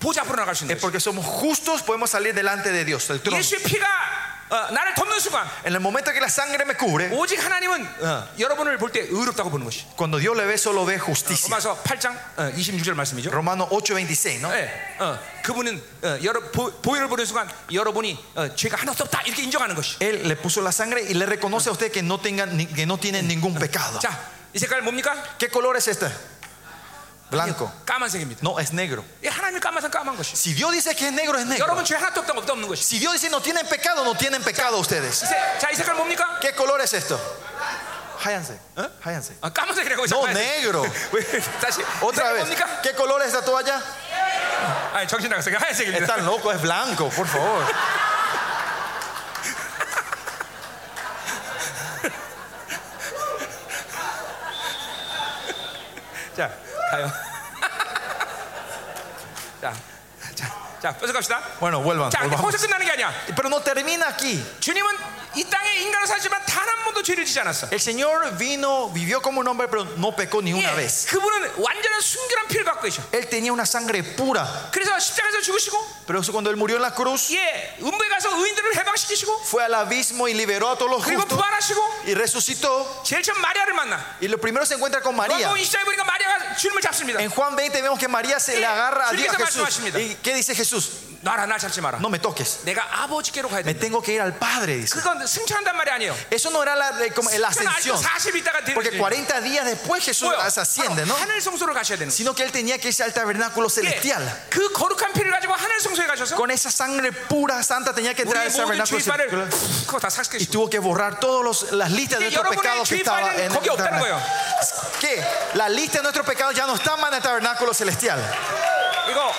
보좌 앞으로 나갈 수 있는
Es
거죠.
porque somos justos podemos salir delante de Dios, del trono.
예수의 피가 어, 어, 나를 덮는 순간
En el momento que la sangre me cubre,
오직 하나님은 어, 여러분을 볼 때 의롭다고 보는 것이.
cuando Dios le ve, solo ve justicia.
로마서 8장 어, 26절 말씀이죠.
Romanos 8:26, ¿no?
예, 어, 그분은 어, 여러 보, 보혈을 보는 순간 여러분이 어, 죄가 하나도 없다 이렇게 인정하는 것이.
Él le puso la sangre y le reconoce a usted que no, tengan, ni- que no tienen ningún pecado.
자, 이 색깔 뭡니까?
¿Qué color es este? Blanco.
까만색입니다.
No, es negro.
예, 하나님이 까만색 까만 것이.
Si Dios dice que es negro, es negro.
여러분 죄 하나도 없다고 없다 없는 것이.
Si Dios dice no tienen pecado, no tienen pecado ustedes.
이 색- 자, 이 색깔 뭡니까?
¿Qué color es esto? Háyanse. ¿eh? Háyanse.
아, 까만색이라고
No,
잠깐만.
negro.
왜 다시
Otra
색깔
vez.
뭡니까?
¿Qué color es esta toalla?
아니 정신 나갔어요. 하얀색입니다.
Están locos, es blanco, por favor.
자, 가요. 자, 자, 자, 뺏어갑시다.
Bueno, vuelvan.
자, 근데
volvamos.
거기서 끝나는 게 아니야.
Pero no termina aquí.
주님은 이 땅에 인간으로 살지만 단 한 번도 죄를 지지 않았어.
El Señor vino, vivió como un hombre, pero no pecó ni una
예,
vez.
그분은 완전한 순결한 피를 갖고 계셔.
Él tenía una sangre pura,
그래서 십자가에서 죽으시고,
pero eso cuando él murió en la cruz,
예, 음부에 가서 의인들을 해방시키시고,
fue al abismo y liberó a todos los
그리고
justos
부활하시고,
y resucitó.
제일 처음 마리아를 만나.
Y lo primero se encuentra con María.
요한복음 24에 보니까 마리아가 주님을 잡습니다.
En Juan 20 vemos que María se le
Sí,
agarra a
sí,
Dios, a
dice
Jesús.
말씀하십니다.
¿Y qué dice Jesús?
나라 나 잡지 마라.
No me toques.
내가 아버지께로 가야
Me
돼.
tengo que ir al Padre, dice.
그건 승천한단 말이 아니에요.
Eso no era la, de- como la
그건 아직도
ascensión.
40일 있다가 되는
Porque
일이에요.
40 días después Jesús
뭐요?
se asciende,
바로
¿no?
하늘 성소로 가셔야 되는 거예요.
Sino que él tenía que irse al tabernáculo celestial.
예, 그 거룩한 피를 가지고 하늘 성소에 가셔서
Con esa sangre pura, santa, tenía que entrar
우리의
al
모든
tabernáculo
죄발을
celestial.
그거 다
Y
삭제시키고
tuvo que borrar todas las listas de
이제
nuestros
여러분의
pecados que estaba
죄발은
en el
거기 없다는
tabernáculo.
거예요.
¿Qué? La lista de nuestros pecados ya no está más en el tabernáculo celestial.
이거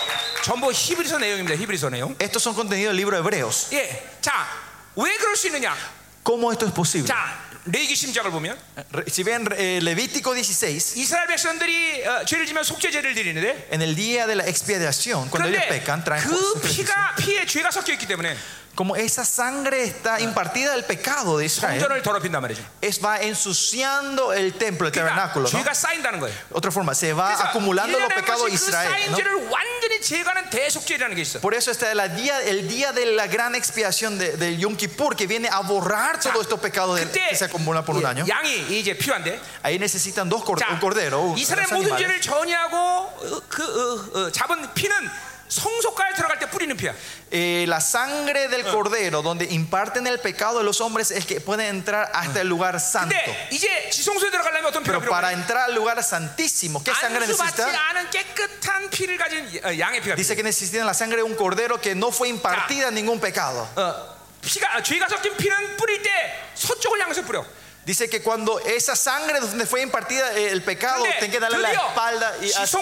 전부 히브리서 내용입니다. 히브리서 내용.
Estos son contenidos del libro de Hebreos.
예. 자, 왜 그럴 수 있느냐?
¿Cómo esto es posible?
자, 레이기 심작을 보면
Re- Si ven eh, Levítico 16,
이스라엘 백성들이 어, 죄를 지면 속죄제를 드리는데
en el día de la expiación, cuando ellos
그런데
pecan, traen
그
sacrificio.
피가 피에 죄가 섞여 있기 때문에
Como esa sangre está impartida del pecado de Israel,
성전을 더럽힌단 말이죠.
es, va ensuciando el templo, el
그러니까
tabernáculo. ¿no?
죄가 아, 쌓인다는 거예요.
Otra forma, se va acumulando los
일년에 한
pecados de
번씩 그
Israel.
쌓인
¿no?
죄를 완전히 제거하는 대속죄라는 게 있어.
Por eso está la día, el día de la gran expiación de- del Yom Kippur, que viene a borrar todos estos pecados de-
그때 예,
que se acumulan por un año.
양이 이제 필요한데
Ahí necesitan dos cor-
자,
un cordero. un-
이스라엘
dos
모든
animales.
죄를 전이하고 어, 그 어, 어, 잡은 피는 성소가에 들어갈 때 뿌리는 피야.
Eh, la sangre del cordero, donde imparten el pecado de los hombres, es que pueden entrar hasta el lugar santo.
근데 이제 지성소에 들어가려면 어떤 피가
Ah. Pero Ah,
필요해?
para entrar al lugar santísimo, ¿qué sangre
안수받지
necesita?
않은 깨끗한 피를 가진 어, 양의 피가
Dice
필요해.
que necesitan la sangre de un cordero que no fue impartida en ningún pecado.
어, 피가 아, 죄가 섞인 피는 뿌릴 때 서쪽을 향해서 뿌려.
Dice que cuando esa sangre donde fue impartida eh, el pecado,
근데
tienen que darle la espalda.
드디어
Y a-
지성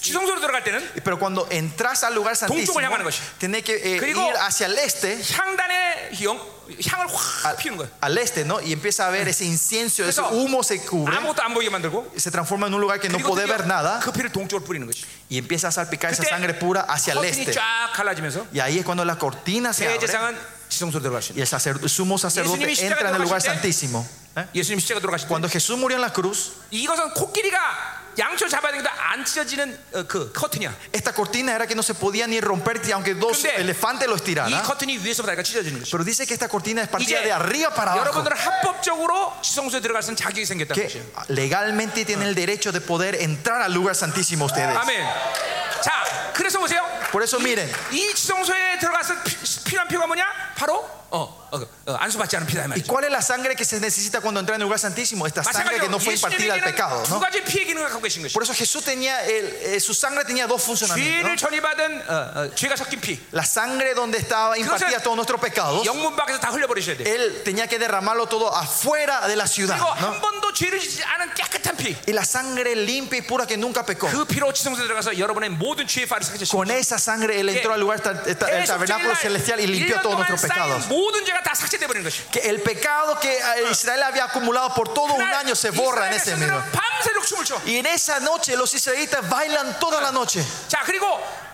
지성소로 들어갈 때는
pero cuando entras al lugar santísimo,
향하는 것이.
tiene que eh,
그리고
ir hacia el este,
향단의 영, 향을 확
al,
피우는 거야.
al este, ¿no? Y empieza a ver ese incienso, ese
그래서
humo se cubre.
아무것도 안 보이게 만들고
Se transforma en un lugar que no
그리고
puede ver
드디어
nada.
그 피를 동쪽으로 뿌리는 거지.
y empieza a salpicar esa
그때
sangre pura hacia el
커튼이
este.
쫙 갈라지면서
Y ahí es cuando la cortina se abre
대제사장은 지성소로 들어갈 수
y
있는.
el sacer- sumo sacerdote
예수님이
entra en el lugar
십자가에
santísimo. ¿Eh?
예수님 십자가 들어가실 때
Cuando Jesús murió en la cruz,
이것은 코끼리가 양초 잡아야 되는데 안 찢어지는 어, 그 커튼이야.
esta cortina era que no se podía ni romper, aunque dos
근데
elefantes
이
lo estiraran.
커튼이 위에서부터 아니까 찢어지는 거죠.
Pero dice que esta cortina es partida
이제
de arriba para abajo.
여러분들은 합법적으로 지성소에 들어갈 수 있는 자격이 생겼다는
Que
것이에요.
legalmente tienen el derecho de poder entrar al lugar santísimo ustedes.
아멘. 자, 그래서 보세요.
Por eso miren,
이 지성소에 들어가서 피, 필요한 피가 뭐냐? 바로 어, 어, 어, 안수받지 않은 피다 이
¿y
말이죠.
cuál es la sangre que se necesita cuando entra en el lugar santísimo? Esta sangre que
마찬가지로
no fue impartida al pecado.
예수님에게는 두
¿no?
가지 어? 피해 기능을 갖고 계신 것이죠.
Por eso Jesús tenía, el- eh, su sangre tenía dos funcionamientos.
죄를
¿no?
전이받은 어, 어, 죄가 섞인 피.
La sangre donde estaba impartida todos nuestros pecados,
영문 밖에서 다 흘려버리셔야 돼요.
él tenía que derramarlo todo afuera de la ciudad.
그리고
¿no?
한 번도 죄를 지지 않은 깨끗한 피.
Y la sangre limpia y pura que nunca pecó.
그 피로 지성소에 들어가서 여러분의 모든 죄의 파를 삭제시키고
Con esa sangre él entró al lugar ta- ta- el tabernáculo celestial y limpió todos nuestros pecados.
모든 죄가 다 삭제되버리는 것이.
Que el pecado que eh, Israel había acumulado por todo un año se borra en ese mismo.
밤새도록 춤을 춰.
Y en esa noche los israelitas bailan toda la noche.
자 그리고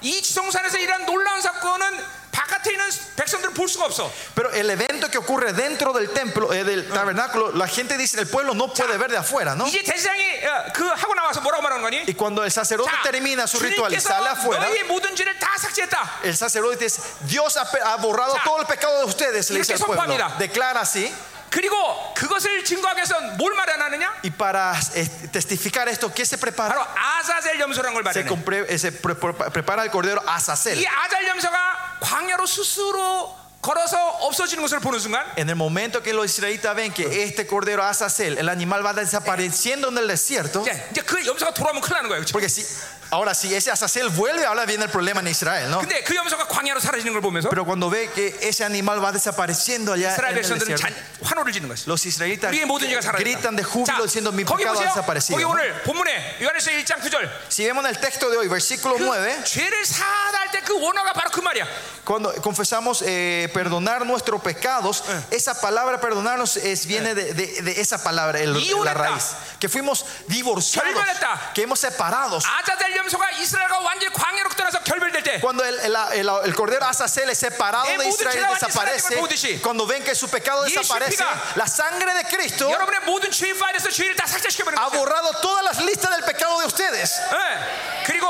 이 지성산에서 일한 놀라운 사건은 바깥에 있는 백성들은 볼 수가 없어.
Pero el evento que ocurre dentro del templo, eh, del tabernáculo, la gente dice, el pueblo no puede ver de afuera, ¿no?
이제 대장이 그 하고 나와서 뭐라고 말하는 거니?
Y cuando el sacerdote termina su ritual y sale afuera,
너희 모든 모든 죄를 다 삭제했다.
El sacerdote dice, Dios ha, pe- ha borrado
Ya.
todo el pecado de ustedes, le dice al
I렇게
pueblo.
선포합니다.
Declara así.
그리고 그것을 증거하기 위해서 뭘 마련하느냐?
Y para eh, testificar esto, ¿qué se
바로
prepara?
아자젤 염소라는 걸
Se,
마련해.
compre- eh, se pre- pre- prepara el cordero Azazel.
이 아자젤 염소가 광야로 스스로 걸어서 없어지는 것을 보는 순간
En el momento que los israelitas ven que este cordero Azazel, el animal va desapareciendo en el desierto,
이제, 이제 그 염소가 돌아오면 큰일 나는 거예요. 그렇죠?
porque si, ahora si ese Azazel vuelve, ahora viene el problema en Israel, ¿no?
근데 그 염소가 광야로 사라지는 걸 보면서
Pero cuando ve que ese animal va desapareciendo allá
이스라엘
en el
백성들은
desierto,
잔, 환호를 지는 것이.
los israelitas
우리의 모든 죄가
gritan de
사라졌다.
júbilo diciendo mi
거기
pecado ha
보세요. 거기
desaparecido. ¿no?
오늘 본문에 요한에서 1장 9절.
Si vemos en el texto de hoy, versículo 9,
죄를 사할 때 그 원어가 바로 그 말이야.
cuando confesamos eh, perdonar nuestros pecados, esa palabra perdonarnos es, viene de, de- de esa palabra, el- la
Divorciada.
raíz. Que fuimos divorciados,
Hermanada.
que hemos separados.
아자델 염소가 이스라엘과 완전히 광야로 떠나서 결별될 때
Cuando el, el- el- el cordero Azazel es separado
내
de
모든
Israel
죄와 완전히
desaparece,
사라지고
cuando ven que su pecado
예수의
desaparece,
피가
la sangre de Cristo
여러분의 모든 죄 파일에서 죄를 다 삭제시켜버리는
ha
거예요.
borrado todas las listas del pecado de ustedes.
예. 그리고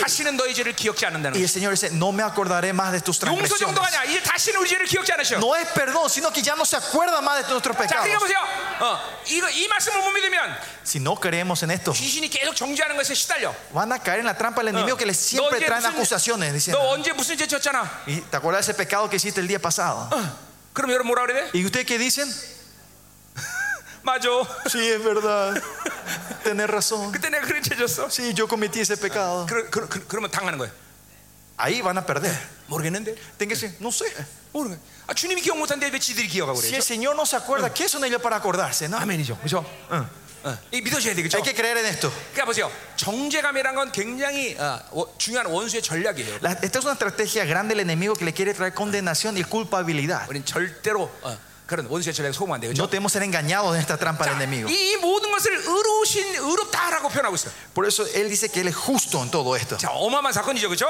다시는 너희 죄를 기억지 않는다는
Y
거예요.
el Señor dice, no me acordaré más de tus
용서
transgresiones.
정도가 아니야. 이제 다시는 우리 죄를 기억지 않으셔.
No es perdón, sino que ya no se acuerda más de nuestros
자,
pecados.
그러니까 보세요. 어, 이거 이 말씀을 못 믿으면
Si no creemos en esto,
귀신이 계속 정죄하는 것에 시달려.
van a caer en la trampa del enemigo que les siempre
No,
traen
Jesús-
acusaciones. Dicen,
너 언제 무슨 죄 졌잖아.
"¿Y ¿te acuerdas de ese pecado que hiciste el día pasado?
Ah. 그럼 여러분 뭐라 그래야 돼?
¿Y ustedes qué dicen?
맞아.
Sí, es verdad. Tenés razón.
그때 내가 그런 죄 졌어.
Sí, yo cometí ese pecado.
그러, 그러, 그- 그러면 당하는 거예요.
Ahí van a perder.
모르겠는데.
Tienen que decir, no sé.
모르겠. 아, 주님이 기억 못한데 왜 지들이 기억하고
Si
그래?
el
죠
Señor no se acuerda, ¿qué son ellos para acordarse? no?
아멘이죠. 그죠? 응. 어, 이 믿어줘야 되겠죠.
Hay que creer en esto.
그러니까 보세요. 정제감이란 건 굉장히 어, 어, 중요한 원수의 전략이에요.
La- esta es una estrategia grande del enemigo que le quiere traer condenación y culpabilidad.
우리는 절대로 어, 그런 원수의 전략에 소금 안 돼요.
No
그죠?
debemos ser engañados en esta trampa del enemigo.
이, 이 모든 것을 의로우신 의롭다라고 표현하고 있어요.
Por eso él dice que él es justo en todo esto.
자, 어마어마한 사건이죠. 그죠?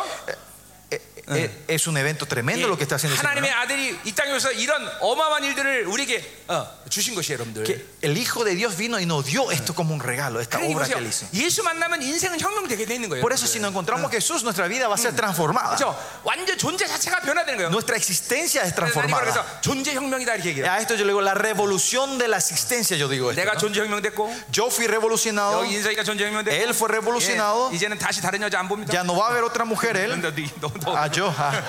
Eh, eh, Es un evento tremendo lo que está haciendo el Señor.
예, 하나님의 아들이 이 땅에 오서 이런 어마어마한 일들을 우리에게 어, 주신 것이에요, 여러분들.
que el Hijo de Dios vino y nos dio esto como un regalo, esta
그러니
obra que
그러니까 보세요.
él hizo.
예수 만나면 인생은 혁명되게 돼 있는 거예요.
Por eso si nos encontramos a Jesús, nuestra vida va a ser transformada.
그렇죠? 완전 존재 자체가 변화되는 거예요.
Nuestra existencia es
그래서 이걸
transformada.
그래서 존재 혁명이다 이렇게 얘기해요.
A esto yo le digo la revolución de la existencia, yo digo esto.
내가
¿no?
존재 혁명됐고
Yo fui revolucionado,
여기 인사이가 존재 혁명됐고
él fue revolucionado,
예, 이제는 다시 다른 여자 안 봅니다.
ya no va a haber otra mujer él.
근데 너, 너, 너.
Ah, yo. ah.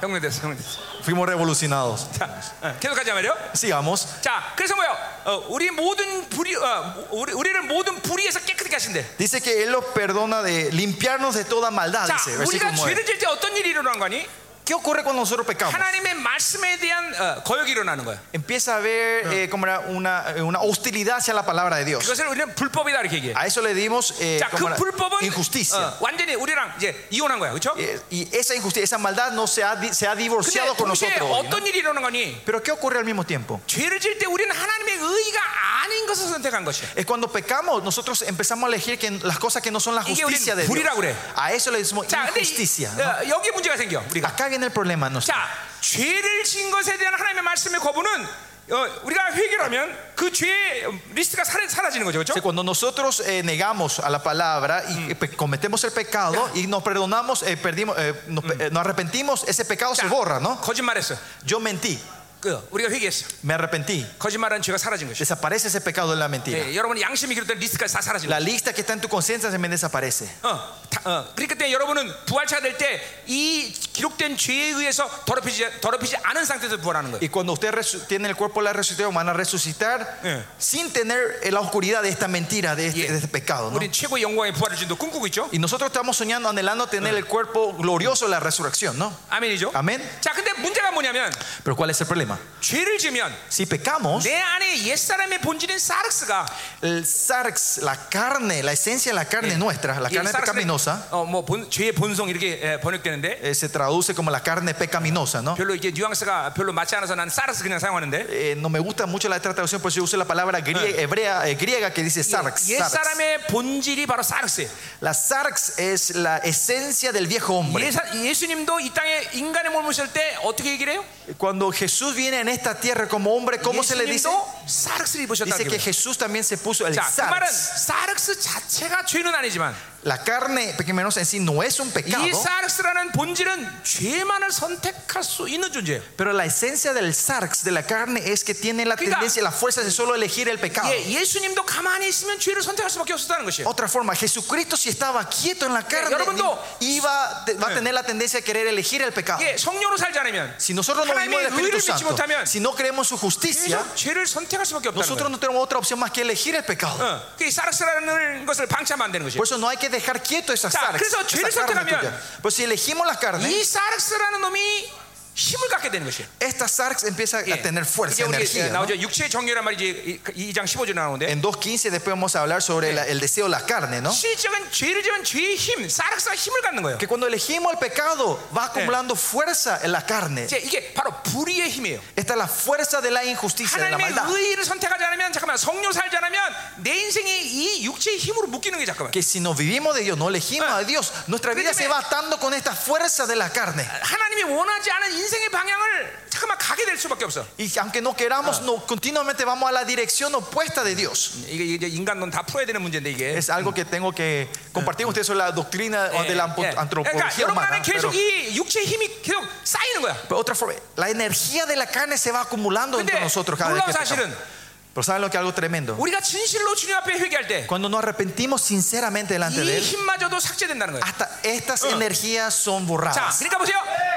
혁명됐어, 혁명됐어.
Fuimos revolucionados.
자, 예, 계속 가자 말이요.
Sigamos.
자, 그래서 뭐요? 어, 우리 모든 불이, 어, 우리, 우리를 모든 불의에서 깨끗하게 하신대.
Dice que él los perdona de limpiarnos de toda maldad.
자,
Dice, versículo
우리가
9.
죄를 질 때 어떤 일이 일어나는 거니?
¿Qué ocurre cuando nosotros pecamos?
하나님의 말씀에 대한 어, 거역이 일어나는 거야.
Empieza a haber eh, como era una, eh, una hostilidad hacia la palabra de Dios.
그것을 우리는 불법이다 이렇게 얘기해.
A eso le dimos eh,
자,
como
아, 그
era,
불법은
injusticia.
어, 완전히 우리랑 이제 이혼한 거야, 그렇죠?
Eh, y esa injusticia, esa maldad no se ha, di- se ha
근데
divorciado con
동시에
nosotros. hoy, ¿no?
어떤 일이 일어나는 거니?
Pero ¿qué ocurre al mismo tiempo?
죄를 질 때 우리는 하나님의 의가 아닌 것을 선택한 것이야.
Es cuando pecamos, nosotros empezamos a elegir que las cosas que no son la
Ige,
justicia
우리는
de Dios.
불이라고 그래.
A eso le decimos
자, 근데 이-
injusticia. ¿no?
어, 여기 문제가 생겨 우리가.
Acá viene el problema. ¿no?
자, 죄를 진 것에 대한 하나님의 말씀의 거부는 어, 우리가 회개하면 그 죄의 리스트가 사라, 사라지는 거죠,
Que
그렇죠?
Cuando nosotros eh, negamos a la palabra y eh, pe- cometemos el pecado y nos perdonamos, eh, perdimos, eh, nos, pe- eh, nos arrepentimos, ese pecado se borra, ¿no?
거짓말했어.
Yo mentí,
그, 우리가 회개했어.
me arrepentí.
거짓말한 죄가 사라진 것이야.
Desaparece ese pecado de la mentira.
예, 여러분 양심이 기록된 리스트까지 다 사라진
La
거야.
lista que está en tu conciencia también desaparece.
어, 다, 어. 그러니까 그때 여러분은 부활차 될 때 이 기록된 죄에 의해서 더럽히지 더럽히지 않은 상태에서 부활하는 거예요.
Y cuando usted resu- tiene el cuerpo de la resucitación, van a resucitar
Eh.
sin tener eh, la oscuridad de esta mentira, de este,
Yeah.
de este pecado. ¿no?
우린 최고의 영광의 부활을 지금도 꿈꾸고 있죠.
Y nosotros estamos soñando, anhelando tener el cuerpo glorioso de la resurrección, ¿no?
아멘이죠.
아멘.
자, 근데 문제가 뭐냐면
Pero ¿cuál es el problema?
죄를 지면
Si pecamos,
내 안에 옛 사람의 본질인 사르스가
el sarx, la carne, la esencia de la carne nuestra, la
이
carne pecaminosa,
어뭐 본- 죄의 본성 이렇게 예, 번역되는데
eh, se traduce como la carne pecaminosa, ¿no?
별로 이게 뉘앙스가 별로 맞지 않아서 난 사르스 그냥 사용하는데
Eh, no me gusta mucho la traducción, por eso yo uso la palabra grie- hebrea, eh, griega que dice sarx.
옛
sarx.
사람의 본질이 바로 사르스예요.
La sarx es la esencia del viejo hombre.
예사, 예수님도 이 땅에 인간의 몸을 쓸때 어떻게 얘기를 해요?
Cuando Jesús viene en esta tierra como hombre, ¿cómo se le dice?
예수님도 사륵스를 입으셨다는
Dice que
거예요.
Jesús también se puso el
자, 그 말은
sarx.
사륵스 자체가 죄는 아니지만
La carne, que menos en sí, no es un
이
pecado.
사륵스라는 본질은 죄만을 선택할 수 있는 존재예요.
Pero la esencia del sarx, de la carne, es que tiene la
Kika.
tendencia, la fuerza de solo elegir el pecado.
예, 예수님도 가만히 있으면 죄를 선택할 수밖에 없었다는 것이에요.
Otra forma, Jesucristo si estaba quieto en la carne,
여러분도-
iba, va a tener la tendencia de querer elegir el pecado.
예, 성령으로 살지 않으면
Si nosotros no vivimos
하나님의 의를
el Espíritu
믿지
Santo,
못하면
si no creemos su justicia,
계속 죄를 선택할 수밖에 없다는
nosotros
거예요.
no tenemos otra opción más que elegir el pecado.
어, 그 사륵스라는 것을 방치하면 안 되는 것이에요.
Por eso no hay que dejar quieto esas
자,
sarx,
그래서 죄를
esa carne
선택하면
tuya. Pues si elegimos la carne,
이 사륵스라는 놈이 힘을 갖게 되는 것이에요.
esta sarx empieza
예.
a tener
이제
fuerza,
우리 예,
energía. ¿no?
나오죠. 육체의 정렬란 말이지 2장 15절에 나오는데
En 2.15 después vamos a hablar sobre la- el deseo de la carne, ¿no?
실적인 죄를 지면 죄의 힘, 사륵스가 힘을 갖는 거예요.
Que cuando elegimos el pecado va acumulando fuerza en la carne.
이제 이게 바로 불의의 힘이에요.
Esta es la fuerza de la injusticia, de la
하나님의
maldad.
의의를 선택하지 않으면 잠깐만 성령 살지 않으면 내 인생이 이 육체의 힘으로 묶이는 게 잠깐만.
Que si nos vivimos de Dios, no elegimos
Ah.
a Dios, nuestra vida se va atando con esta fuerza de la carne.
하나님이 원하지 않은 인생의 방향을 잠깐만 가게 될 수밖에 없어.
Y aunque no queramos, no, continuamente vamos a la dirección opuesta de Dios.
이게 이제 인간론 다 풀어야 되는 문제인데 이게.
Es algo que tengo que compartir con ustedes sobre la doctrina o de
예, 예.
la ampo-
그러니까
antropología
여러분
humana.
안에
Pero,
계속 이 육체의 힘이 계속 쌓이는 거야.
pero otra forma, la energía de la carne se va acumulando dentro
근데
de nosotros cada vez
놀라운
que
사실은
pecamos. Pero ¿saben lo que es algo tremendo?
우리가 진실로 주님 앞에 회개할 때 이
Cuando nos arrepentimos sinceramente
아,
delante
네.
de Él,
힘마저도 삭제된다는 거예요.
hasta estas
Ah.
energías
자,
son borradas.
그러니까 보세요.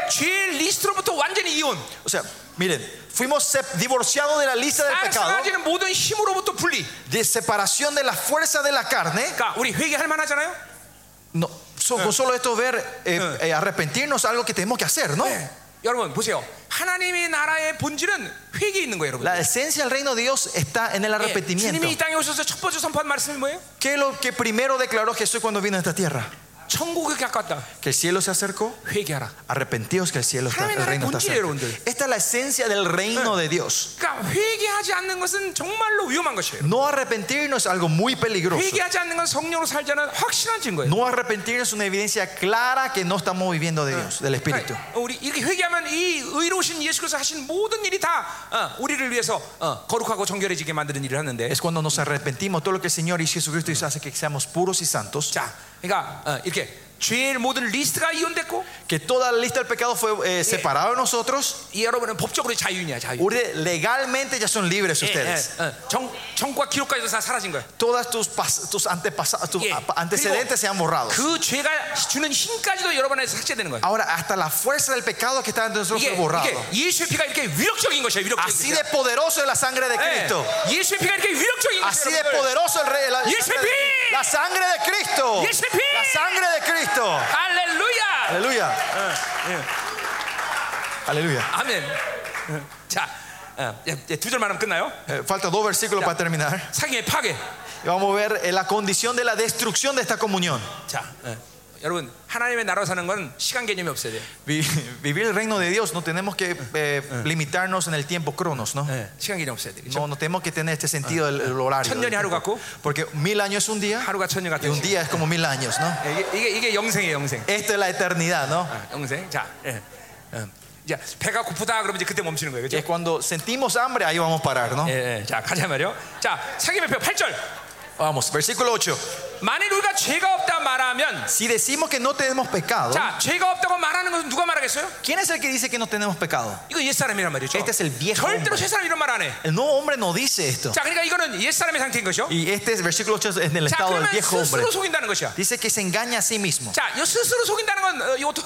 죄 리스트로부터 완전히 이혼.
O sea, miren, fuimos sep- divorciados de la lista
Ah, 그러니까.
del pecado,
사라지는 모든 힘으로부터 분리.
de separación de la fuerza de la carne.
그러니까 우리 회개할 만하잖아요.
No, so- con solo esto ver, eh, eh, arrepentirnos, algo que tenemos que hacer, ¿no?
네, Eh. 여러분 보세요. 하나님의 나라의 본질은 회개에 있는 거예요, 여러분.
La esencia del reino de Dios está en el
예,
arrepentimiento.
주님이 이 땅에 오셔서 첫 번째 선포한 말씀이 뭐예요?
¿Qué es lo que primero declaró Jesús cuando vino a esta tierra?
천국에 가깝다.
Que el cielo se acercó.
회개하라.
Arrepentíos que el cielo está, el
하나님의
reino está
나라의
cerca.
본질이에요,
Esta es la esencia del reino de Dios.
그러니까 회개하지 않는 것은 정말로 위험한 것이에요.
No arrepentirnos es algo muy peligroso.
회개하지 않는 건 성령으로 살자는 확실한 증거예요.
No arrepentirnos es una evidencia clara que no estamos viviendo de Dios, del Espíritu.
그러니까 우리 이렇게 회개하면 이 의로우신 예수께서 하신 모든 일이 다 어, 우리를 위해서 어, 거룩하고 정결해지게 만드는 일을 하는데
Es cuando nos arrepentimos todo lo que el Señor y Jesucristo hizo hace que seamos puros y santos.
자, 그러니까 어, 이렇게 죄의 모든 리스트가 이혼됐고
Que toda la lista del pecado fue eh, separada de nosotros.
이 여러분은 법적으로 자유인이야, 자유.
Ustedes legalmente ya son libres
예, 예,
ustedes.
어, 정, 정과 기록까지도 다 사라진 거야.
Todas tus, pas- tus, antepasados, tus
예.
a- antecedentes se han borrado.
그 죄가 주는 힘까지도 여러분에서 삭제되는 거야.
Ahora, hasta la fuerza del pecado que está dentro de nosotros
이게,
fue borrado.
이게 예수의 피가 이렇게 위력적인 것이야,
Así
위력적인
de
것이야.
poderoso es la sangre de Cristo.
예, 예수의 아, 피가 이렇게 위력적인
Así
것이야.
de
여러분들.
poderoso el rey. La,
Yes,
sangre de-
it
la sangre de Cristo.
Yes, it is.
La sangre de Cristo.
할렐루야.
Aleluya. Aleluya.
아멘. 자, 어, 이제 두절만 하면 끝나요.
Eh, Falta dos versículos para terminar.
사기의 파괴.
Y Vamos a ver eh, la condición de la destrucción de esta comunión.
자, 예. 여러분 하나님의 나라로 사는 건 시간 개념이 없어야 돼요.
Vi- Vivir el reino de Dios no tenemos que eh, limitarnos en el tiempo cronos, ¿no?
예, 시간 개념 없어야 돼요.
No, no tenemos que tener este sentido del del horario.
천년이
del
하루 같고.
tiempo. Porque mil años es un día
하루가 천년
y
같은
un
시-
día es como mil años, ¿no?
예, 이게, 이게 이게 영생이에요, 영생.
Esto es la eternidad, ¿no?
Ah, 영생. 자, 예. 예. 이제 배가 고프다 그러면 이제 그때 멈추는 거예요.
Es
그렇죠?
cuando sentimos hambre, ahí vamos a parar, ¿no?
예, 예. 자, 가자 말이요. 자, 사기매표 8절.
Vamos, versículo 8.
만일 우리가 죄가 없다 말하면
Si decimos que no tenemos pecado,
자, 죄가 없다고 말하는 것은 누가 말하겠어요?
¿quién es el que dice que no tenemos pecado?
이거 옛사람이란 말이죠.
Este es el viejo
절대로
hombre.
새사람 이런 말 안 해.
El nuevo hombre no dice esto.
자, 그러니까 이거는 옛사람의 상태인 것이요.
Y este es versículo 8 es en el
자,
estado del
그러면
viejo hombre.
스스로 속인다는 것이야.
Dice que se engaña a sí mismo.
자, 이 스스로 속인다는 건 어, 이것도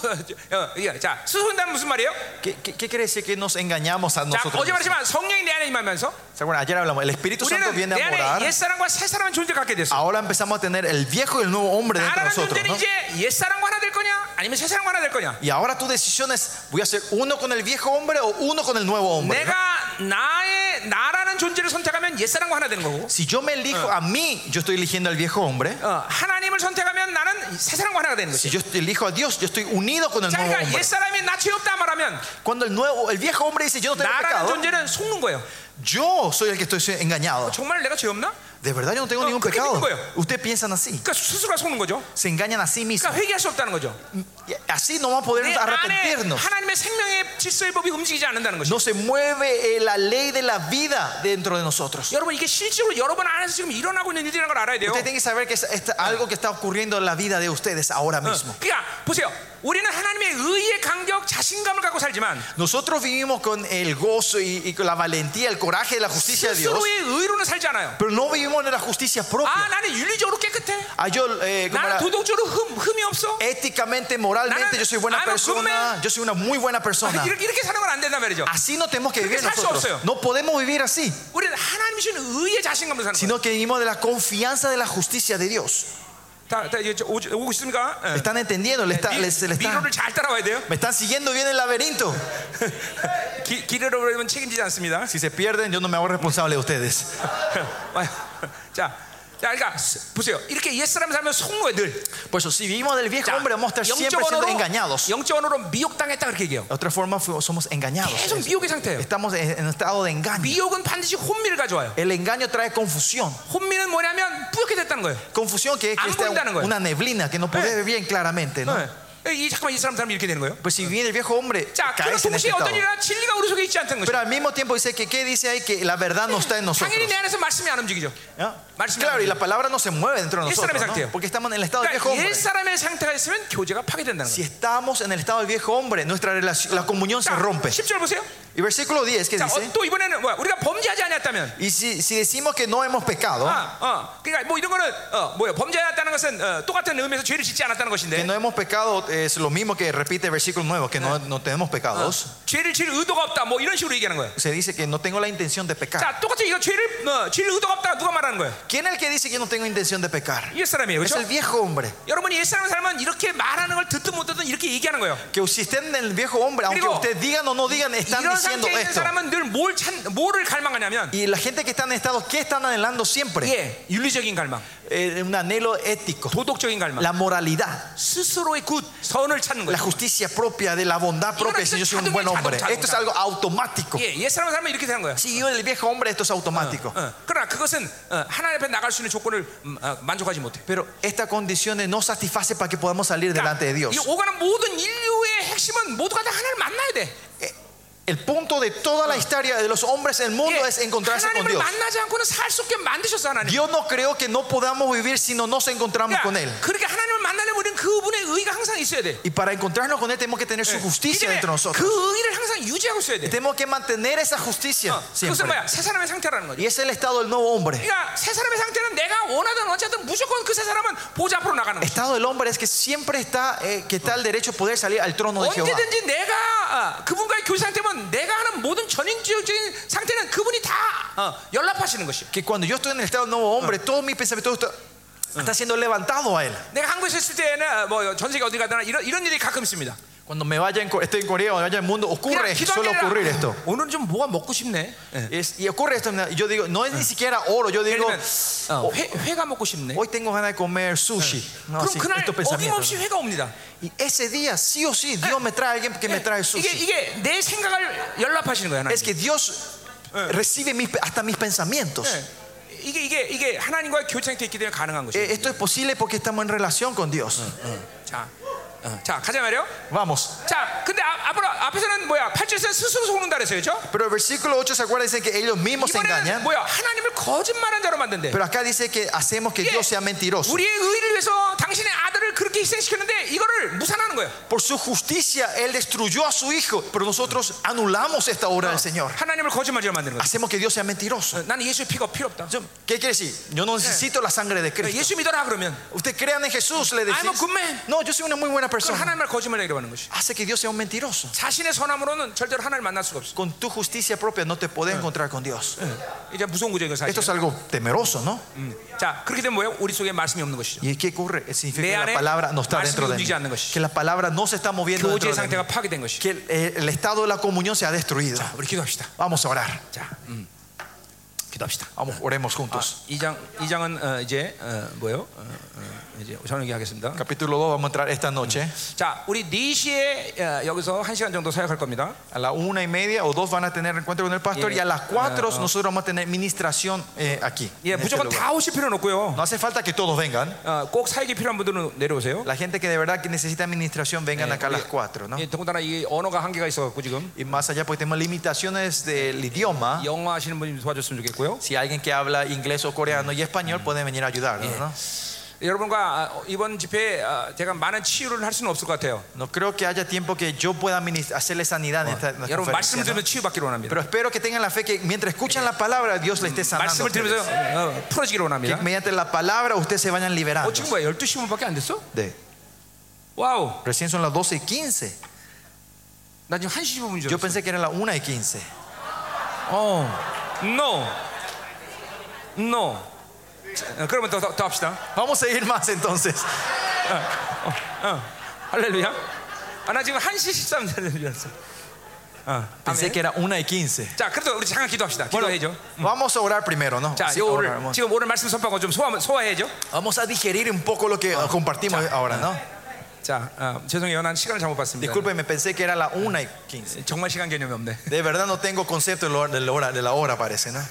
어, 이게, 자, 스스로 속인다는 무슨 말이에요?
¿Qué, qué- qué quiere decir que nos engañamos a
자,
nosotros?
어제
mismos?
말했지만 성령이 내 안에 임하면서
¿Se acuerdan? Ayer hablamos, el Espíritu Santo
우리는
viene
내
a
안에
morar.
옛사람과 새사람은 존재 갖게 됐어.
Ahora empezamos a tener el viejo y el nuevo hombre dentro de
나라는
nosotros.
존재는
¿no?
이제 옛사람과 하나 될 거냐 아니면 새사람과 하나 될 거냐
Y ahora tu decisión es, ¿voy a ser uno con el viejo hombre o uno con el nuevo hombre? ¿no?
내가 나의 나라는 나라는 존재를 선택하면 옛사람과 하나 되는 거고
Si yo me elijo a mí, yo estoy eligiendo al viejo hombre.
어, 하나님을 선택하면 나는 새 사람과 하나가 되는
Si
거지.
yo elijo a Dios, yo estoy unido con el
자,
nuevo
그러니까
hombre.
옛 사람이 나 죄 없다 말하면
Cuando el nuevo, el viejo hombre dice yo no tengo
나라는
pecado,
존재는 속는 거예요.
yo soy el que estoy engañado.
정말 내가 죄 없나?
De verdad yo no tengo
No,
ningún
¿qué
pecado.
tengo yo?
Ustedes piensan así,
그러니까 스스로가 속는 거죠.
se engañan a sí mismos.
그러니까 회개할 수 없다는 거죠.
Y Así no vamos
내
a poder
안에
arrepentirnos.
하나님의 생명의 질서의 법이 움직이지 않는다는 거죠.
No se mueve eh, la ley de la vida dentro de nosotros.
여러분 이게 실제로 여러분 안에서 지금 일어나고 있는 일이라는 걸 알아야 돼요.
Ustedes tienen que saber que es, es algo que está ocurriendo en la vida de ustedes ahora mismo.
그러니까 보세요. 우리는 하나님의 의의 강격, 자신감을 갖고 살지만
Nosotros vivimos con el gozo y, y con la valentía, el coraje de la justicia de Dios,
스스로의 의로는 살지 않아요.
pero no vivimos en la justicia
아,
propia.
나는 윤리적으로 깨끗해.
Ah, yo, eh, ¿cómo
나는
era?
도덕적으로 흠, 흠이 없어.
éticamente, moralmente,
나는-
yo soy buena
I'm a good
persona,
man.
yo soy una muy buena persona.
아, 이렇게, 이렇게 사는 건 안 된단 말이죠.
Así no tenemos que vivir
살수
nosotros.
없어요.
No podemos vivir así,
우리는 하나님 주신 의의 자신감으로 사는 거예요.
sino que vivimos de la confianza de la justicia de Dios.
다, 다 이제 오, 오고 있습니까? 예.
¿Están entendiendo? Le está-
미-
le- se le está-
미로를 잘 따라와야 돼요.
me están siguiendo bien el laberinto.
기, 길을 오르면 책임지지 않습니다.
Si se pierden, yo no me hago responsable de ustedes.
와요. 자, 자, 그러니까 스- 보세요. 이렇게 옛 사람 살면 속는 거예요, 늘.
Por eso, si Pues vivimos del viejo
자,
hombre, vamos a estar
영적
siempre siendo
뭐 언어로
engañados.
영적 언어로 미혹당했다 그렇게 얘기해요.
De otra forma, fu- somos engañados.
계속 미혹의 상태예요.
Estamos en en un estado de engaño.
미혹은 반드시 혼미를 가져와요.
El engaño trae confusión.
혼미는 뭐냐면 뿌옇게 됐다는 거예요.
Confusión que es
안
que está
보인다는 거예요.
una neblina que no puede ver bien claramente. ¿no?
예. 이 잠깐만 이 사람 사람 이렇게 되는 거예요.
Pero si viene el viejo hombre,
자, 그럼
caes en este
동시에
estado.
어떤 일이나 진리가 우리 속에 있지 않다는
Pero
거죠.
al mismo tiempo dice que ¿qué dice ahí? Que la verdad no está en nosotros.
당연히 내 안에서 말씀이 안 움직이죠.
¿Ah?
말씀이
Claro, y
안
la palabra no se mueve dentro de
Y esa es la
nosotros. ¿no?
mensaje.
Porque estamos en el estado del viejo
그러니까
hombre.
옛 사람의 상태가 있으면 교제가 파괴된다는
Si
거예요.
estamos en el estado del viejo hombre, nuestra relación, la comunión se
자,
rompe.
10절 보세요.
Y versículo 10 que
자,
dice,
어, 또 이번에는 뭐야? 우리가 범죄하지 않았다면
y si, si decimos que no hemos pecado,
아, 어, 그러니까 뭐 이런 거는 어, 뭐야? 범죄하지 않았다는 것은 어, 똑같은 의미에서 죄를 짓지 않았다는
que
것인데
no hemos pecado, es lo mismo que repite el versículo 9, que no, no tenemos pecados.
죄를 지을 의도가 없다. 뭐 이런 식으로 얘기하는 거예요.
Se dice que no tengo la intención de pecar.
자, 똑같이 이거 죄를 어, 지을 의도가 없다. 누가 말하는 거예요?
¿Quién es el que dice que no tengo intención de pecar?
옛 사람이에요.
Es
그렇죠?
el viejo hombre.
여러분이 옛사람 살면 이렇게 말하는 걸 듣든 못 듣든 이렇게 얘기하는 거예요.
Que si estén en el viejo hombre, aunque
그리고
ustedes digan o no digan, están
이런
diciendo
상태에 있는
esto.
사람은 늘 뭘 찬, 뭐를 갈망하냐면
Y la gente que está en estado, ¿qué están anhelando siempre?
예, 윤리적인 갈망,
Eh, un anhelo ético,
도덕적인 갈망,
la moralidad,
스스로의 굿, 선을 찾는
la
거예요.
justicia propia, de la bondad propia. Si yo soy un buen hombre, esto es algo automático.
예, 옛사람 살면 이렇게 되는 거예요.
Si yo el viejo hombre, esto es automático.
어, 그러나 그것은 어, 하나님 앞에 나갈 수 있는 조건을 음, 어, 만족하지 못해.
Pero estas condiciones no satisfacen para que podamos salir delante de
그러니까
Dios.
이 오가는 모든 인류의 핵심은 모두가 다 하나님을 만나야 돼. 예,
Eh, El punto de toda la historia de los hombres del
예,
mundo es encontrarse con
하나님을
Dios.
만나지 않고는 살 수 없게 만드셨어 하나님.
Dios no creó que no podamos vivir si no nos encontramos con Él.
그러니까 그렇게 하나님을 만나려면 우리는 그분의 의가 항상 있어야 돼.
Y para encontrarnos con Él tenemos que tener su
이
justicia
때문에
dentro de nosotros.
그 의를 항상 유지하고 있어야 돼. 어,
Tenemos que mantener esa justicia
그것은
siempre.
뭐야? 새 사람의 상태라는 거죠.
Y ese es el estado del nuevo hombre.
그러니까 새 사람의 상태는 내가 원하든 어쨌든 무조건 그 새 사람은 보좌 앞으로 나가는 거죠.
El estado del hombre es que siempre está, eh, que está el derecho a poder salir al
어,
trono de Jehová.
언제든지 내가 아, 그분과의 교제 상태면 내가 하는 모든 전인적인 상태는 그분이 다 어, 연락하시는 것이.
Que cuando yo estoy en el estado del nuevo hombre, todo mi pensamiento está, está siendo levantado a Él.
내가 한국에 있을 때는 뭐전 세계 어디 가거나 이런 이런 일이 가끔 있습니다.
Cuando me vaya, en, Co- estoy en Corea o me vaya al mundo, ocurre,
기도할
suele
게 아니라,
ocurrir esto.
오늘 좀 뭐가 먹고 싶네. 예.
Es- y ocurre esto, y yo digo, no es ni siquiera oro, yo
예를
digo, "Oh,
들면 어, 회, 회가 먹고 싶네.
hoy tengo ganas de comer sushi. No,
그럼
así,
그날
estos pensamientos.
어김없이 회가 옵니다. 예.
Y ese día, sí o sí, Dios me trae a alguien que
Eh.
me trae
이게
sushi.
이게 내 생각을 연락하시는 거야, 하나님.
Es que Dios recibe mis- hasta mis pensamientos.
Eh. 예. 이게 이게 이게 하나님과의 교제 상태에 있기 때문에 가능한 것이에요.
Eh, Esto es posible porque estamos en relación con Dios.
자, 어, 자 가자 말이요.
Vamos.
자, 근데 아, 앞, 앞으로 앞에서는 뭐야? 팔절에서 스스로 속는다 그랬어요, 그렇죠?
Pero el versículo 8 se acuerda, dice que ellos mismos se
이번에는
engañan.
뭐야? 하나님을 거짓말한 자로 만든대.
Pero acá dice que hacemos que Dios sea mentiroso.
우리의 의를 위해서 당신의 아들을 그렇게 희생시켰는데 이거를 무산하는 거예요.
Por su justicia, Él destruyó a su hijo. Pero nosotros anulamos esta obra del Señor.
하나님을 거짓말자로 만드는 거예요.
Hacemos que Dios sea mentiroso.
나는 아, 예수의 피가 필요 없다.
Yo- ¿Qué quiere decir? Yo no necesito la sangre de Cristo.
예수 믿어라 그러면
Usted crean en Jesús, le decís.
I'm a good man.
No, yo soy una muy buena
그건
persona.
하나님을 거짓말이라고 하는 것이.
Hace que Dios sea un mentiroso.
자신의 선함으로는 절대로 하나님을 만날 수가 없어.
Con tu justicia propia no te podés encontrar con Dios.
이제 무서운 구조인 거 사실.
Esto es algo temeroso, ¿no?
음. 자, 그렇게 되면 뭐예요? 우리 속에 말씀이 없는 것이죠.
¿Y qué ocurre? Eh, Significa
내 안에
que la palabra no está
말씀이
dentro de mí.
움직이지 않는 것이죠.
Que la palabra no se está moviendo dentro
교제의
de mí.
상태가 파괴된 것이.
Que el, eh, el estado de la comunión se ha destruido.
우리 기도합시다.
Vamos a orar.
자, 음. 기도합시다.
Vamos, oremos juntos.
이장이장은 이제 어, 뭐예요? 어, 어, 이제 저녁에 하겠습니다.
Capítulo 2 vamos a entrar esta noche.
자, 우리 4시에 어, 여기서 1시간 정도 사역할 겁니다.
A la una y media o dos van a tener encuentro con el pastor y a las cuatro nosotros vamos a tener ministración eh, aquí.
예,
en este
무조건
lugar.
다 오실 필요는 없고요.
No hace falta que todos vengan.
어, 꼭 사역이 필요한 분들은 내려오세요.
La gente que de verdad que necesita administración vengan
Eh,
acá a las cuatro, ¿no?
예, 더군다나 이 언어가 한계가 있어 갖고 지금
Y más allá, pues tenemos limitaciones del idioma.
영어 하시는 분이 도와줬으면 좋겠고요.
Si alguien que habla inglés o coreano y español pueden venir a ayudarnos, ¿no?
여러분과 아, 이번 집회에 아, 제가 많은 치유를 할 수는 없을 것 같아요.
No creo que haya tiempo que yo pueda administ- hacerle sanidad en esta en esta
여러분 말씀
conferencia, ¿no?
들으면 치유받기로 원합니다.
Pero espero que tengan la fe que mientras escuchan la palabra, Dios le esté sanando. a
말씀을 들으면서
ustedes.
어, 풀어지기로
Que
원합니다.
mediante la palabra ustedes se vayan
어,
liberando.
지금 뭐야? 12시 분밖에 안 됐어?
De-
와우.
Recién son las 12 y 15.
나 지금 1시 15분 줄
Yo
알았어.
pensé que era las 1 y 15.
어. No. No. 자, 어, 그러면 더, 더, 더 합시다.
Vamos a seguir más entonces.
어. 할렐루야. 아, 나 지금 1시 13분 되는 줄 알았어. 어.
Pensé
아멘.
que era 1 y 15.
자, 그래도 우리 잠깐 기도합시다. 기도해야죠.
Vamos a orar primero, ¿no?
자,
Sí,
요
orar,
아, 오늘 뭐.
vamos.
지금 오늘 말씀 선포하고 좀 소화 소화해야죠.
Vamos a digerir un poco lo que compartimos ahora, ¿no?
자, 어, 죄송해요. 난 시간을 잘못 봤습니다.
Discúlpeme, pensé que era las 1 y 15.
정말 시간 개념이 없네.
De verdad no tengo concepto de la hora- de la hora, de la hora parece, ¿no?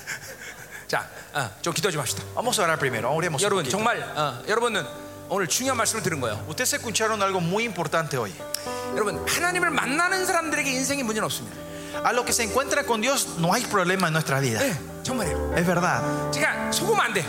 자, 어, 좀 기도 좀 합시다.
Vamos a orar primero, oremos un
여러분
poquito.
정말 어, 여러분은 오늘 중요한 말씀을 들은 거예요.
Ustedes escucharon algo muy importante hoy.
여러분 하나님을 만나는 사람들에게 인생에 문제는 없습니다.
A lo que se encuentra con Dios no hay problema en nuestra vida.
네, 정말이에요.
Es verdad.
제가 속으면 안 돼.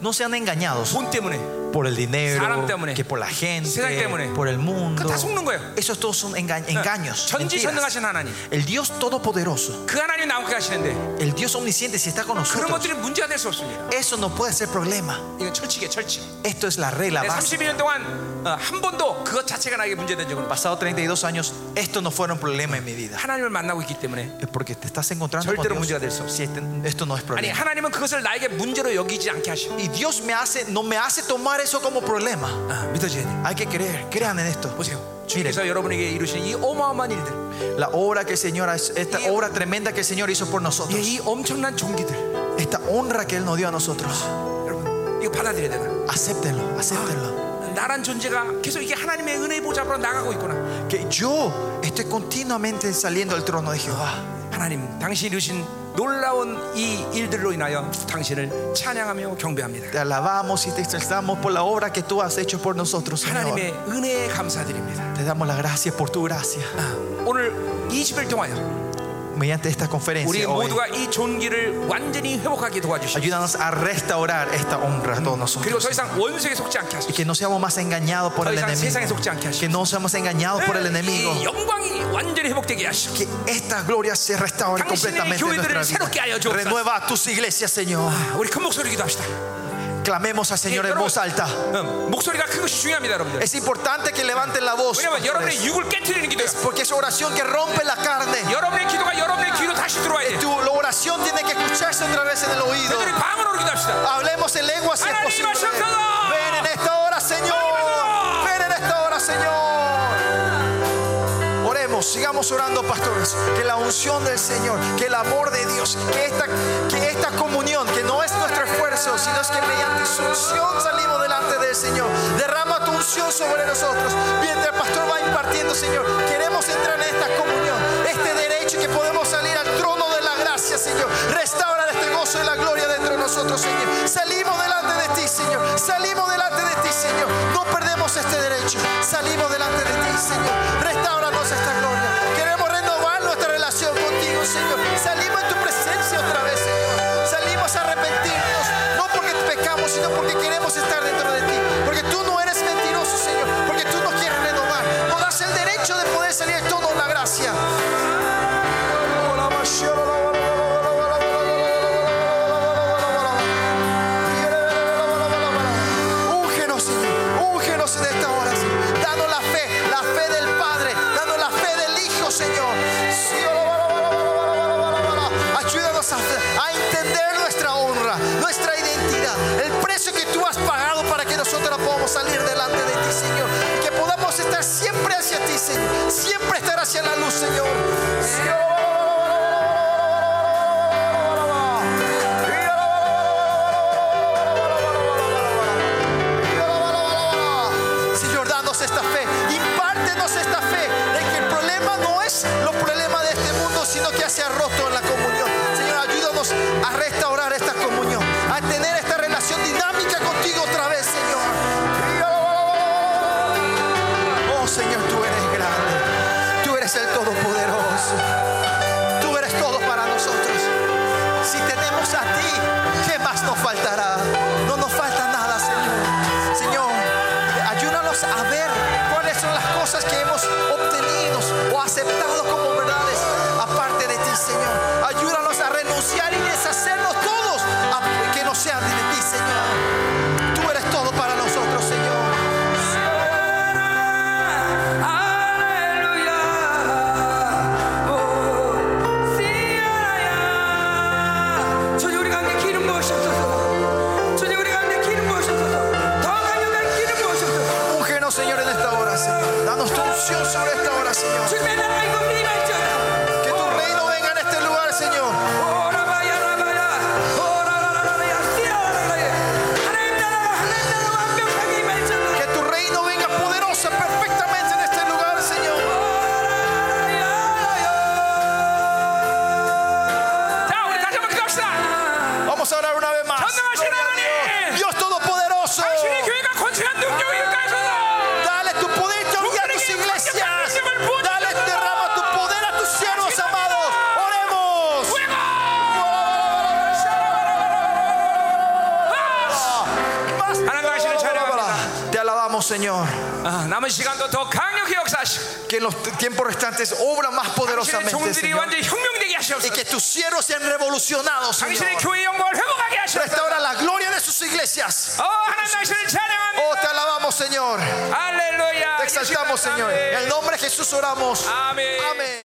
No sean engañados
돈 때문에
por el
사람
dinero,
때문에,
que por la
세상
gente,
때문에.
por el mundo.
그거 다 속는 거예요.
Esos todos Ah. son enga- engaños. mentiras.
전지전능하신 하나님.
El Dios todopoderoso,
그 하나님 나오게 하시는데
el Dios omnisciente, si está con
그런
nosotros,
것들이 문제가 될 수 없습니다.
eso no puede ser problema.
이건 철칙이에요, 철칙.
Esto es la regla
네,
básica.
32년 동안 어, 한 번도 그것 자체가 나에게 문제된 적은 없어요.
Pasado 32 años, esto no fueron problema en mi vida.
하나님을 만나고 있기 때문에
Es porque te estás encontrando con
절대로
Dios.
문제가 될수 없어.
Si este- esto no es
아니
problema.
하나님은 그것을 나에게 문제로 여기지 않게 하시오.
Y Dios me hace, no me hace tomar eso como problema.
아, 믿어져야 돼.
Hay que creer, crean en esto.
보세요.
Miren,
주님께서 여러분에게 이루신 이 어마어마한 일들,
la obra que el Señor, ha- esta
Y-
obra tremenda que el Señor hizo por
예,
nosotros,
이 엄청난 종기들,
esta honra que Él nos dio a nosotros,
여러분 이거 받아들여야 되나?
acéptenlo, acéptenlo.
나란 존재가 계속 이게 하나님의 은혜 보좌 앞으로 나가고 있구나.
Que yo estoy continuamente saliendo del trono de Jehová.
하나님, 당신이 이루신 놀라운 이 일들로 인하여 당신을 찬양하며 경배합니다.
Te alabamos y te exaltamos por la obra que tú has hecho por nosotros, Señor.
하나님의 은혜에 감사드립니다.
Te damos las gracias por tu gracia.
아, 오늘 20일 동안요,
Mediante esta
우리
conferencia hoy,
모두가 이 존귀를 완전히 회복하게 도와주시고,
ayúdanos a restaurar esta honra a todos
그리고
nosotros.
더 이상 원수에게 속지 않게 하시고,
Que no seamos más engañados por
더
el
이상
enemigo.
세상에 속지 않게 하시고,
Que no seamos engañados por el enemigo.
네, 이 영광이 완전히 회복되게 하시고.
Que estas glorias se restauren
당신의
completamente en
교회들을
nuestra
새롭게 하여
vida.
주옵소서.
Renueva a tus iglesias, Señor.
우리 큰 목소리 기도합시다.
Clamemos al Señor en
여러분,
voz alta.
음, 목소리가 큰 것이 중요합니다, 여러분들.
Es importante que levanten la voz.
왜냐면 여러분의 육을 깨뜨리는 기도예요.
Porque es oración que rompe la carne.
여러분의 기도가 여러분의 귀로 다시 들어와야 돼.
Tu oración tiene que escucharse otra vez en el oído.
우리 방언으로 기도합시다.
Hablemos en lengua si es posible. Ven en esta hora, Señor. Ven en esta hora, Señor. Oremos, sigamos orando, pastores. Que la unción del Señor, que el amor de Dios, que esta, que esta comunión, que no es nuestro esfuerzo, sino es que mediante su unción salimos delante del Señor. Derrama tu unción sobre nosotros. Mientras el pastor va impartiendo, Señor, queremos entrar en esta comunión, este derecho que podemos salir al trono de la gracia, Señor. Restaura este gozo y la gloria dentro de nosotros, Señor. Salimos delante de ti, Señor. Salimos delante de ti, Señor. No perdemos este derecho. Salimos delante de ti, Señor. Restauranos esta gloria. Queremos renovar nuestra relación contigo, Señor. Salimos en tu presencia otra vez, Señor. Salimos a arrepentirnos, no porque pecamos, sino porque queremos estar dentro de ti. Porque tú no eres mentiroso, Señor. Porque tú nos quieres renovar. Nos das el derecho de poder salir todo en la gracia. Úngenos, Señor. Úngenos en esta hora, Señor. Danos la fe, la fe del Padre. Danos la fe del Hijo, Señor. Ayúdanos a, a entender nuestra honra, nuestra identidad, el precio que tú has pagado para que nosotros podamos salir delante de ti, Señor. Que podamos estar siempre hacia ti, Señor. Siempre estar hacia la luz, Señor. Señor. viendo este que se ha roto en la comunión. Señor, ayúdanos a restaurar esta comunión, a tener esta relación dinámica contigo otra vez, Señor. Oh, Señor, tú eres grande. Tú eres el Todopoderoso. Tú eres todo para nosotros. Si tenemos a ti, ¿qué más nos faltará? No nos falta nada, Señor. Señor, ayúdanos a ver cuáles son las cosas que hemos obtenido o aceptado como verdades aparte de ti, Señor. Ayúdanos a renunciar y deshacernos todos a que no sean de ti, Señor. Tú eres todo para nosotros, Señor.
할렐루야 오 시아라야 주님 우리 가운데 기름 부으셨소서 주님 우리 가운데 기름 부으셨소서 더 강력한 기름 부으셨소서
Úngenos, Señor, en esta hora, Señor. Danos tu unción sobre esta hora, Señor.
주님의 나라 이곳 임할지어다
Que tu reino venga en este lugar, Señor.
오라바야 라바야 오라라라라야 시아라라라야 하나님 나라가 하나님 나라가 완벽하게 임할지어다
Que tu reino venga poderosa, perfectamente en este lugar, Señor.
자, 우리 다시 한번 기도합시다.
Vamos a orar una vez más.
전능하신
Gloria a
하나님!
Dios. Dios Todopoderoso.
당신의 교회가 건축한 능력을 일가하셔서
Dale tu poder y a tus iglesias. Dale, derrama tu poder a tus siervos amados. Oremos.
하나님 하시는
Te alabamos, Señor.
아, 남은 시간도 더 강력히 역사하시고
Que en los tiempos restantes obra más
당신의
poderosamente,
종들이
Señor.
완전히 혁명되게
Y
하시옵소서
que tus siervos sean revolucionados, Señor.
당신의 교회의 영광을 회복하게 하시옵소서
Restaura la gloria de sus iglesias.
어, 하나님 당신을 찬양합니다
Oh, te alabamos, Señor.
할렐루야
Te exaltamos, Señor. En el nombre de Jesús oramos.
아멘
Amén.